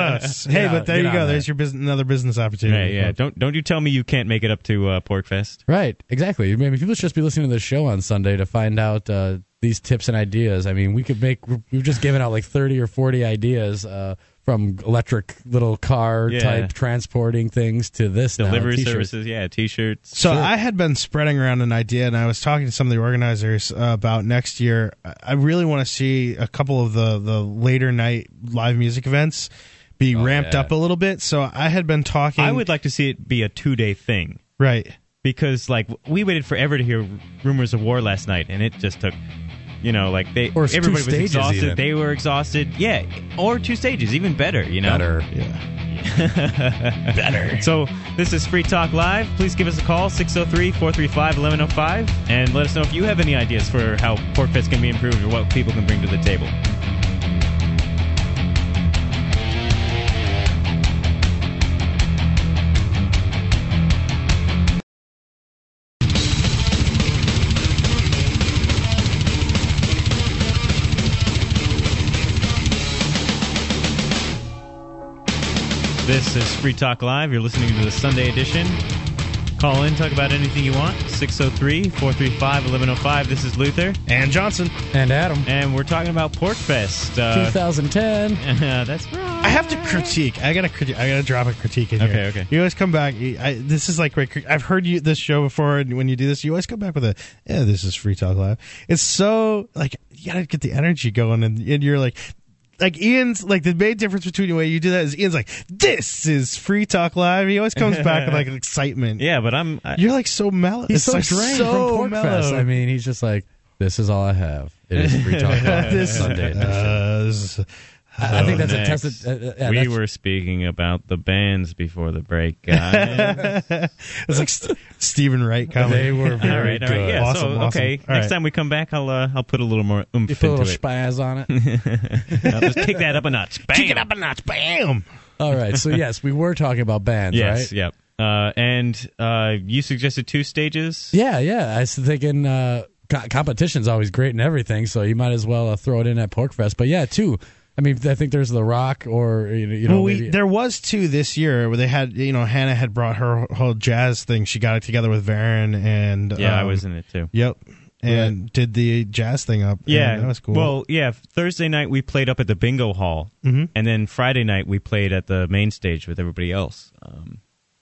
G: us. Hey,
B: Yeah,
G: but there
B: get
G: you
B: on
G: go.
B: that.
G: There's your business, another business opportunity.
A: Right, yeah. Don't don't you tell me you can't make it up to uh, Porkfest.
B: Right. Exactly. I mean, people should just be listening to the show on Sunday to find out uh, these tips and ideas. I mean, we could make. We've just given out like thirty or forty ideas. Uh, from electric little car
A: Yeah.
B: type transporting things to this now,
A: Delivery
B: Uh, t-shirts.
A: services, yeah, t-shirts.
G: So I had been spreading around an idea, and I was talking to some of the organizers uh, about next year. I- I really want to see a couple of the the later night live music events be ramped
B: yeah.
G: up a little bit. So I had been talking.
A: Oh, I would like to see it be a two-day thing
G: right.
A: because like we waited forever to hear rumors of war last night, and it just took. You know, like they
B: Or it's two
A: everybody was
B: stages
A: exhausted.
B: even.
A: They were exhausted. Yeah, or two stages, even better. You know, (laughs)
B: better.
A: So this is Free Talk Live. Please give us a call, 603-435-1105, and let us know if you have any ideas for how Porkfest can be improved or what people can bring to the table. This is Free Talk Live. You're listening to the Sunday edition. Call in, talk about anything you want. 603 435 1105. This is Luther,
G: And Johnson.
B: And Adam.
A: and we're talking about Porkfest. Uh,
B: 2010.
A: (laughs) that's right.
G: I have to critique. I gotta critique. I gotta drop a critique in here.
A: Okay, okay.
G: You always come back. you- I, this is like great. cri- I've heard you this show before, and when you do this, you always come back with a, "Yeah, this is free talk live." It's so like you gotta get the energy going, and, and you're like. Like Ian's, like the main difference between the way you do that is Ian's like, "This is free talk live." He always comes
B: (laughs)
G: back with like excitement.
A: Yeah, but I'm. I,
G: You're like so mellow.
B: He's
G: it's
B: so
G: like
B: drained
G: so
B: from
G: mellow.
B: Porkfest. I mean, he's just like, this is all I have. It is
A: (laughs)
B: free talk Live
G: this,
B: Sunday edition.
G: uh, this is-
B: I I think that's
A: Oh, next.
B: a test. Uh, uh, yeah,
A: we
B: that's-
A: were speaking about the bands before the break,
B: (laughs)
A: guys.
G: it's like St- Stephen Wright comedy.
B: They
G: (laughs)
B: were
A: all
B: very
A: right, all right.
B: good.
A: Yeah,
G: Awesome,
A: so,
G: awesome.
A: okay.
G: All
A: Next
G: right.
A: time we come back, I'll uh, I'll put a little more oomph
B: You put a
A: into
B: little
A: it.
B: spaz on
A: (laughs)
B: it.
A: I'll just kick that up a notch. Bam.
G: Kick it up a notch. Bam.
B: all right. So, yes, we were talking about bands,
A: Yes,
B: right?
A: yep. Uh, and uh, you suggested two stages.
B: Yeah, yeah. I was thinking uh, co- competition's always great and everything, so you might as well uh, throw it in at Porkfest. But yeah, too. I mean, I think there's The Rock, or you know, you know
G: Well, we,
B: maybe-
G: there was two this year where they had, you know, Hannah had brought her whole jazz thing. She got it together with Varen and.
A: Yeah, I
G: um,
A: was in it too.
G: Yep. And did the jazz thing up.
A: Yeah,
G: And that was cool.
A: Well, yeah. Thursday night we played up at the bingo hall, and then Friday night we played at the main stage with everybody else. Um,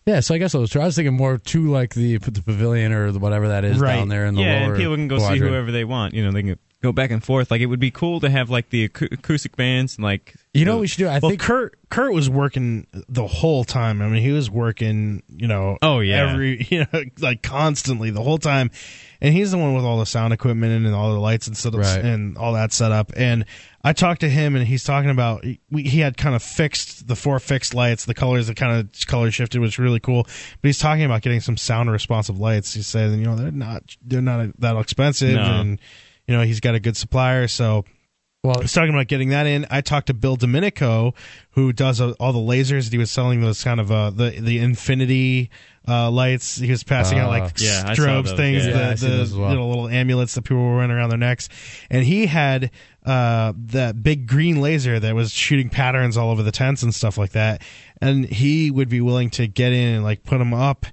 B: yeah. So I guess I was, I was thinking more to like the, the pavilion or the, whatever that is
G: Right.
B: down there in the
A: yeah,
B: lower
A: and people can go see
B: quadrant.
A: whoever they want. You know, they can go back and forth. Like it would be cool to have like the acou- acoustic bands and like
B: You know what we should do? I
G: Well,
B: think
G: Kurt Kurt was working the whole time. I mean, he was working, you know,
A: Oh, yeah.
G: every (laughs) you know, like constantly the whole time. And he's the one with all the sound equipment and all the lights and stuff
B: Right.
G: and all that setup. And I talked to him, and he's talking about we, he had kind of fixed the four fixed lights, the colors that kind of color shifted, which was really cool. But he's talking about getting some sound responsive lights. He said, you know, they're not they're not that expensive,
A: No.
G: and you know, he's got a good supplier, so. I
B: well,
G: was talking about getting that in. I talked to Bill Domenico, who does uh, all the lasers. He was selling those kind of uh, the the infinity uh, lights. He was passing out
B: Ah.
G: like
A: Yeah, I saw
G: strobes
A: those.
G: things,
A: Yeah,
B: yeah, I
G: the,
B: seen
G: the
B: those as well.
G: little, little amulets that people were wearing around their necks. And he had uh, that big green laser that was shooting patterns all over the tents and stuff like that. And he would be willing to get in and like put them up.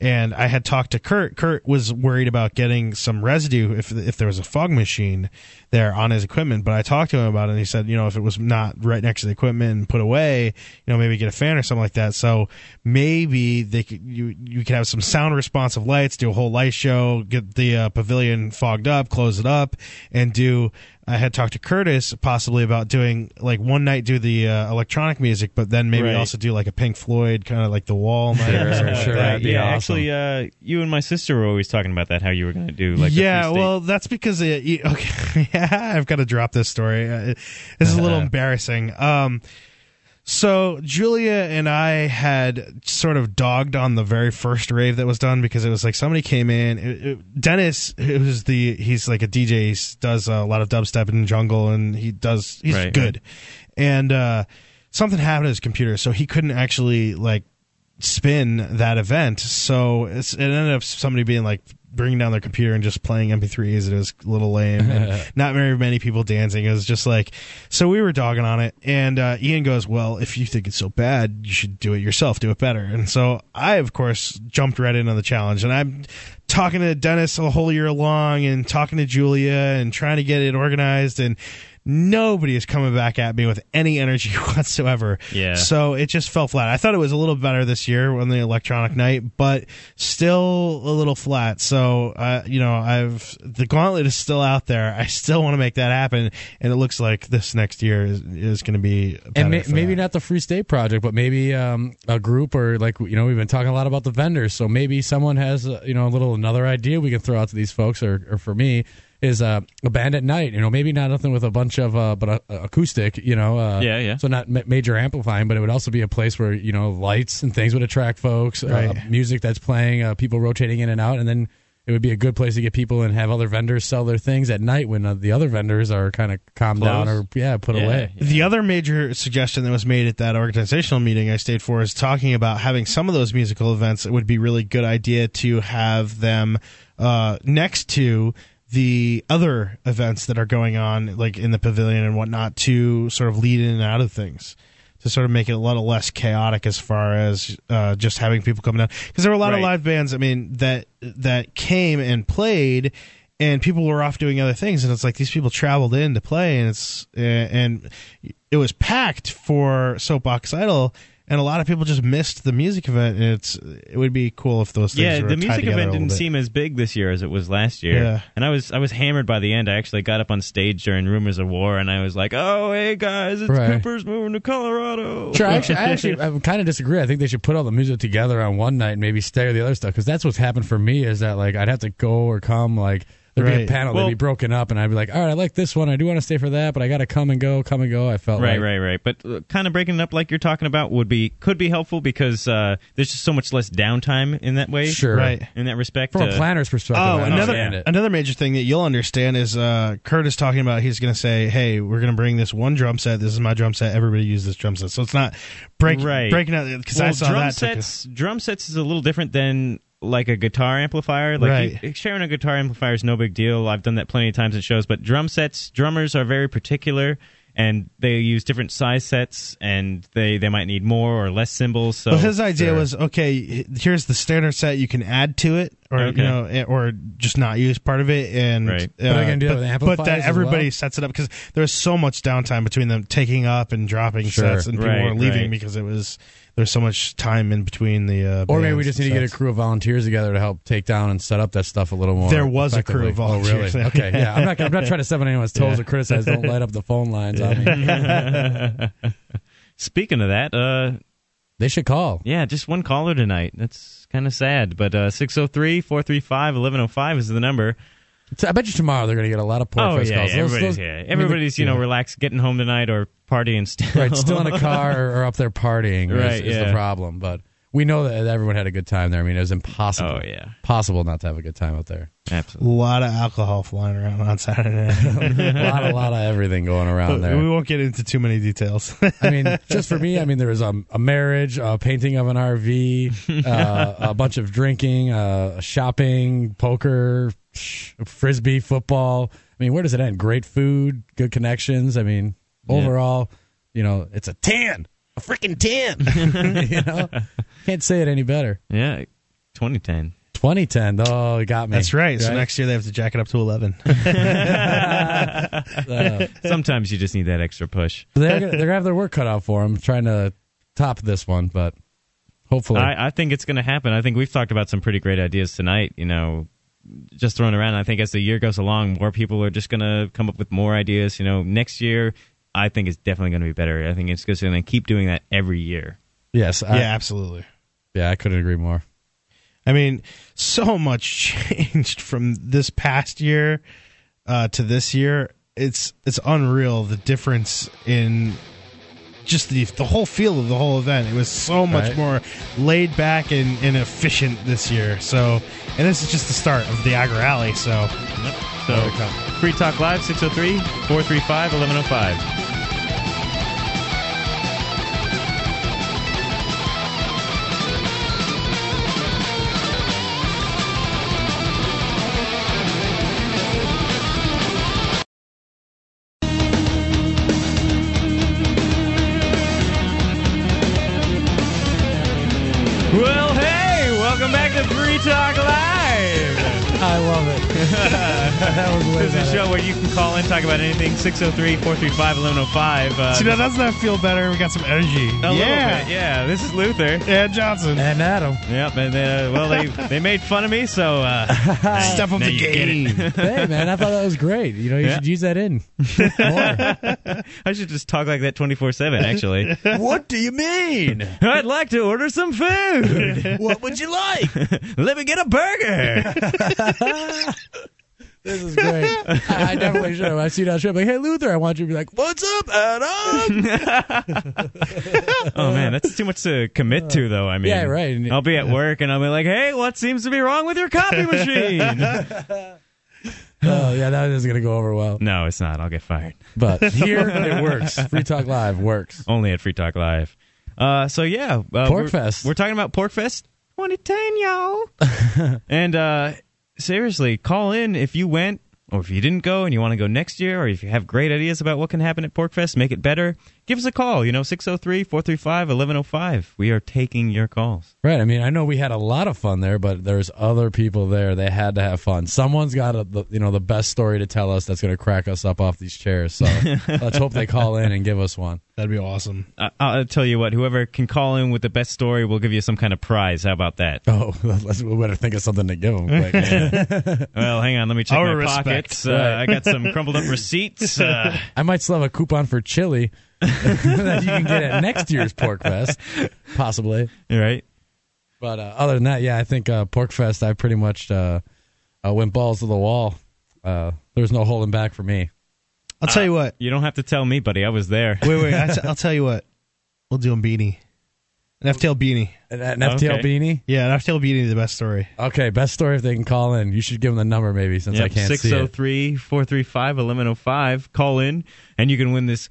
G: And I had talked to Kurt. Kurt was worried about getting some residue if if there was a fog machine there on his equipment. But I talked to him about it, and he said, you know, if it was not right next to the equipment and put away, you know, maybe get a fan or something like that. So maybe they could you you could have some sound responsive lights, do a whole light show, get the uh, pavilion fogged up, close it up, and do. I had talked to Curtis possibly about doing like one night do the uh, electronic music, but then maybe
A: Right.
G: also do like a Pink Floyd kind of like the Wall night. or something like
B: Sure,
G: that.
B: that'd be
A: yeah,
B: awesome.
A: actually, uh, you and my sister were always talking about that. How you were going to do like the
G: yeah,
A: free state-
G: well, that's because it, you- (laughs) okay, yeah, I've got to drop this story. Uh, it- This is a little embarrassing. Um, so Julia and I had sort of dogged on the very first rave that was done because it was like somebody came in. It, it, Dennis, who's the he's like a DJ, he's- does a lot of dubstep and jungle, and he does he's
A: Right,
G: good. And uh, something happened to his computer, so he couldn't actually like spin that event. So it's, it ended up somebody being like bringing down their computer and just playing MP3s. and It was a little lame. And not very many people dancing. It was just like, so we were dogging on it. And uh, Ian goes, Well, if you think it's so bad, you should do it yourself, do it better. And so I, of course, jumped right into the challenge. And I'm talking to Dennis the whole year long and talking to Julia and trying to get it organized. And nobody is coming back at me with any energy (laughs) whatsoever.
A: Yeah.
G: So so it just fell flat. I thought it was a little better this year on the electronic night, but still a little flat. So, uh, you know, I've the gauntlet is still out there. I still want to make that happen, and it looks like this next year is, is going to be
B: and
G: better
B: may,
G: for
B: maybe
G: that.
B: not the Free State Project, but maybe um, a group or like you know we've been talking a lot about the vendors, so maybe someone has uh, you know a little another idea we can throw out to these folks, or, or for me is uh, a band at night. You know, maybe not nothing with a bunch of uh, but uh acoustic. You know, uh,
A: Yeah, yeah.
B: So not ma- major amplifying, but it would also be a place where you know lights and things would attract folks, uh,
G: Right.
B: music that's playing, uh, people rotating in and out, and then. It would be a good place to get people and have other vendors sell their things at night when uh, the other vendors are kind of calmed down
A: Close.
B: or yeah put
A: Yeah,
B: away.
A: yeah.
G: The other major suggestion that was made at that organizational meeting I stayed for is talking about having some of those musical events. It would be really good idea to have them uh, next to the other events that are going on, like in the pavilion and whatnot, to sort of lead in and out of things. to sort of make it a little less chaotic as far as uh, just having people coming down because there were a lot of
A: Right.
G: live bands. I mean that that came and played. And people were off doing other things, and it's like these people traveled in to play, and it's uh, and it was packed for Soapbox Idol, and a lot of people just missed the music event. And it's it would be cool if those things
A: Yeah,
G: were
A: the
G: tied
A: music
G: together a
A: event
G: little
A: didn't
G: bit.
A: seem as big this year as it was last year.
G: Yeah.
A: And I was I was hammered by the end. I actually got up on stage during Rumors of War and I was like, "Oh, hey guys, it's
B: Right.
A: Cooper's moving to Colorado."
B: Sure, I actually,
G: (laughs)
A: (laughs)
B: I actually, I kind of disagree. I think they should put all the music together on one night and maybe stagger the other stuff because that's what's happened for me is that like I'd have to go or come like there'd be a
G: Right.
B: panel,
A: Well-
B: they'd be broken up, and I'd be like, all right, I like this one, I do want to stay for that, but I got to come and go, come and go. I felt
A: Right,
B: like,
A: right, right. But uh, kind of breaking it up like you're talking about would be could be helpful because uh, there's just so much less downtime in that way.
B: sure,
G: Right.
A: In that respect,
B: From
A: uh,
B: a planner's perspective,
G: Oh,
B: I
G: another
B: understand it.
G: another major thing that you'll understand is uh, Kurt is talking about he's going to say, "Hey, we're going to bring this one drum set. This is my drum set. Everybody use this drum set." So it's not break,
A: Right.
G: breaking out because
A: well,
G: I saw
A: drum
G: that. took
A: sets. Drum sets is a little different than like a guitar amplifier. Like
G: Right.
A: you- sharing a guitar amplifier is no big deal. I've done that plenty of times at shows. But drum sets, drummers are very particular, and they use different size sets, and they they might need more or less cymbals. So
G: well, his idea was okay. h- Here's the standard set. You can add to it, or
A: Okay.
G: you know, eh, or just not use part of it. And
A: Right.
G: uh,
B: But I can do that
G: but,
B: with
G: but that
B: amplifiers as
G: everybody
B: well?
G: sets it up because there's so much downtime between them taking up and dropping
B: Sure.
G: sets, and people
A: Right,
G: are leaving
A: right.
G: because it was there's so much time in between the. Uh,
B: Or maybe we
G: bands
B: just
G: and
B: need to get a
G: sets.
B: crew of volunteers together to help take down and set up that stuff a little more.
G: There was a crew
B: effectively.
G: of volunteers.
B: Oh, really? Okay. Yeah. I'm not. I'm
G: (laughs)
B: not trying to step on anyone's toes or criticize. Don't light up the phone lines on me.
G: (laughs)
A: Speaking of that, uh,
B: They should call.
A: yeah, just one caller tonight. That's kind of sad, but uh, 603-435-1105 is the number.
B: So I bet you tomorrow they're going to get a lot of pork
A: oh
B: fest
A: yeah,
B: calls.
A: yeah,
B: Those-
A: everybody's,
B: those-
A: yeah.
B: I mean, the-
A: everybody's you know
B: yeah.
A: relaxed, getting home tonight or partying still.
B: right, still in a car or, or up there partying is,
A: Right,
B: is the
A: yeah.
B: problem. But we know that everyone had a good time there. I mean, it was impossible.
A: Oh, yeah.
B: possible not to have a good time up
A: (laughs)
B: there.
A: (laughs) Absolutely.
G: A lot of alcohol flying around on Saturday.
B: (laughs)
G: night.
B: a lot, a lot of everything going
G: (laughs)
B: around
G: But we
B: there.
G: won't get into too many details. (laughs)
B: I mean, just for me, I mean, there was a, a marriage, a painting of an RV, uh, a bunch of drinking, uh, shopping, poker, frisbee, football. I mean, where does it end? Great food, good connections. I mean, overall, you know, it's a tan, a freaking tan. (laughs) you know, can't say it any better.
A: Yeah, 2010.
B: 2010. Oh, you got me.
G: That's right. So next year they have to jack it up to
B: (laughs)
G: 11.
B: Uh,
A: (laughs) Sometimes you just need that extra push.
B: they're gonna, they're gonna have their work cut out for them trying to top this one, but hopefully,
A: I, I think it's going to happen. I think we've talked about some pretty great ideas tonight. You know, just thrown around. I think as the year goes along, more people are just going to come up with more ideas. You know, next year I think it's definitely going to be better. I think it's just going to keep doing that every year.
B: yes, I,
G: yeah,
B: yeah,
G: absolutely.
B: yeah, I couldn't agree more.
G: I mean, so much (laughs) changed from this past year uh, to this year. It's it's unreal the difference in just the the whole feel of the whole event. It was so much
B: Right.
G: more laid back and, and efficient this year. So, and this is just the start of the Agra Alley. So,
A: So, Free Talk Live 603 435 1105. Well, hey, welcome back to Free Talk (laughs) Live.
B: I love it.
A: (laughs)
B: that was way
A: This is a show where you can call in, talk about anything, 603-435-1105. Uh,
G: see now doesn't that feel better? We got some energy.
A: a little
G: yeah,
A: bit, yeah. This is Luther.
G: yeah, Johnson.
B: And Adam,
A: Yep, and uh, well, they, they made fun of me, so uh, (laughs)
G: Step up
A: now
G: the
A: you get
G: game.
A: it.
B: hey man, I thought that was great. You know, you
A: Yeah.
B: should use
A: (laughs)
B: that in. More.
A: I should just talk like that 24-7, actually. (laughs)
G: (laughs)
B: what do you mean?
A: I'd like to order some food. (laughs)
B: What would you like?
A: Let me get a burger.
B: (laughs) This is great. I, I definitely should. When I see that show, I'm like, hey Luther, I want you to be like,
A: (laughs)
B: what's up, Adam?
A: oh, man, that's too much to commit to, though, I mean.
B: Yeah, right.
A: I'll be at work, and I'll be like, hey, what seems to be wrong with your coffee
B: (laughs)
A: machine?
B: oh yeah, that is gonna go over well.
A: no, it's not. I'll get fired. (laughs)
B: But here it works. Free Talk Live works.
A: Only at Free Talk Live. Uh, so yeah, uh, we're-
B: Porkfest.
A: We're, talking about Porkfest 2010, y'all. and uh, seriously, call in if you went or if you didn't go and you want to go next year, or if you have great ideas about what can happen at Porkfest, make it better. give us a call. You know, 603 435 1105. We are taking your calls.
B: Right. I mean, I know we had a lot of fun there, but there's other people there. They had to have fun. Someone's got a, the, you know the best story to tell us that's going to crack us up off these chairs.
A: (laughs)
B: So let's hope they call in and give us one.
G: That'd be awesome.
A: I- Uh, I'll tell you what, whoever can call in with the best story will give you some kind of prize. How about that?
B: Oh, (laughs) let's we better think of something to give them. Quick.
A: Well, hang on. Let me check
G: Our
A: my
G: respect.
A: pockets. Uh, I got some crumpled
G: (laughs)
A: up receipts. Uh,
B: I might still have a coupon for chili (laughs) that you can get at next year's Pork Fest, possibly.
A: all right.
B: But uh, other than that, yeah, I think uh, Porkfest, I pretty much uh, uh, went balls to the wall. Uh, there was no holding back for me.
G: I'll tell you what.
A: You don't have to tell me, buddy. I was there.
G: Wait, wait. I t- I'll tell you what. We'll do a beanie. An F-tail beanie.
B: An, an FTL
A: Okay.
B: beanie.
G: Yeah, an F-tail beanie is the best story.
B: Okay, best story if they can call in. You should give them the number maybe since I can't see it.
A: 603 435 1105. Call in, and you can win this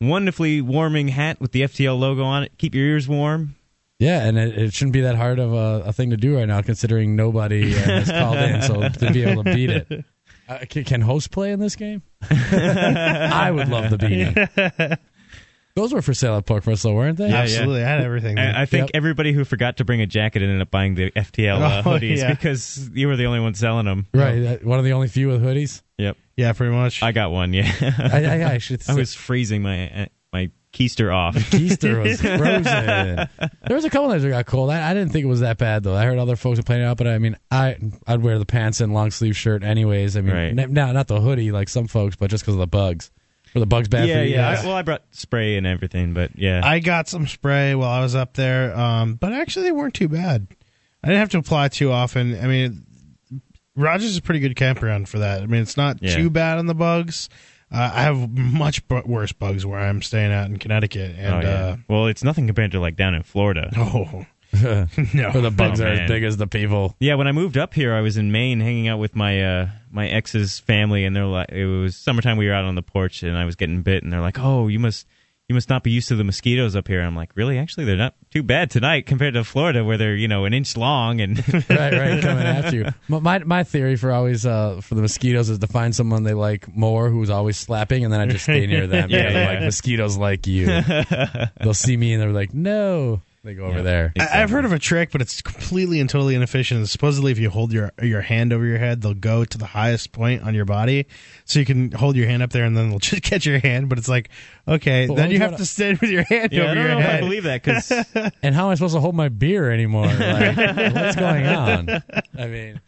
A: wonderfully warming hat with the FTL logo on it. Keep your ears warm.
B: Yeah, and it, it shouldn't be that hard of a, a thing to do right now, considering nobody uh, has called in, so to be able to beat it. Uh, can, can host play in this game? I would love the beanie. Those were for sale at Porkfest, though, weren't they?
A: Yeah,
G: Absolutely. I had everything.
A: I, I think
B: Yep.
A: everybody who forgot to bring a jacket ended up buying the FTL uh, (laughs)
G: Oh,
A: hoodies
G: yeah.
A: because you were the only one selling them.
B: Right, uh, one of the only few with hoodies.
A: Yep.
G: yeah, pretty much.
A: I got one, yeah. (laughs)
B: I, I, I should.
A: I was freezing my uh, my keister (laughs) off.
B: (laughs) Easter was frozen. there was a couple nights that got cold. I, I didn't think it was that bad though. I heard other folks complaining about, it, but I mean, I I'd wear the pants and long sleeve shirt anyways. I mean,
A: Right.
B: n- now not the hoodie like some folks, but just because of the bugs. Were the bugs bad
A: yeah,
B: for you?
A: yeah.
B: guys?
A: I, well, I brought spray and everything, but yeah.
G: I got some spray while I was up there, um, but actually they weren't too bad. I didn't have to apply too often. I mean, Rogers is a pretty good campground for that. I mean, it's not
A: Yeah.
G: too bad on the bugs. Uh, I have much bu- worse bugs where I'm staying out in Connecticut, and
A: oh, yeah. well, it's nothing compared to like down in Florida.
G: uh, (laughs) oh
B: (laughs)
G: no,
B: Where the bugs
A: Oh,
B: are
A: man.
B: as big as the people.
A: Yeah, when I moved up here, I was in Maine hanging out with my uh, my ex's family, and they're like, it was summertime. We were out on the porch, and I was getting bit, and they're like, "Oh, you must you must not be used to the mosquitoes up here." I'm like, "Really? Actually, they're not too bad tonight compared to Florida, where they're you know an inch long." And (laughs)
B: (laughs) right, right, coming at you. My, my my theory for always uh, for the mosquitoes is to find someone they like more who's always slapping, and then I just stay near (laughs) them.
A: Yeah,
B: You know,
A: yeah.
B: like mosquitoes like (laughs) you. They'll see me and they're like, no. They go over there.
G: I, I've heard of a trick, but it's completely and totally inefficient. Supposedly, if you hold your your hand over your head, they'll go to the highest point on your body, so you can hold your hand up there, and then they'll (laughs) just catch your hand. But it's like, okay,
B: But
G: then
B: what
G: you
B: if
G: have
B: I-
G: to stand with your hand
A: yeah,
G: over
A: I don't
G: your
A: know if I
G: head.
A: believe that (laughs) because
B: and how am I supposed to hold my beer (laughs) anymore? Like, what's going on? I mean,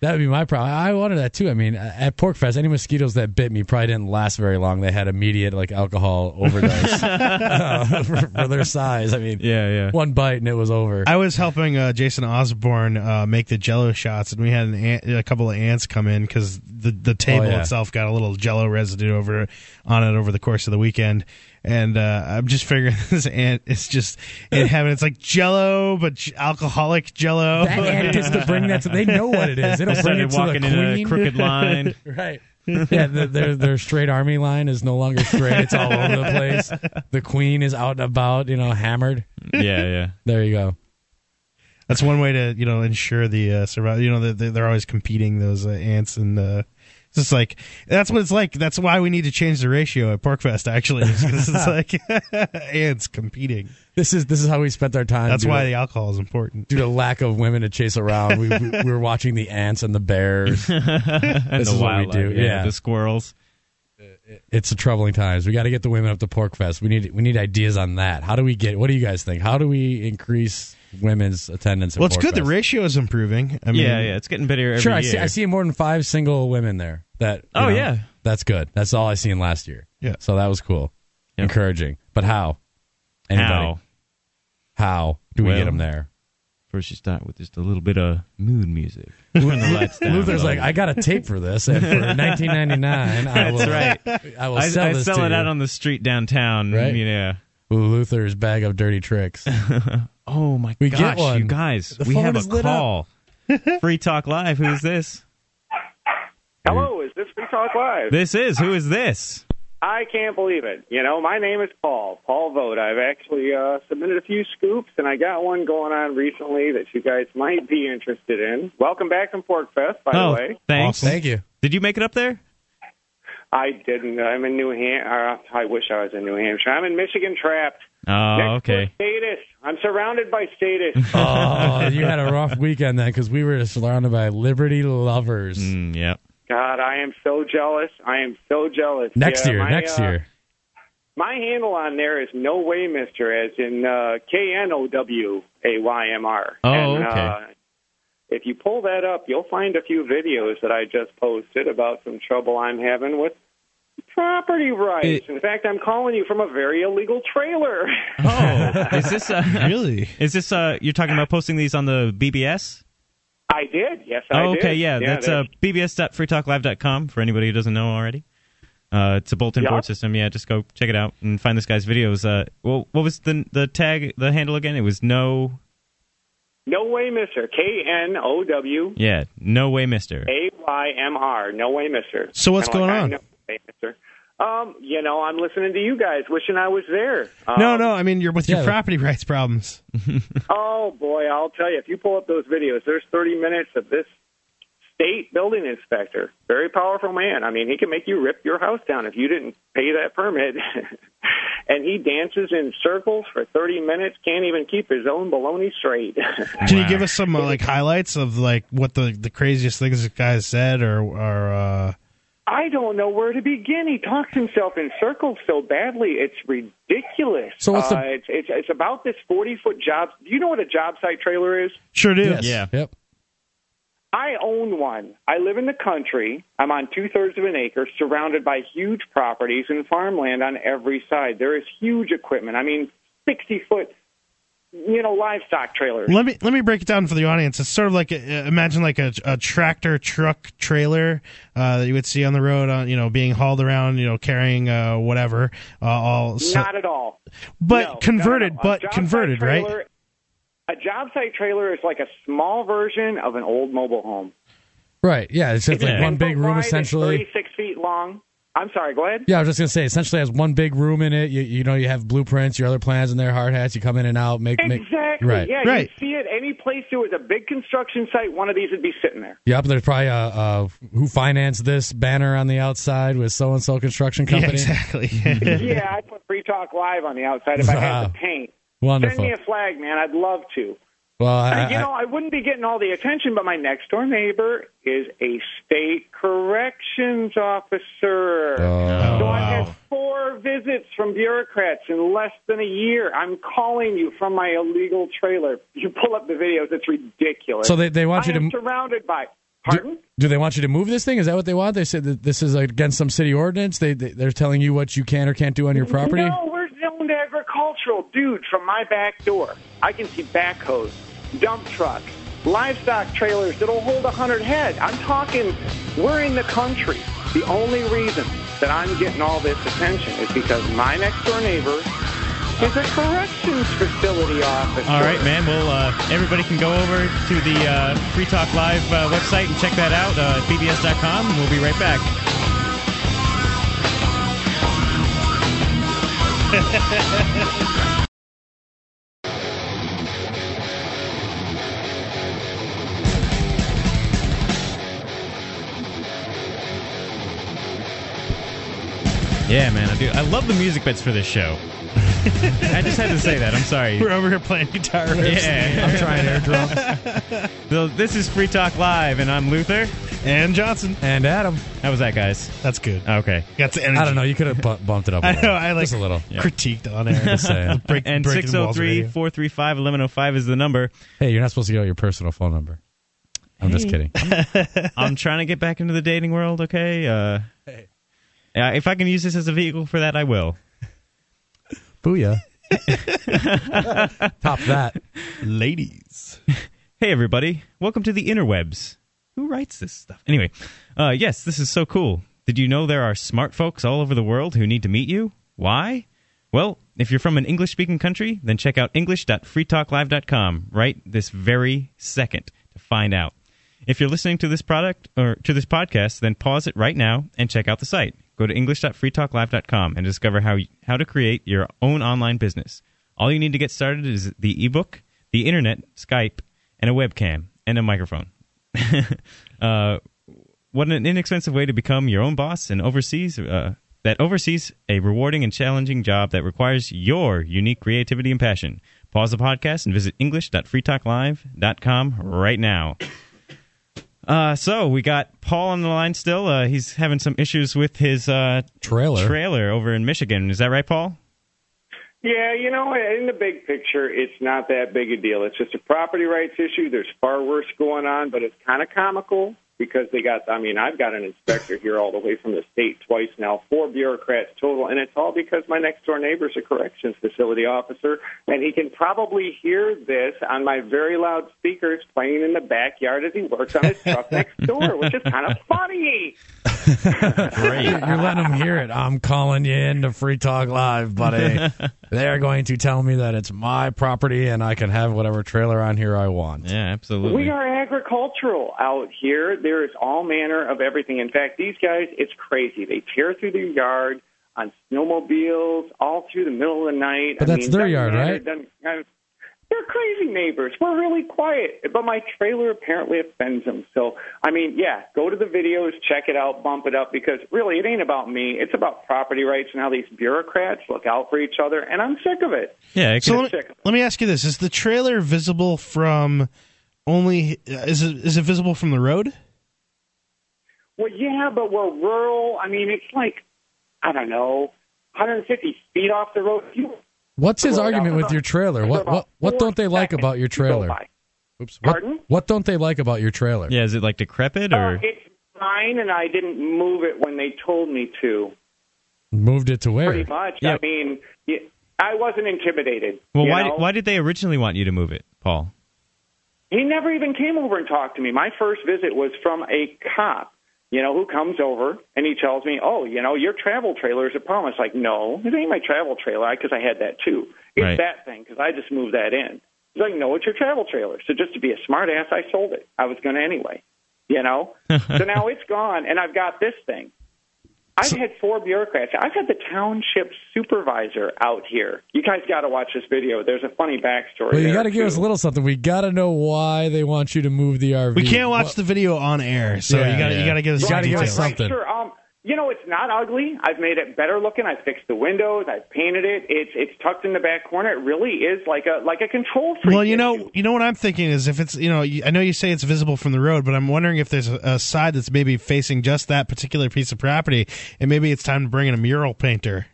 B: that would be my problem. I wanted that too. I mean, at Porkfest, any mosquitoes that bit me probably didn't last very long. They had immediate like alcohol (laughs) overdose uh, for, for their size. I mean,
A: yeah, yeah.
B: one bite and it was over.
G: I was helping uh, Jason Osborne uh, make the Jello shots, and we had an ant, a couple of ants come in because the the table
B: Oh, yeah.
G: itself got a little Jello residue over on it over the course of the weekend. And uh, I'm just figuring (laughs) this ant is just
B: (laughs)
G: in heaven. It's like Jello, but j- alcoholic Jello.
B: that ant gets to bring that. To, they know what it is. They
A: I
B: don't bring
A: started
B: it to
A: walking
B: the
A: in
B: queen.
A: a crooked (laughs) line.
B: Right. (laughs) yeah, the, their their straight army line is no longer straight. It's all over the place. The queen is out and about, you know, hammered.
A: yeah, yeah.
B: There you go.
G: (laughs) That's one way to you know ensure the uh, survival. You know they're, they're always competing those uh, ants and. Uh, it's just like that's what it's like. That's why we need to change the ratio at Porkfest. Actually, is 'cause
B: (laughs)
G: it's like (laughs) ants competing.
B: This is this is how we spent our time.
G: That's
B: dude.
G: why the alcohol is important.
B: due to lack of women to chase around, we, we, we were watching the ants and the
G: (laughs)
B: bears.
A: And
B: This
A: the
B: is what we
A: wildlife,
B: do, yeah.
A: the squirrels.
B: It's a troubling times. We got to get the women up to Pork Fest. We need we need ideas on that. How do we get? What do you guys think? How do we increase women's attendance? At
G: Well, it's
B: Pork
G: good. The
B: Fest?
G: ratio is improving. I mean,
A: yeah, yeah. It's getting better every
B: Sure,
A: year.
B: I see, I see more than five single women there. That you
A: Oh,
B: know,
A: yeah.
B: that's good. That's all I seen last year.
G: Yeah.
B: so that was cool,
A: Yeah.
B: encouraging. But how?
A: How?
B: How do we
A: Well,
B: get
A: (laughs)
B: them there?
A: First, you start with just a little bit of mood music. Turn (laughs) the lights down
B: (laughs) Luther's
A: a
B: like,
A: little.
B: I got a tape for this, and for
A: (laughs)
B: 1999, I will.
A: That's right.
B: I will
A: I,
B: sell
A: I
B: this
A: sell
B: to
A: it
B: you.
A: out on the street downtown.
B: Right?
A: Yeah.
B: Luther's bag of
A: (laughs)
B: dirty tricks.
A: Oh my
B: We get
A: gosh, you
B: one.
A: guys,
B: The
A: we
B: phone
A: have
B: is
A: a
B: lit up. (laughs)
A: call. Free Talk Live. Who is this?
I: Hello, is this Free Talk Live?
A: This is who is this?
I: I can't believe it. You know, my name is Paul, Paul Vote. I've actually uh, submitted a few scoops, and I got one going on recently that you guys might be interested in. Welcome back from Porkfest, by
A: oh,
I: the way.
A: thanks.
B: Thank you.
A: Did you make it up there?
I: I didn't. I'm in New Hampshire. I wish I was in New Hampshire. I'm in Michigan trapped.
A: Oh, okay.
I: Status. I'm surrounded by status.
B: Oh, (laughs) you had a rough weekend then because we were surrounded by Liberty lovers.
A: Mm,
B: (laughs)
A: yep.
I: God, I am so jealous. I am so jealous.
B: Next
I: Yeah,
B: year,
I: my,
B: next
I: uh,
B: year.
I: My handle on there is no way, Mister, as in uh, K N O W A Y M R.
A: Oh,
I: and,
A: okay.
I: Uh, if you pull that up, you'll find a few videos that I just posted about some trouble I'm having with property rights. in fact, I'm calling you from a very illegal trailer. (laughs)
A: Oh, is this uh,
G: Really?
A: (laughs) Is this uh, you're talking about posting these on the BBS?
I: I did. Yes, I
A: oh,
I: did.
A: okay, yeah, that's uh,
I: there's-
A: bbs.freetalklive.com for anybody who doesn't know already. Uh, it's a bulletin
I: Yeah.
A: board system. Yeah, just go check it out and find this guy's videos. Uh, well, what was the the tag, the handle again? It was no,
I: no way, Mister. K N O W
A: yeah, no way, Mister.
I: A Y M R. No way, Mister.
G: So what's
I: Kinda
G: going
I: like,
G: on?
I: I know, hey, Mister. Um, you know, I'm listening to you guys, wishing I was there. Um,
G: no, no. I mean, you're with
B: Yeah.
G: your property
B: (laughs)
G: rights problems.
I: Oh boy, I'll tell you. If you pull up those videos, there's 30 minutes of this state building inspector, very powerful man. I mean, he can make you rip your house down if you didn't pay that permit. (laughs) and he dances in circles for 30 minutes, can't even keep his own baloney straight.
G: (laughs) Can you give us some uh, like highlights of like what the the craziest things this guy has said or or uh,
I: I don't know where to begin. He talks himself in circles so badly, it's ridiculous.
B: So what's the-
I: uh, it's, it's it's about this 40 foot job. Do you know what a job site trailer is?
G: sure do.
B: Yes.
A: Yeah.
B: Yep.
I: I own one. I live in the country. I'm on two thirds of an acre, surrounded by huge properties and farmland on every side. There is huge equipment. I mean, 60 foot, you know, livestock trailers.
G: Let me let me break it down for the audience. It's sort of like a, imagine like a, a tractor truck trailer uh, that you would see on the road on you know being hauled around you know carrying uh, whatever uh, all so-
I: Not at all. No,
G: but
I: no, no,
G: converted
I: no. A
G: but
I: job site
G: converted right
I: trailer- A job site trailer is like a small version of an old mobile home.
B: Right. Yeah. It's just
I: It's
B: like one
I: 10
B: big
I: foot
B: room
I: wide, it's
B: essentially.
I: 36 feet long. I'm sorry, go ahead.
B: Yeah, I was just gonna say. Essentially, has one big room in it. You, you know, you have blueprints, your other plans, and their hard hats. You come in and out, make make.
I: Exactly.
B: Right.
I: Yeah,
G: right.
I: you see it any place there was a big construction site, one of these would be
B: (laughs)
I: sitting there.
B: Yep. There's probably a, a who financed this banner on the outside with so and so construction
G: (laughs) yeah
B: company.
G: exactly
B: (laughs)
I: yeah, I'd put Free Talk Live on the outside if I had
B: Wow. (laughs)
I: the paint.
B: Wonderful.
I: Send me a flag, man. I'd love to.
B: well, I,
I: you know, I wouldn't be getting all the attention, but my next door neighbor is a state corrections officer.
B: I- oh,
I: so I've had four visits from bureaucrats in less than a year. I'm calling you from my illegal trailer. You pull up the videos; it's ridiculous.
B: so they they want
I: I
B: you to
I: am
B: m-
I: surrounded by. Pardon?
B: do they want you to move this thing? Is that what they want? They said that this is against some city ordinance. They, they they're telling you what you can or can't do on your property.
I: No, we're zoned agricultural, dude. From my back door, I can see backhoes, dump trucks, livestock trailers that'll hold a hundred head. I'm talking, we're in the country. The only reason that I'm getting all this attention is because my next door neighbor is a corrections facility officer.
A: All right, man. Well, uh, everybody can go over to the uh, Free Talk Live uh, website and check that out, uh, bbs.com. We'll be right back. (laughs) Yeah, man, I do. I love the music bits for this show. (laughs) I just had to say that. I'm
G: (laughs)
A: sorry.
G: we're over here playing guitar riffs.
A: Yeah, I'm trying air drums. (laughs) so this is Free Talk Live, and I'm Luther.
G: (laughs) and Johnson
B: And Adam,
A: How was that, guys?
G: that's good
A: Okay.
G: that's the energy
B: Uh, I don't know. You could have bu- bumped
I: (laughs)
B: it up. a
G: (laughs) I
B: little.
G: know I like
B: just a little.
G: critiqued on
B: (laughs)
G: air
B: Just saying. oh
G: break,
A: And
G: breaking walls of
A: 603
G: radio.
A: 435 1105 is the number.
B: Hey, you're not supposed to give out your personal phone number. I'm just kidding.
A: I'm trying to get back into the dating world, okay? Uh, uh, if I can use this as a vehicle for that, I will.
B: Booyah. (laughs) Top that.
G: ladies
A: Hey, everybody. Welcome to the interwebs. Who writes this stuff? Anyway, uh, yes, this is so cool. Did you know there are smart folks all over the world who need to meet you? Why? Well, if you're from an English speaking country, then check out English.freetalklive.com right this very second to find out. If you're listening to this product or to this podcast, then pause it right now and check out the site. Go to English.freetalklive.com and discover how, how to create your own online business. All you need to get started is the ebook, the internet, Skype, and a webcam and a microphone. (laughs) uh, what an inexpensive way to become your own boss and oversees uh, that oversees a rewarding and challenging job that requires your unique creativity and passion. Pause the podcast and visit english.freetalklive.com right now. Uh, so we got Paul on the line still. Uh, he's having some issues with his uh,
B: trailer
A: trailer over in Michigan. Is that right, Paul?
I: Yeah, you know, in the big picture, it's not that big a deal. It's just a property rights issue. There's far worse going on, but it's kind of comical because they got, I mean, I've got an inspector here all the way from the state twice now, four bureaucrats total, and it's all because my next door neighbor's a corrections facility officer, and he can probably hear this on my very loud speakers playing in the backyard as he works on his truck next door, which is kind of funny.
B: Great. You're letting them hear it. I'm calling you into Free Talk Live,
G: (laughs)
B: buddy. They're going to tell me that it's my property and I can have whatever trailer on here I want.
A: Yeah, absolutely.
I: We are agricultural out here. There is all manner of everything. In fact, these guys, it's crazy. They tear through their yard on snowmobiles all through the middle of the night.
B: But that's their
I: doesn't
B: yard,
I: matter,
B: right?
I: doesn't- uh, They're crazy neighbors. We're really quiet, but my trailer apparently offends them. So, I mean, yeah, go to the videos, check it out, bump it up, because really it ain't about me. It's about property rights and how these bureaucrats look out for each other, and I'm sick of it.
A: Yeah.
G: So let me, let me ask you this: Is the trailer visible from only? Is it is it visible from the road?
I: Well, yeah, but we're rural. I mean, it's like, I don't know, 150 feet off the road. You,
B: What's his argument with your trailer? What what what don't they like about your trailer? Oops. What, what don't they like about your trailer?
A: Yeah, is it like decrepit
I: Oh, it's mine, and I didn't move it when they told me to.
B: moved it to where?
I: Pretty much.
A: Yeah.
I: I mean, y- I wasn't intimidated.
A: Well,
I: you
A: why
I: know?
A: did, why did they originally want you to move it, Paul?
I: He never even came over and talked to me. My first visit was from a cop, you know, who comes over and he tells me, "Oh, you know, your travel trailer is a problem." It's like, no, it ain't my travel trailer because I had that too. It's
J: Right.
I: that thing because I just moved that in. He's like, no, it's your travel trailer. So just to be a smart ass, I sold it. I was going to anyway, you know. so now it's gone, and I've got this thing. I've had four bureaucrats. I've had the township supervisor out here. You guys got to watch this video. There's a funny backstory.
B: Well, you
I: there,
B: got to give
I: too.
B: us a little something. We got to know why they want you to move the RV.
G: We can't watch the video on air, so
B: Yeah,
G: you got to
B: yeah.
G: you got to give us
B: You
G: some
B: gotta give us
G: details.
B: something.
I: Sure. Um, you know, it's not ugly. I've made it better looking. I fixed the windows. I've painted it. It's it's tucked in the back corner. It really is like a like a control freak.
G: Well, you know, (laughs) you know what I'm thinking is if it's you know you- I know you say it's visible from the road, but I'm wondering if there's a, a side that's maybe facing just that particular piece of property, and maybe it's time to bring in a mural painter.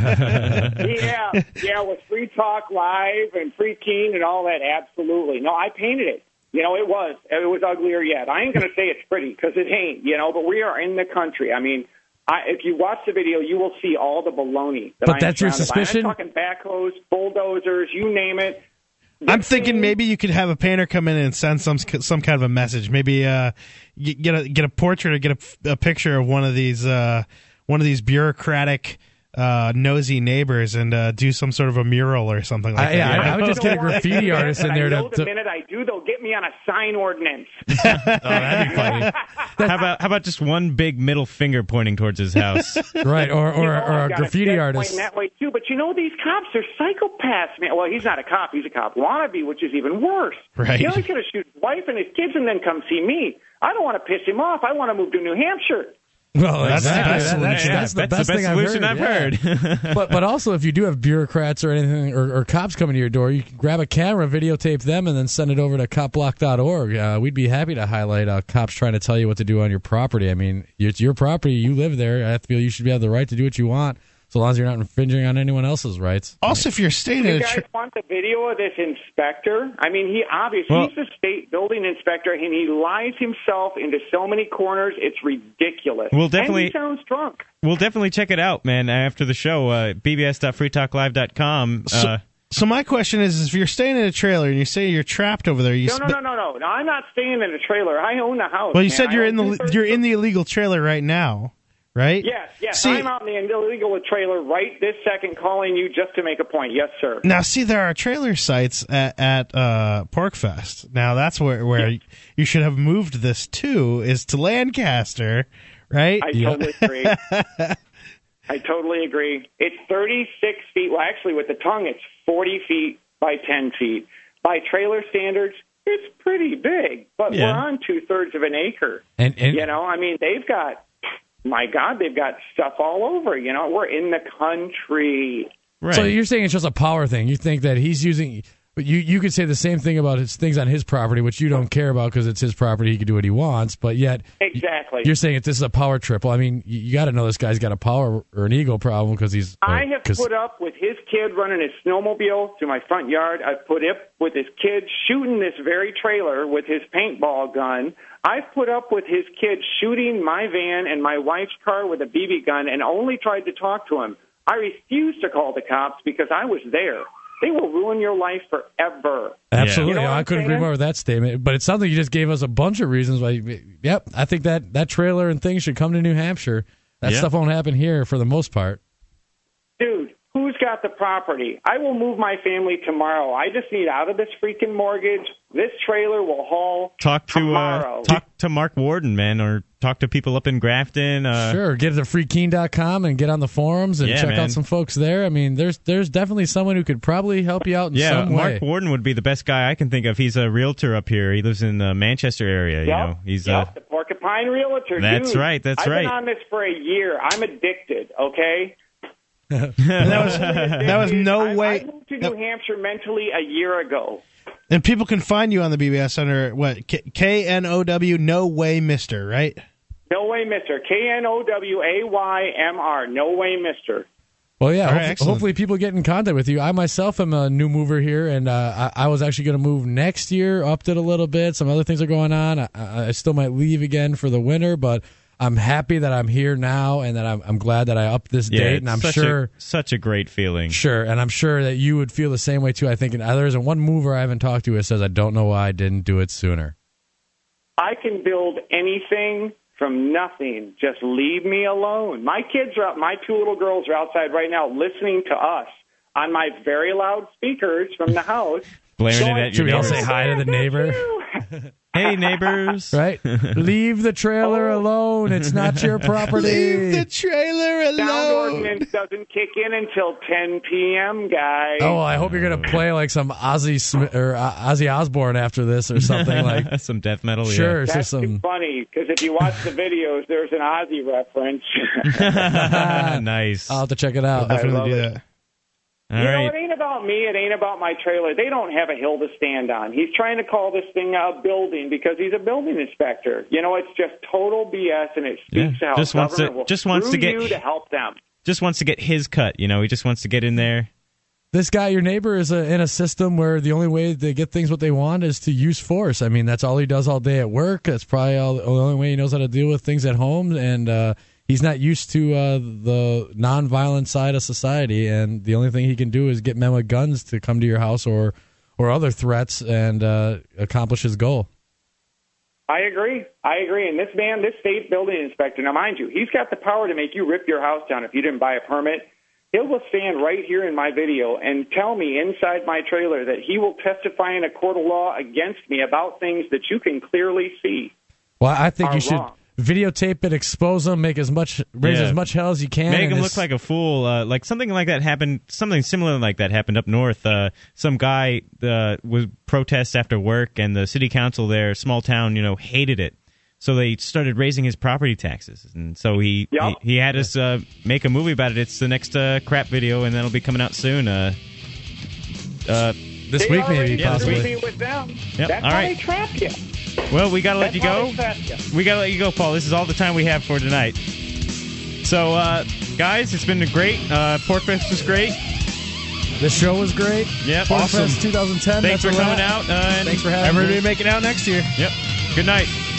I: yeah, yeah, with Free Talk Live and Free Keen and all that. Absolutely. No, I painted it. You know, it was it was uglier yet. I ain't gonna say it's pretty because it ain't. You know, but we are in the country. I mean. I, if you watch the video, you will see all the baloney. That I
G: But
I: am
G: that's your
I: surrounded by.
G: suspicion?
I: I'm talking backhoes, bulldozers, you name it.
G: I'm thinking maybe you could have a painter come in and send some some kind of a message. Maybe uh, y- get a get a portrait or get a, a picture of one of these uh, one of these bureaucratic uh, nosy neighbors and uh, do some sort of a mural or something like
B: I-
G: that.
B: yeah, I- I would
G: (laughs)
B: just get a
I: Don't want
B: graffiti
I: to do that,
B: artist in
I: but
B: there
I: I
B: to-
I: know
B: to-
I: the minute I do, they'll get me on a sign ordinance.
A: how about how about just one big middle finger pointing towards his house?
B: Right, or- or- You know, or a I've got a graffiti
I: That's pointing that way too. But you know, these cops are psychopaths, man. Well, he's not a cop; he's a cop wannabe, which is even worse.
G: Right.
I: You know, he's going to shoot his wife and his kids, and then come see me. I don't want to piss him off. I want to move to New Hampshire.
B: Well,
G: That's the
B: exactly.
G: best
B: That- that's,
G: solution.
B: that's the
G: That's the
B: best
G: best
B: thing I've
G: solution
B: heard.
A: I've
B: heard. but but also, if you do have bureaucrats or anything or, or cops coming to your door, you can grab a camera, videotape them, and then send it over to copblock.org. Uh, we'd be happy to highlight uh, cops trying to tell you what to do on your property. I mean, it's your property. You live there. I feel you should have the right to do what you want, so long as you're not infringing on anyone else's rights.
G: Also, if you're staying
I: you guys want the video of this inspector? I mean, he obviously he's the state building inspector, and he lies himself into so many corners. It's ridiculous.
A: We'll
I: And
A: definitely-
I: he sounds drunk.
A: (laughs) We'll definitely check it out, man. After the show, uh, bbs.freetalklive.com. Uh,
G: So, so my question is, is if you're staying in a trailer and you say you're trapped over there, you
I: No, no,
G: sp-
I: no, no, no, no. I'm not staying in a trailer. I own the house.
G: well, you
I: man.
G: said
I: I
G: you're
I: own
G: in the
I: two-thirds
G: you're in the illegal trailer right now, right?
I: Yes, yes.
G: See-
I: I'm on the illegal trailer right this second, calling you just to make a point. Yes, sir.
G: Now, see, there are trailer sites at, at uh, Porkfest. Now, that's where where you should have moved this to is to Lancaster, right?
I: I
G: (laughs)
I: totally agree. I totally agree. It's 36 feet. Well, actually, with the tongue, it's 40 feet by 10 feet. By trailer standards, It's pretty big, but
B: Yeah.
I: we're on two thirds of an acre.
B: And- and-
I: you know, I mean, they've got my God, they've got stuff all over. You know, we're in the country.
B: So you're saying it's just a power thing. You think that he's using. But you, you could say the same thing about his things on his property, which you don't care about because it's his property. He can do what he wants. But yet,
I: Exactly.
B: you're saying if this is a power trip. Well, I mean, you, you got to know this guy's got a power or an ego problem because he's.
I: I
B: uh,
I: have
B: 'cause-
I: put up with his kid running his snowmobile through my front yard. I've put up with his kid shooting this very trailer with his paintball gun. I've put up with his kid shooting my van and my wife's car with a BB gun and only tried to talk to him. I refused to call the cops because I was there. They will ruin your life forever.
B: Absolutely,
I: You know what
B: I
I: I'm
B: couldn't agree
I: saying?
B: more with that statement. But it sounds like you just gave us a bunch of reasons why. Yep, I think that that trailer and thing should come to New Hampshire. That
I: Yeah.
B: stuff won't happen here for the most part.
I: dude, who's got the property? I will move my family tomorrow. I just need out of this freaking mortgage. This trailer will haul.
A: Talk to
I: Tomorrow.
A: uh, talk to Mark Warden, man, or talk to people up in Grafton. Uh,
B: sure, get to freekeen.com and get on the forums and
A: Yeah,
B: check
A: man.
B: out some folks there. I mean, there's there's definitely someone who could probably help you out in
A: Yeah,
B: some way.
A: Mark Warden would be the best guy I can think of. He's a realtor up here. He lives in the Manchester area. You
I: Yep,
A: know, he's
I: yep,
A: uh,
I: the porcupine realtor.
A: That's
I: dude.
A: right, that's
I: I've
A: right.
I: been on this for a year. I'm addicted.
A: (laughs)
I: Okay.
G: (laughs) that was that was no way.
I: I moved to New Hampshire mentally a year ago.
G: And people can find you on the BBS under what K N O W. No way, Mister. Right.
I: No way, Mister. K N O W A Y M R. No way, Mister.
B: Well, yeah.
I: All right,
B: hopef-
I: excellent.
B: hopefully, people get in contact with you. I myself am a new mover here, and uh, I, I was actually going to move next year. Upped it a little bit. Some other things are going on. I, I I still might leave again for the winter, but I'm happy that I'm here now, and that I'm, I'm glad that I upped this
A: yeah,
B: date.
A: it's
B: And I'm
A: such
B: sure
A: a, such a great feeling.
B: Sure, and I'm sure that you would feel the same way too. I think, and there isn't one mover I haven't talked to that says I don't know why I didn't do it sooner.
I: I can build anything from nothing. Just leave me alone. My kids are out, my two little girls are outside right now listening to us on my very loud speakers from the house.
A: (laughs) Blaming
I: Going,
A: it at your
B: Should we all
A: neighbors.
B: say hi to the neighbor?
A: hey neighbors, (laughs)
B: right? Leave the trailer
A: Oh.
B: alone. It's not your property.
G: trailer
I: Sound ordinance doesn't kick in until 10 p.m., guys.
B: Oh, I hope you're
I: Mm.
B: gonna play like some Ozzy Smith or uh, Ozzy Osbourne after this or
A: (laughs)
B: something
I: (laughs)
B: like.
A: some death metal. yeah. (laughs)
B: Sure, so
I: Oh, That's too
B: some.
I: funny because if you watch the videos, there's an
A: (laughs)
I: Ozzy reference. (laughs)
A: nice.
B: I'll have to check it out.
I: We'll definitely I love do it.
G: that.
A: All
I: you know,
A: right.
I: it ain't about me. It ain't about my trailer. They don't have a hill to stand on. He's trying to call this thing a building because he's a building inspector. You know, it's just total BS, and it speaks to how
A: Just wants to-
I: government will
A: just wants to
I: screw
A: get-
I: you to help them.
A: Just wants to get his cut. You know, he just wants to get in there.
B: This guy, your neighbor, is a, in a system where the only way they get things what they want is to use force. I mean, that's all he does all day at work. That's probably all, the only way he knows how to deal with things at home, and uh, he's not used to uh, the nonviolent side of society. And the only thing he can do is get men with guns to come to your house or or other threats and uh, accomplish his goal.
I: I agree. I agree. And this man, this state building inspector, now mind you, he's got the power to make you rip your house down if you didn't buy a permit. He'll will stand right here in my video and tell me inside my trailer that he will testify in a court of law against me about things that you can clearly see.
B: Well, I think
I: Are
B: you should
I: wrong.
B: videotape it, expose him, make as much raise
A: Yeah.
B: as much hell as you can.
A: Make
B: and
A: him
B: it's-
A: look like a fool. Uh, like something like that happened. Something similar like that happened up north. Uh, some guy uh, was protest after work, and the city council there, small town, you know, hated it. So they started raising his property taxes, and so he he, he had us uh, make a movie about it. It's the next uh, crap video, and that'll be coming out soon. Uh, uh,
B: this
I: They already
A: yeah, this
I: screwed
A: week.
I: me with them.
A: Yep.
I: That's
A: All
I: how
A: right.
I: they trap you.
A: Well, we got to let
I: That's
A: you
I: how
A: go.
I: they trap you.
A: We got to let you go, Paul. This is all the time we have for tonight. So, uh, guys, it's been great. Uh, Porkfest was great.
B: The show was great.
A: Yep.
B: Porkfest 2010.
A: Thanks
B: that's
A: for
B: a wrap.
A: coming out. Uh, and
B: Thanks for having
A: everybody
B: me.
A: making out next year. Yep. Good night.